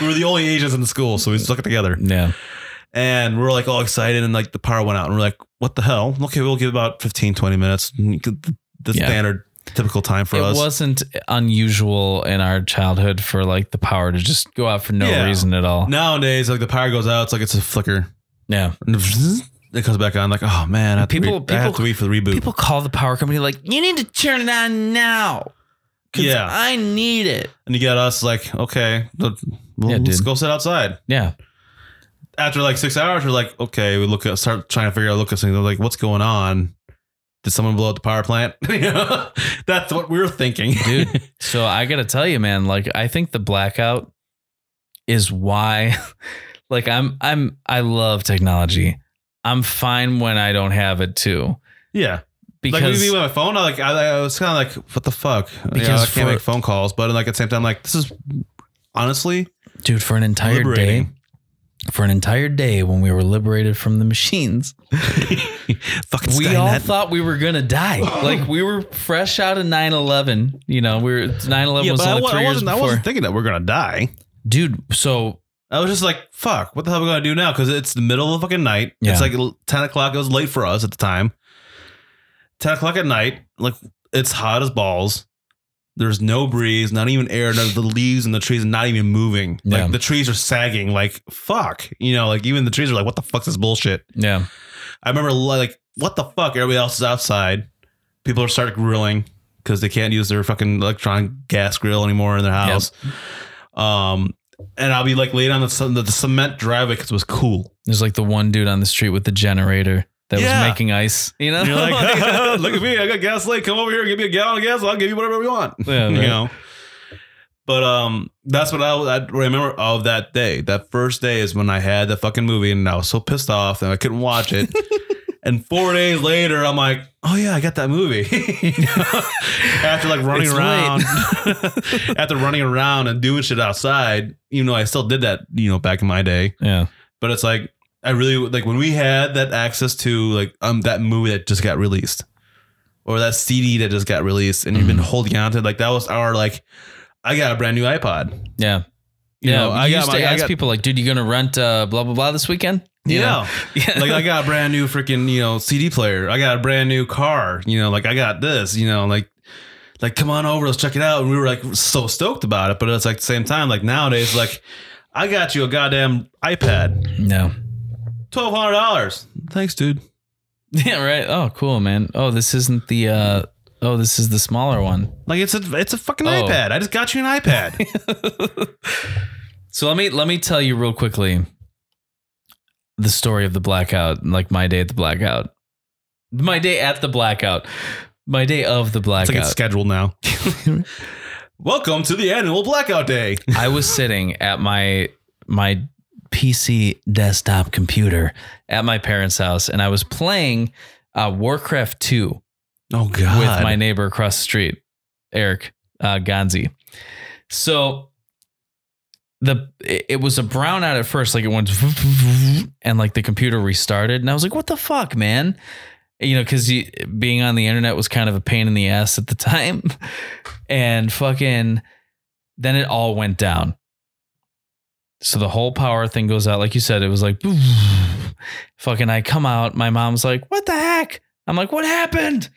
Speaker 4: we were the only Asians in the school, so we stuck it together.
Speaker 1: Yeah.
Speaker 4: And we were like all excited, and like the power went out, and we're like, "What the hell?" Okay, we'll give about 15, 20 minutes. The
Speaker 1: Yeah.
Speaker 4: standard, typical time for
Speaker 1: it
Speaker 4: us.
Speaker 1: wasn't unusual in our childhood for like the power to just go out for no
Speaker 4: Yeah.
Speaker 1: reason at all.
Speaker 4: Nowadays, like the power goes out, it's like it's a flicker.
Speaker 1: Yeah.
Speaker 4: It comes back on. Like, oh man, I have
Speaker 1: People-
Speaker 4: to wait, I have
Speaker 1: people-
Speaker 4: to wait for the reboot.
Speaker 1: People call the power company like, you need to turn it on now. 'cause
Speaker 4: Yeah.
Speaker 1: I need it.
Speaker 4: and you got us like, okay, let- well,
Speaker 1: Yeah,
Speaker 4: let's
Speaker 1: dude.
Speaker 4: go sit outside.
Speaker 1: Yeah.
Speaker 4: After like six hours, we're like, okay, we look at start trying to figure out look at things. They're like, what's going on? Did someone blow up the power plant? You know? That's what we were thinking.
Speaker 1: Dude, so I got to tell you, man, like I think the blackout is why like I'm I'm I love technology. I'm fine when I don't have it too.
Speaker 4: yeah.
Speaker 1: Because
Speaker 4: like maybe with my phone, I like I, I was kind of like, what the fuck? You know,
Speaker 1: Because
Speaker 4: I can't
Speaker 1: for-
Speaker 4: make phone calls, but like at the same time, like this is honestly
Speaker 1: dude for an entire
Speaker 4: liberating.
Speaker 1: day for an entire day when we were liberated from the machines
Speaker 4: fucking
Speaker 1: we all thought we were gonna die like we were fresh out of 9-11 you know we were 9-11
Speaker 4: yeah,
Speaker 1: was
Speaker 4: but I,
Speaker 1: only
Speaker 4: wa-
Speaker 1: three
Speaker 4: I
Speaker 1: years
Speaker 4: wasn't, I
Speaker 1: before
Speaker 4: wasn't thinking that we're gonna die.
Speaker 1: dude so
Speaker 4: I was just like, fuck, what the hell are we gonna do now? Because it's the middle of the fucking night.
Speaker 1: Yeah.
Speaker 4: It's like l- ten o'clock. It was late for us at the time. Ten o'clock at night, like it's hot as balls. There's no breeze, not even air. None of the leaves and the trees are not even moving. Like
Speaker 1: Yeah.
Speaker 4: the trees are sagging. Like fuck, you know. Like even the trees are like, what the fuck's this bullshit?
Speaker 1: yeah
Speaker 4: I remember like, what the fuck? Everybody else is outside. People are starting grilling because they can't use their fucking electronic gas grill anymore in their house. Um, and I'll be like laying on the, c- the cement driveway because it was cool.
Speaker 1: there's like the one dude on the street with the generator that
Speaker 4: Yeah.
Speaker 1: was making ice you know
Speaker 4: And you're like, look at me, I got gas lake. Come over here, give me a gallon of gas. I'll give you whatever you want.
Speaker 1: Yeah,
Speaker 4: you
Speaker 1: right.
Speaker 4: know. But um, that's what I, I remember of that day. That first day is when I had the fucking movie, and I was so pissed off and I couldn't watch it. and four days later, I'm like, oh yeah, I got that movie. You know? after like running
Speaker 1: It's
Speaker 4: around, after running around and doing shit outside, even though I still did that, you know, back in my day
Speaker 1: yeah
Speaker 4: but it's like I really like when we had that access to like um that movie that just got released or that CD that just got released and
Speaker 1: Mm-hmm.
Speaker 4: you've been holding on to it, like that was our like I got a brand new iPod.
Speaker 1: yeah
Speaker 4: You
Speaker 1: yeah,
Speaker 4: know,
Speaker 1: I
Speaker 4: I got
Speaker 1: used
Speaker 4: my-
Speaker 1: to
Speaker 4: I
Speaker 1: ask
Speaker 4: got-
Speaker 1: people like, "Dude, you gonna rent uh, blah blah blah this weekend?"
Speaker 4: You know,
Speaker 1: yeah,
Speaker 4: like I got a brand new freaking you know CD player. I got a brand new car. You know, like I got this. You know, like like come on over, let's check it out. And we were like so stoked about it, but it's like at the same time like nowadays like I got you a goddamn iPad,
Speaker 1: no,
Speaker 4: twelve hundred dollars. Thanks, dude.
Speaker 1: yeah, right. Oh, cool, man. Oh, this isn't the. uh Oh, this is the smaller one.
Speaker 4: Like it's a it's a fucking
Speaker 1: Oh.
Speaker 4: iPad. I just got you an iPad.
Speaker 1: So let me let me tell you real quickly the story of the blackout, like my day at the blackout. My day at the blackout. My day of the
Speaker 4: It's
Speaker 1: blackout.
Speaker 4: like it's scheduled now. Welcome to the annual blackout day.
Speaker 1: I was sitting at my my PC desktop computer at my parents' house and I was playing uh, Warcraft 2
Speaker 4: Oh god.
Speaker 1: with my neighbor across the street, Eric uh, Gonzi. So the it it was a brownout at first, like it went and like the computer restarted, and I was like, "What the fuck, man?" You know, because being on the internet was kind of a pain in the ass at the time, and fucking then it all went down. So the whole power thing goes out, like you said, it was like, fucking. I come out, my mom's like, "What the heck?" I'm like, "What happened?"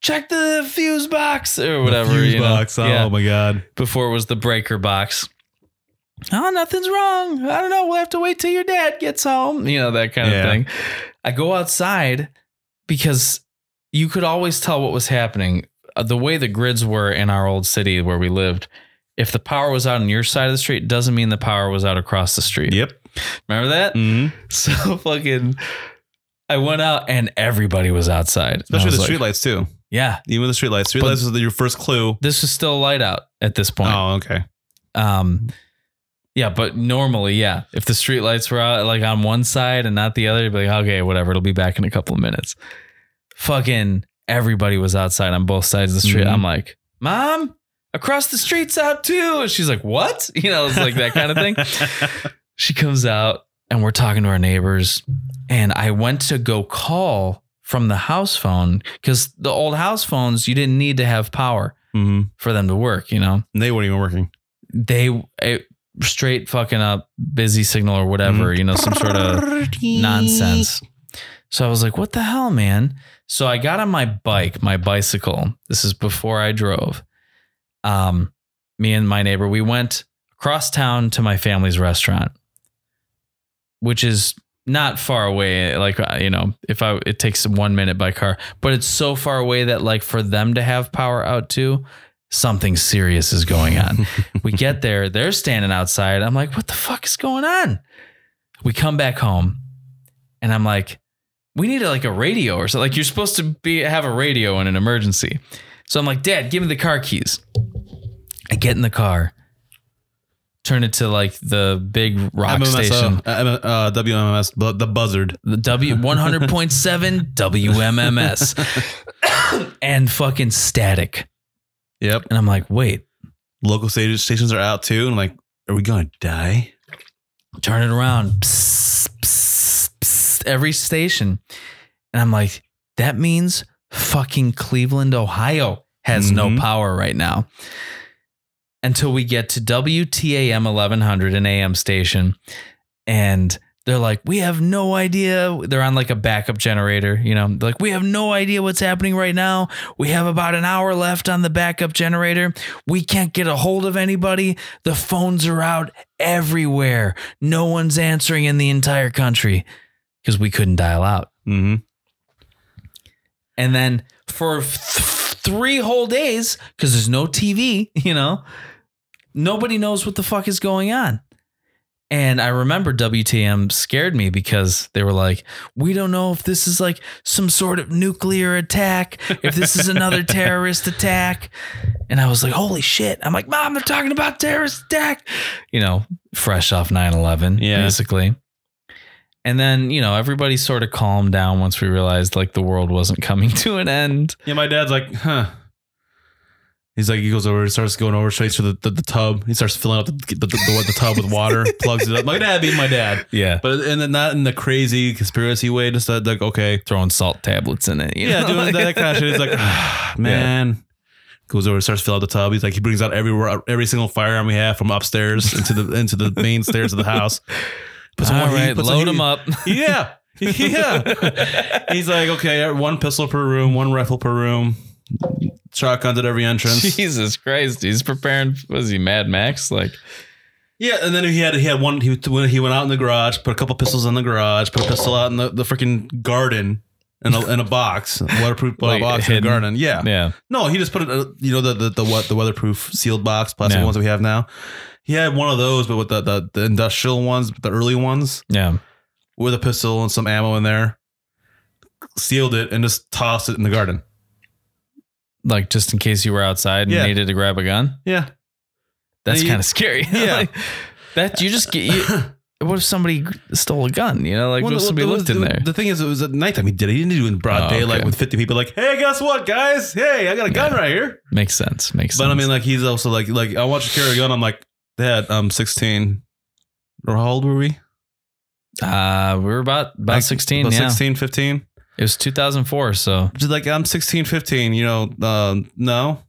Speaker 1: Check the fuse box or whatever.
Speaker 4: Fuse
Speaker 1: you know?
Speaker 4: box. Oh
Speaker 1: Yeah
Speaker 4: my god.
Speaker 1: before it was the breaker box. Oh, nothing's wrong. I don't know. We'll have to wait till your dad gets home. You know, that kind of
Speaker 4: Yeah.
Speaker 1: thing. I go outside because you could always tell what was happening. Uh, The way the grids were in our old city where we lived, if the power was out on your side of the street, doesn't mean the power was out across the street.
Speaker 4: Yep.
Speaker 1: Remember that?
Speaker 4: hmm
Speaker 1: So fucking I went out and everybody was outside. And I
Speaker 4: Especially
Speaker 1: was
Speaker 4: the
Speaker 1: like,
Speaker 4: streetlights too.
Speaker 1: Yeah.
Speaker 4: Even the streetlights. Streetlights
Speaker 1: But-
Speaker 4: was your first clue.
Speaker 1: This was still light out at this point.
Speaker 4: Oh, okay.
Speaker 1: Um, yeah, but normally, yeah, if the streetlights were out like on one side and not the other, you'd be like, okay, whatever, it'll be back in a couple of minutes. Fucking everybody was outside on both sides of the street.
Speaker 4: Mhm.
Speaker 1: I'm like, mom, across the street's out too. And she's like, what? You know, it's like that kind of thing. she comes out and we're talking to our neighbors. And I went to go call from the house phone because the old house phones, you didn't need to have power
Speaker 4: hmm
Speaker 1: for them to work, you know?
Speaker 4: They weren't even working.
Speaker 1: they it, straight fucking up busy signal or whatever, you know, some sort of nonsense. So I was like, what the hell, man? So I got on my bike, my bicycle. This is before I drove. Um, me and my neighbor, we went across town to my family's restaurant, which is not far away. Like, uh, you know, if I, it takes one minute by car, but it's so far away that, like, for them to have power out too, something serious is going on. we get there, they're standing outside. I'm like, what the fuck is going on? We come back home and I'm like, we need like a radio or something. Like you're supposed to be have a radio in an emergency. So I'm like, Dad, give me the car keys. I get in the car, turn it to like the big rock station,
Speaker 4: MMS, uh, M- uh, WMMS, bu- the buzzard.
Speaker 1: the W one hundred point seven WMMS, and fucking static.
Speaker 4: Yep.
Speaker 1: And I'm like, wait,
Speaker 4: Local stage stations are out too. And I'm like, are we gonna die?
Speaker 1: turn it around. Psst, psst, psst, every station. And I'm like, that means fucking Cleveland, Ohio has
Speaker 4: Mhm.
Speaker 1: no power right now. Until we get to WTAM 1100, an AM station. And they're like, we have no idea. They're on like a backup generator, you know, They're like, we have no idea what's happening right now. We have about an hour left on the backup generator. We can't get a hold of anybody. The phones are out everywhere. No one's answering in the entire country because we couldn't dial out.
Speaker 4: Mm-hmm.
Speaker 1: And then for th- three whole days, because there's no TV, you know, nobody knows what the fuck is going on. And I remember WTM scared me because they were like, we don't know if this is like some sort of nuclear attack, if this is another terrorist attack. And I was like, holy shit. I'm like, mom, they're talking about terrorist attack. You know, fresh off 9 11,
Speaker 4: Yeah.
Speaker 1: basically. And then, you know, everybody sort of calmed down once we realized like the world wasn't coming to an end.
Speaker 4: Yeah, my dad's like, huh. He's like, he goes over, he starts going over, straight to the, the, the tub. He starts filling up the, the, the, the, tub with water, plugs it up. My dad being my dad.
Speaker 1: Yeah.
Speaker 4: But and then not in the crazy conspiracy way, just that, like, okay.
Speaker 1: Throwing salt tablets in it. You
Speaker 4: Yeah,
Speaker 1: know?
Speaker 4: doing that kind of shit. He's like, ah, man. Goes over, starts filling up the tub. He's like, he brings out every every single firearm we have from upstairs into the into the main stairs of the house. Puts
Speaker 1: All
Speaker 4: one- he
Speaker 1: right,
Speaker 4: puts a-
Speaker 1: load
Speaker 4: he-
Speaker 1: them up.
Speaker 4: Yeah, yeah. He's like, okay, one pistol per room, one rifle per room, shotguns at every entrance.
Speaker 1: Jesus Christ, he's preparing. Was he Mad Max? Like,
Speaker 4: Yeah, and then he had he had one. He when he went out in the garage, put a couple pistols in the garage, put a pistol out in the, the freaking garden. In a, in a box, a waterproof uh,
Speaker 1: Like,
Speaker 4: box in
Speaker 1: hidden?
Speaker 4: the garden. Yeah.
Speaker 1: yeah,
Speaker 4: No, he just put it. uh, You know the the the, what, the weatherproof sealed box, plastic
Speaker 1: Yeah.
Speaker 4: ones that we have now. He had one of those, but with the, the the industrial ones, the early ones,
Speaker 1: yeah.
Speaker 4: with a pistol and some ammo in there. Sealed it and just tossed it in the garden.
Speaker 1: Like just in case you were outside and
Speaker 4: Yeah.
Speaker 1: needed to grab a gun.
Speaker 4: Yeah.
Speaker 1: That's
Speaker 4: Yeah, you-
Speaker 1: kind of scary.
Speaker 4: Yeah.
Speaker 1: Like, that you just get. You, what if somebody stole a gun? You know, like what if somebody looked in
Speaker 4: the,
Speaker 1: there?
Speaker 4: The thing is, it was at nighttime. He did it. He didn't do it in broad
Speaker 1: Oh,
Speaker 4: day, like
Speaker 1: okay.
Speaker 4: with fifty people. Like, hey, guess what, guys? Hey, I got a gun right here.
Speaker 1: makes sense. Makes
Speaker 4: But
Speaker 1: sense.
Speaker 4: I mean, like, he's also like, like, I want you to carry a gun. I'm like, Dad, I'm 16. Or how old were we?
Speaker 1: uh, we were about about
Speaker 4: Like,
Speaker 1: sixteen.
Speaker 4: About
Speaker 1: yeah,
Speaker 4: 16, 15.
Speaker 1: it was two thousand four. So
Speaker 4: just like I'm 16, 15, you know, um, no.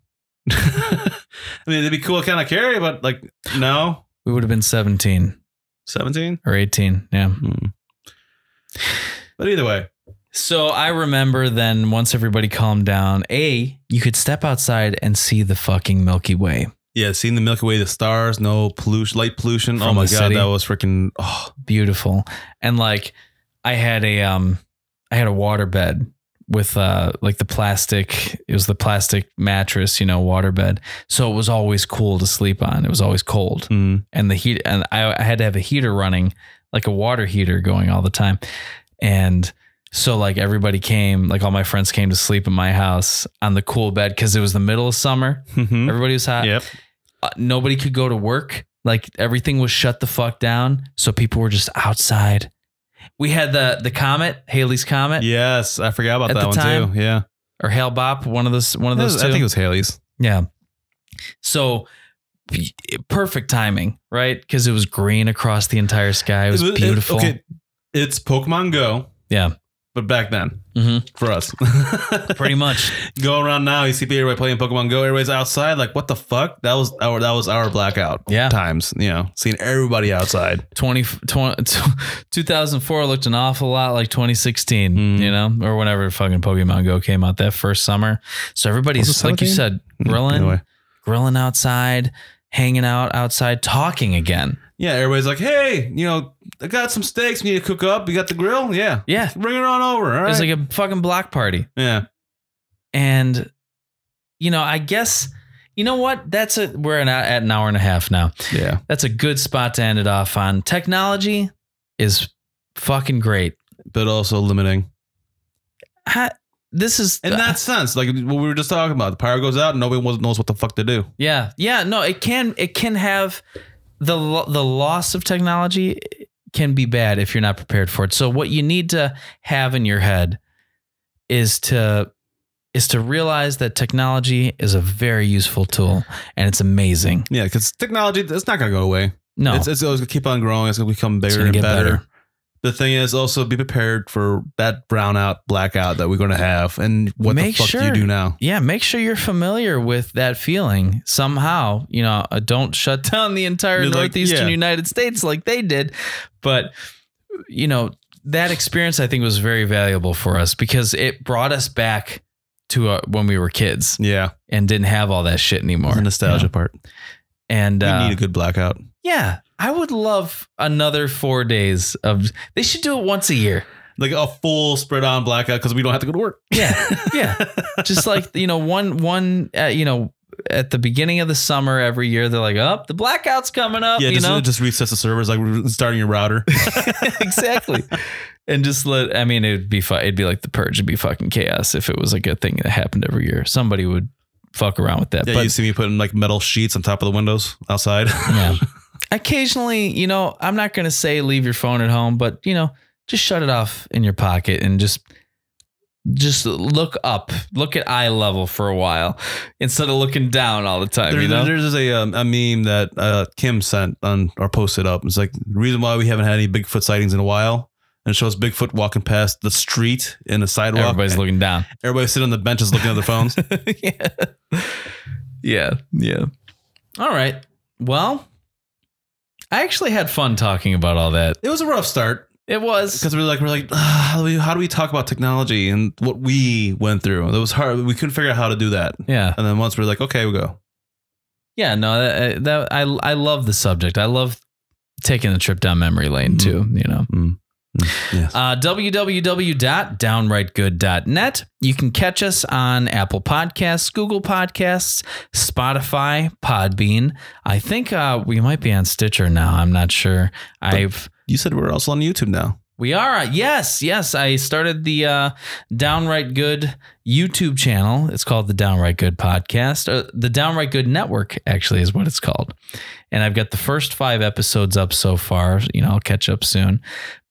Speaker 4: I mean, it'd be cool kind of carry, but like, no,
Speaker 1: we would have been seventeen
Speaker 4: 17.
Speaker 1: or eighteen. Yeah.
Speaker 4: But either way,
Speaker 1: So I remember then once everybody calmed down, A, you could step outside and see the fucking Milky Way.
Speaker 4: yeah, seeing the Milky Way, the stars, no pollution, light pollution. oh
Speaker 1: From
Speaker 4: my
Speaker 1: the
Speaker 4: god,
Speaker 1: city.
Speaker 4: that was freaking. Oh,
Speaker 1: Beautiful. And like I had a um I had a waterbed with uh like the plastic it was the plastic mattress, you know, waterbed. So it was always cool to sleep on. It was always cold. and the heat and I, I had to have a heater running like a water heater going all the time and So like everybody came, like all my friends came to sleep in my house on the cool bed because it was the middle of summer.
Speaker 4: Mm-hmm.
Speaker 1: Everybody was hot.
Speaker 4: Yep.
Speaker 1: Uh, nobody could go to work. Like everything was shut the fuck down. So people were just outside. We had the the comet, Haley's comet,
Speaker 4: Yes, I forgot about
Speaker 1: At
Speaker 4: that
Speaker 1: the
Speaker 4: one
Speaker 1: time,
Speaker 4: too. Yeah,
Speaker 1: or Hail Bop, one of those one of
Speaker 4: That
Speaker 1: those
Speaker 4: was-
Speaker 1: two.
Speaker 4: I think it was Haley's.
Speaker 1: Yeah. So p- perfect timing, right? Because it was green across the entire sky. It was beautiful.
Speaker 4: okay, it's Pokemon Go.
Speaker 1: Yeah.
Speaker 4: but back then
Speaker 1: Mhm.
Speaker 4: for us,
Speaker 1: Pretty much.
Speaker 4: go around now. You see everybody playing Pokemon Go. Everybody's outside. Like, what the fuck? That was our that was our blackout.
Speaker 1: Yeah.
Speaker 4: times. You know, seeing everybody outside.
Speaker 1: 20, 20 2004 looked an awful lot like 2016,
Speaker 4: Mm.
Speaker 1: you know, or whenever fucking Pokemon Go came out that first summer. So
Speaker 4: Was
Speaker 1: everybody's,
Speaker 4: it
Speaker 1: like you
Speaker 4: 17?
Speaker 1: said, grilling,
Speaker 4: Anyway.
Speaker 1: grilling outside, hanging out outside, talking again.
Speaker 4: Yeah, everybody's like, hey, you know, I got some steaks. We need to cook up. You got the grill? Yeah,
Speaker 1: Yeah.
Speaker 4: bring it on over. All
Speaker 1: It
Speaker 4: right.
Speaker 1: was like a fucking block party.
Speaker 4: yeah,
Speaker 1: And, you know, I guess, you know what? That's it. We're an, at an hour and a half now.
Speaker 4: yeah.
Speaker 1: That's a good spot to end it off on. Technology is fucking great.
Speaker 4: But also limiting.
Speaker 1: Ha- this is
Speaker 4: In that sense, like what we were just talking about, the power goes out, and nobody knows what the fuck to do.
Speaker 1: Yeah, yeah. No, it can it can have the lo- the loss of technology can be bad if you're not prepared for it. So what you need to have in your head is to is to realize that technology is a very useful tool and it's amazing.
Speaker 4: Yeah, because technology, it's not gonna go away.
Speaker 1: No,
Speaker 4: It's, it's always gonna keep on growing. It's gonna become bigger
Speaker 1: gonna
Speaker 4: and
Speaker 1: get
Speaker 4: better.
Speaker 1: better.
Speaker 4: The thing is, also be prepared for that brownout, blackout that we're gonna have, and what
Speaker 1: Make
Speaker 4: the fuck
Speaker 1: sure.
Speaker 4: do you do now?
Speaker 1: yeah, make sure you're familiar with that feeling somehow. You know, uh, don't shut down the entire
Speaker 4: You're like,
Speaker 1: northeastern
Speaker 4: yeah.
Speaker 1: United States like they did, but you know that experience I think was very valuable for us because it brought us back to uh, when we were kids
Speaker 4: Yeah,
Speaker 1: and didn't have all that shit anymore.
Speaker 4: the nostalgia
Speaker 1: You know?
Speaker 4: part.
Speaker 1: And
Speaker 4: We
Speaker 1: uh,
Speaker 4: need a good blackout.
Speaker 1: yeah, I would love another four days of. They should do it once a year.
Speaker 4: Like a full spread on blackout because we don't have to go to work.
Speaker 1: Yeah, yeah. Just like you know, one one uh, you know, at the beginning of the summer every year, they're like, "Up, the blackout's coming up,"
Speaker 4: Yeah,
Speaker 1: Uh, you
Speaker 4: just,
Speaker 1: know,
Speaker 4: just resets the servers, like re- starting your router.
Speaker 1: exactly. And just let. I mean, it'd be fu- It'd be like the purge. It'd be fucking chaos if it was like a thing that happened every year. Somebody would fuck around with that.
Speaker 4: yeah,
Speaker 1: but
Speaker 4: you see me putting like metal sheets on top of the windows outside.
Speaker 1: yeah. Occasionally, you know, I'm not gonna say leave your phone at home, but you know, just shut it off in your pocket and just just look up, look at eye level for a while instead of looking down all the time.
Speaker 4: There-
Speaker 1: you know,
Speaker 4: There's a, um, a meme that uh, Kim sent on or posted up. It's like the reason why we haven't had any Bigfoot sightings in a while. And it shows Bigfoot walking past the street in the sidewalk.
Speaker 1: everybody's looking down.
Speaker 4: Everybody's sitting on the benches looking at their phones.
Speaker 1: yeah. yeah, yeah. All right. Well, I actually had fun talking about all that.
Speaker 4: it was a rough start
Speaker 1: It was
Speaker 4: because we were like, we're like, "Ah, how do, we, how do we talk about technology and what we went through? That was hard. We couldn't figure out how to do that.
Speaker 1: yeah.
Speaker 4: And then once we are like, okay, we go.
Speaker 1: Yeah, no, that, uh, that I I love the subject. I love taking a trip down memory lane too, you know.
Speaker 4: Mm. Yes.
Speaker 1: Uh, www.downrightgood.net. You can catch us on Apple Podcasts, Google Podcasts, Spotify, Podbean. I think uh, we might be on Stitcher now. I'm not sure. I've
Speaker 4: You said we're also on YouTube now.
Speaker 1: we are. Uh, Yes, yes. I started the uh, Downright Good YouTube channel. It's called the Downright Good Podcast. Uh, the Downright Good Network, actually, is what it's called. And I've got the first five episodes up so far. You know, I'll catch up soon.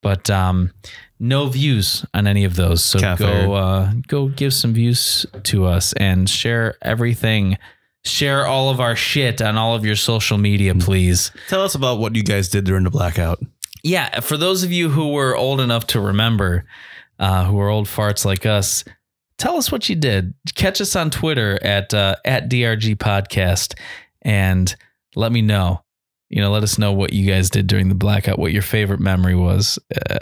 Speaker 1: But um, no views on any of those. So
Speaker 4: Cafe.
Speaker 1: go uh, go give some views to us and share everything. Share all of our shit on all of your social media, please.
Speaker 4: Tell us about what you guys did during the blackout.
Speaker 1: Yeah, for those of you who were old enough to remember, uh, who are old farts like us, tell us what you did. Catch us on Twitter at uh, at DRG Podcast, and let me know. You know, let us know what you guys did during the blackout. What your favorite memory was, uh,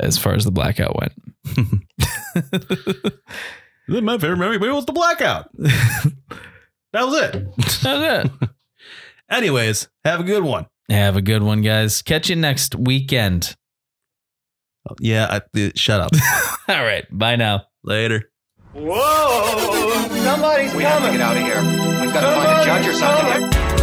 Speaker 1: as far as the blackout went.
Speaker 4: My favorite memory was the blackout. that was it.
Speaker 1: That's it.
Speaker 4: Anyways, have a good one.
Speaker 1: Have a good one, guys. Catch you next weekend.
Speaker 4: Yeah, I, uh, shut up.
Speaker 1: All right, bye now.
Speaker 4: Later.
Speaker 2: Whoa! Somebody's
Speaker 3: We have to
Speaker 2: coming.
Speaker 3: get out of here. We've got to find a judge or something.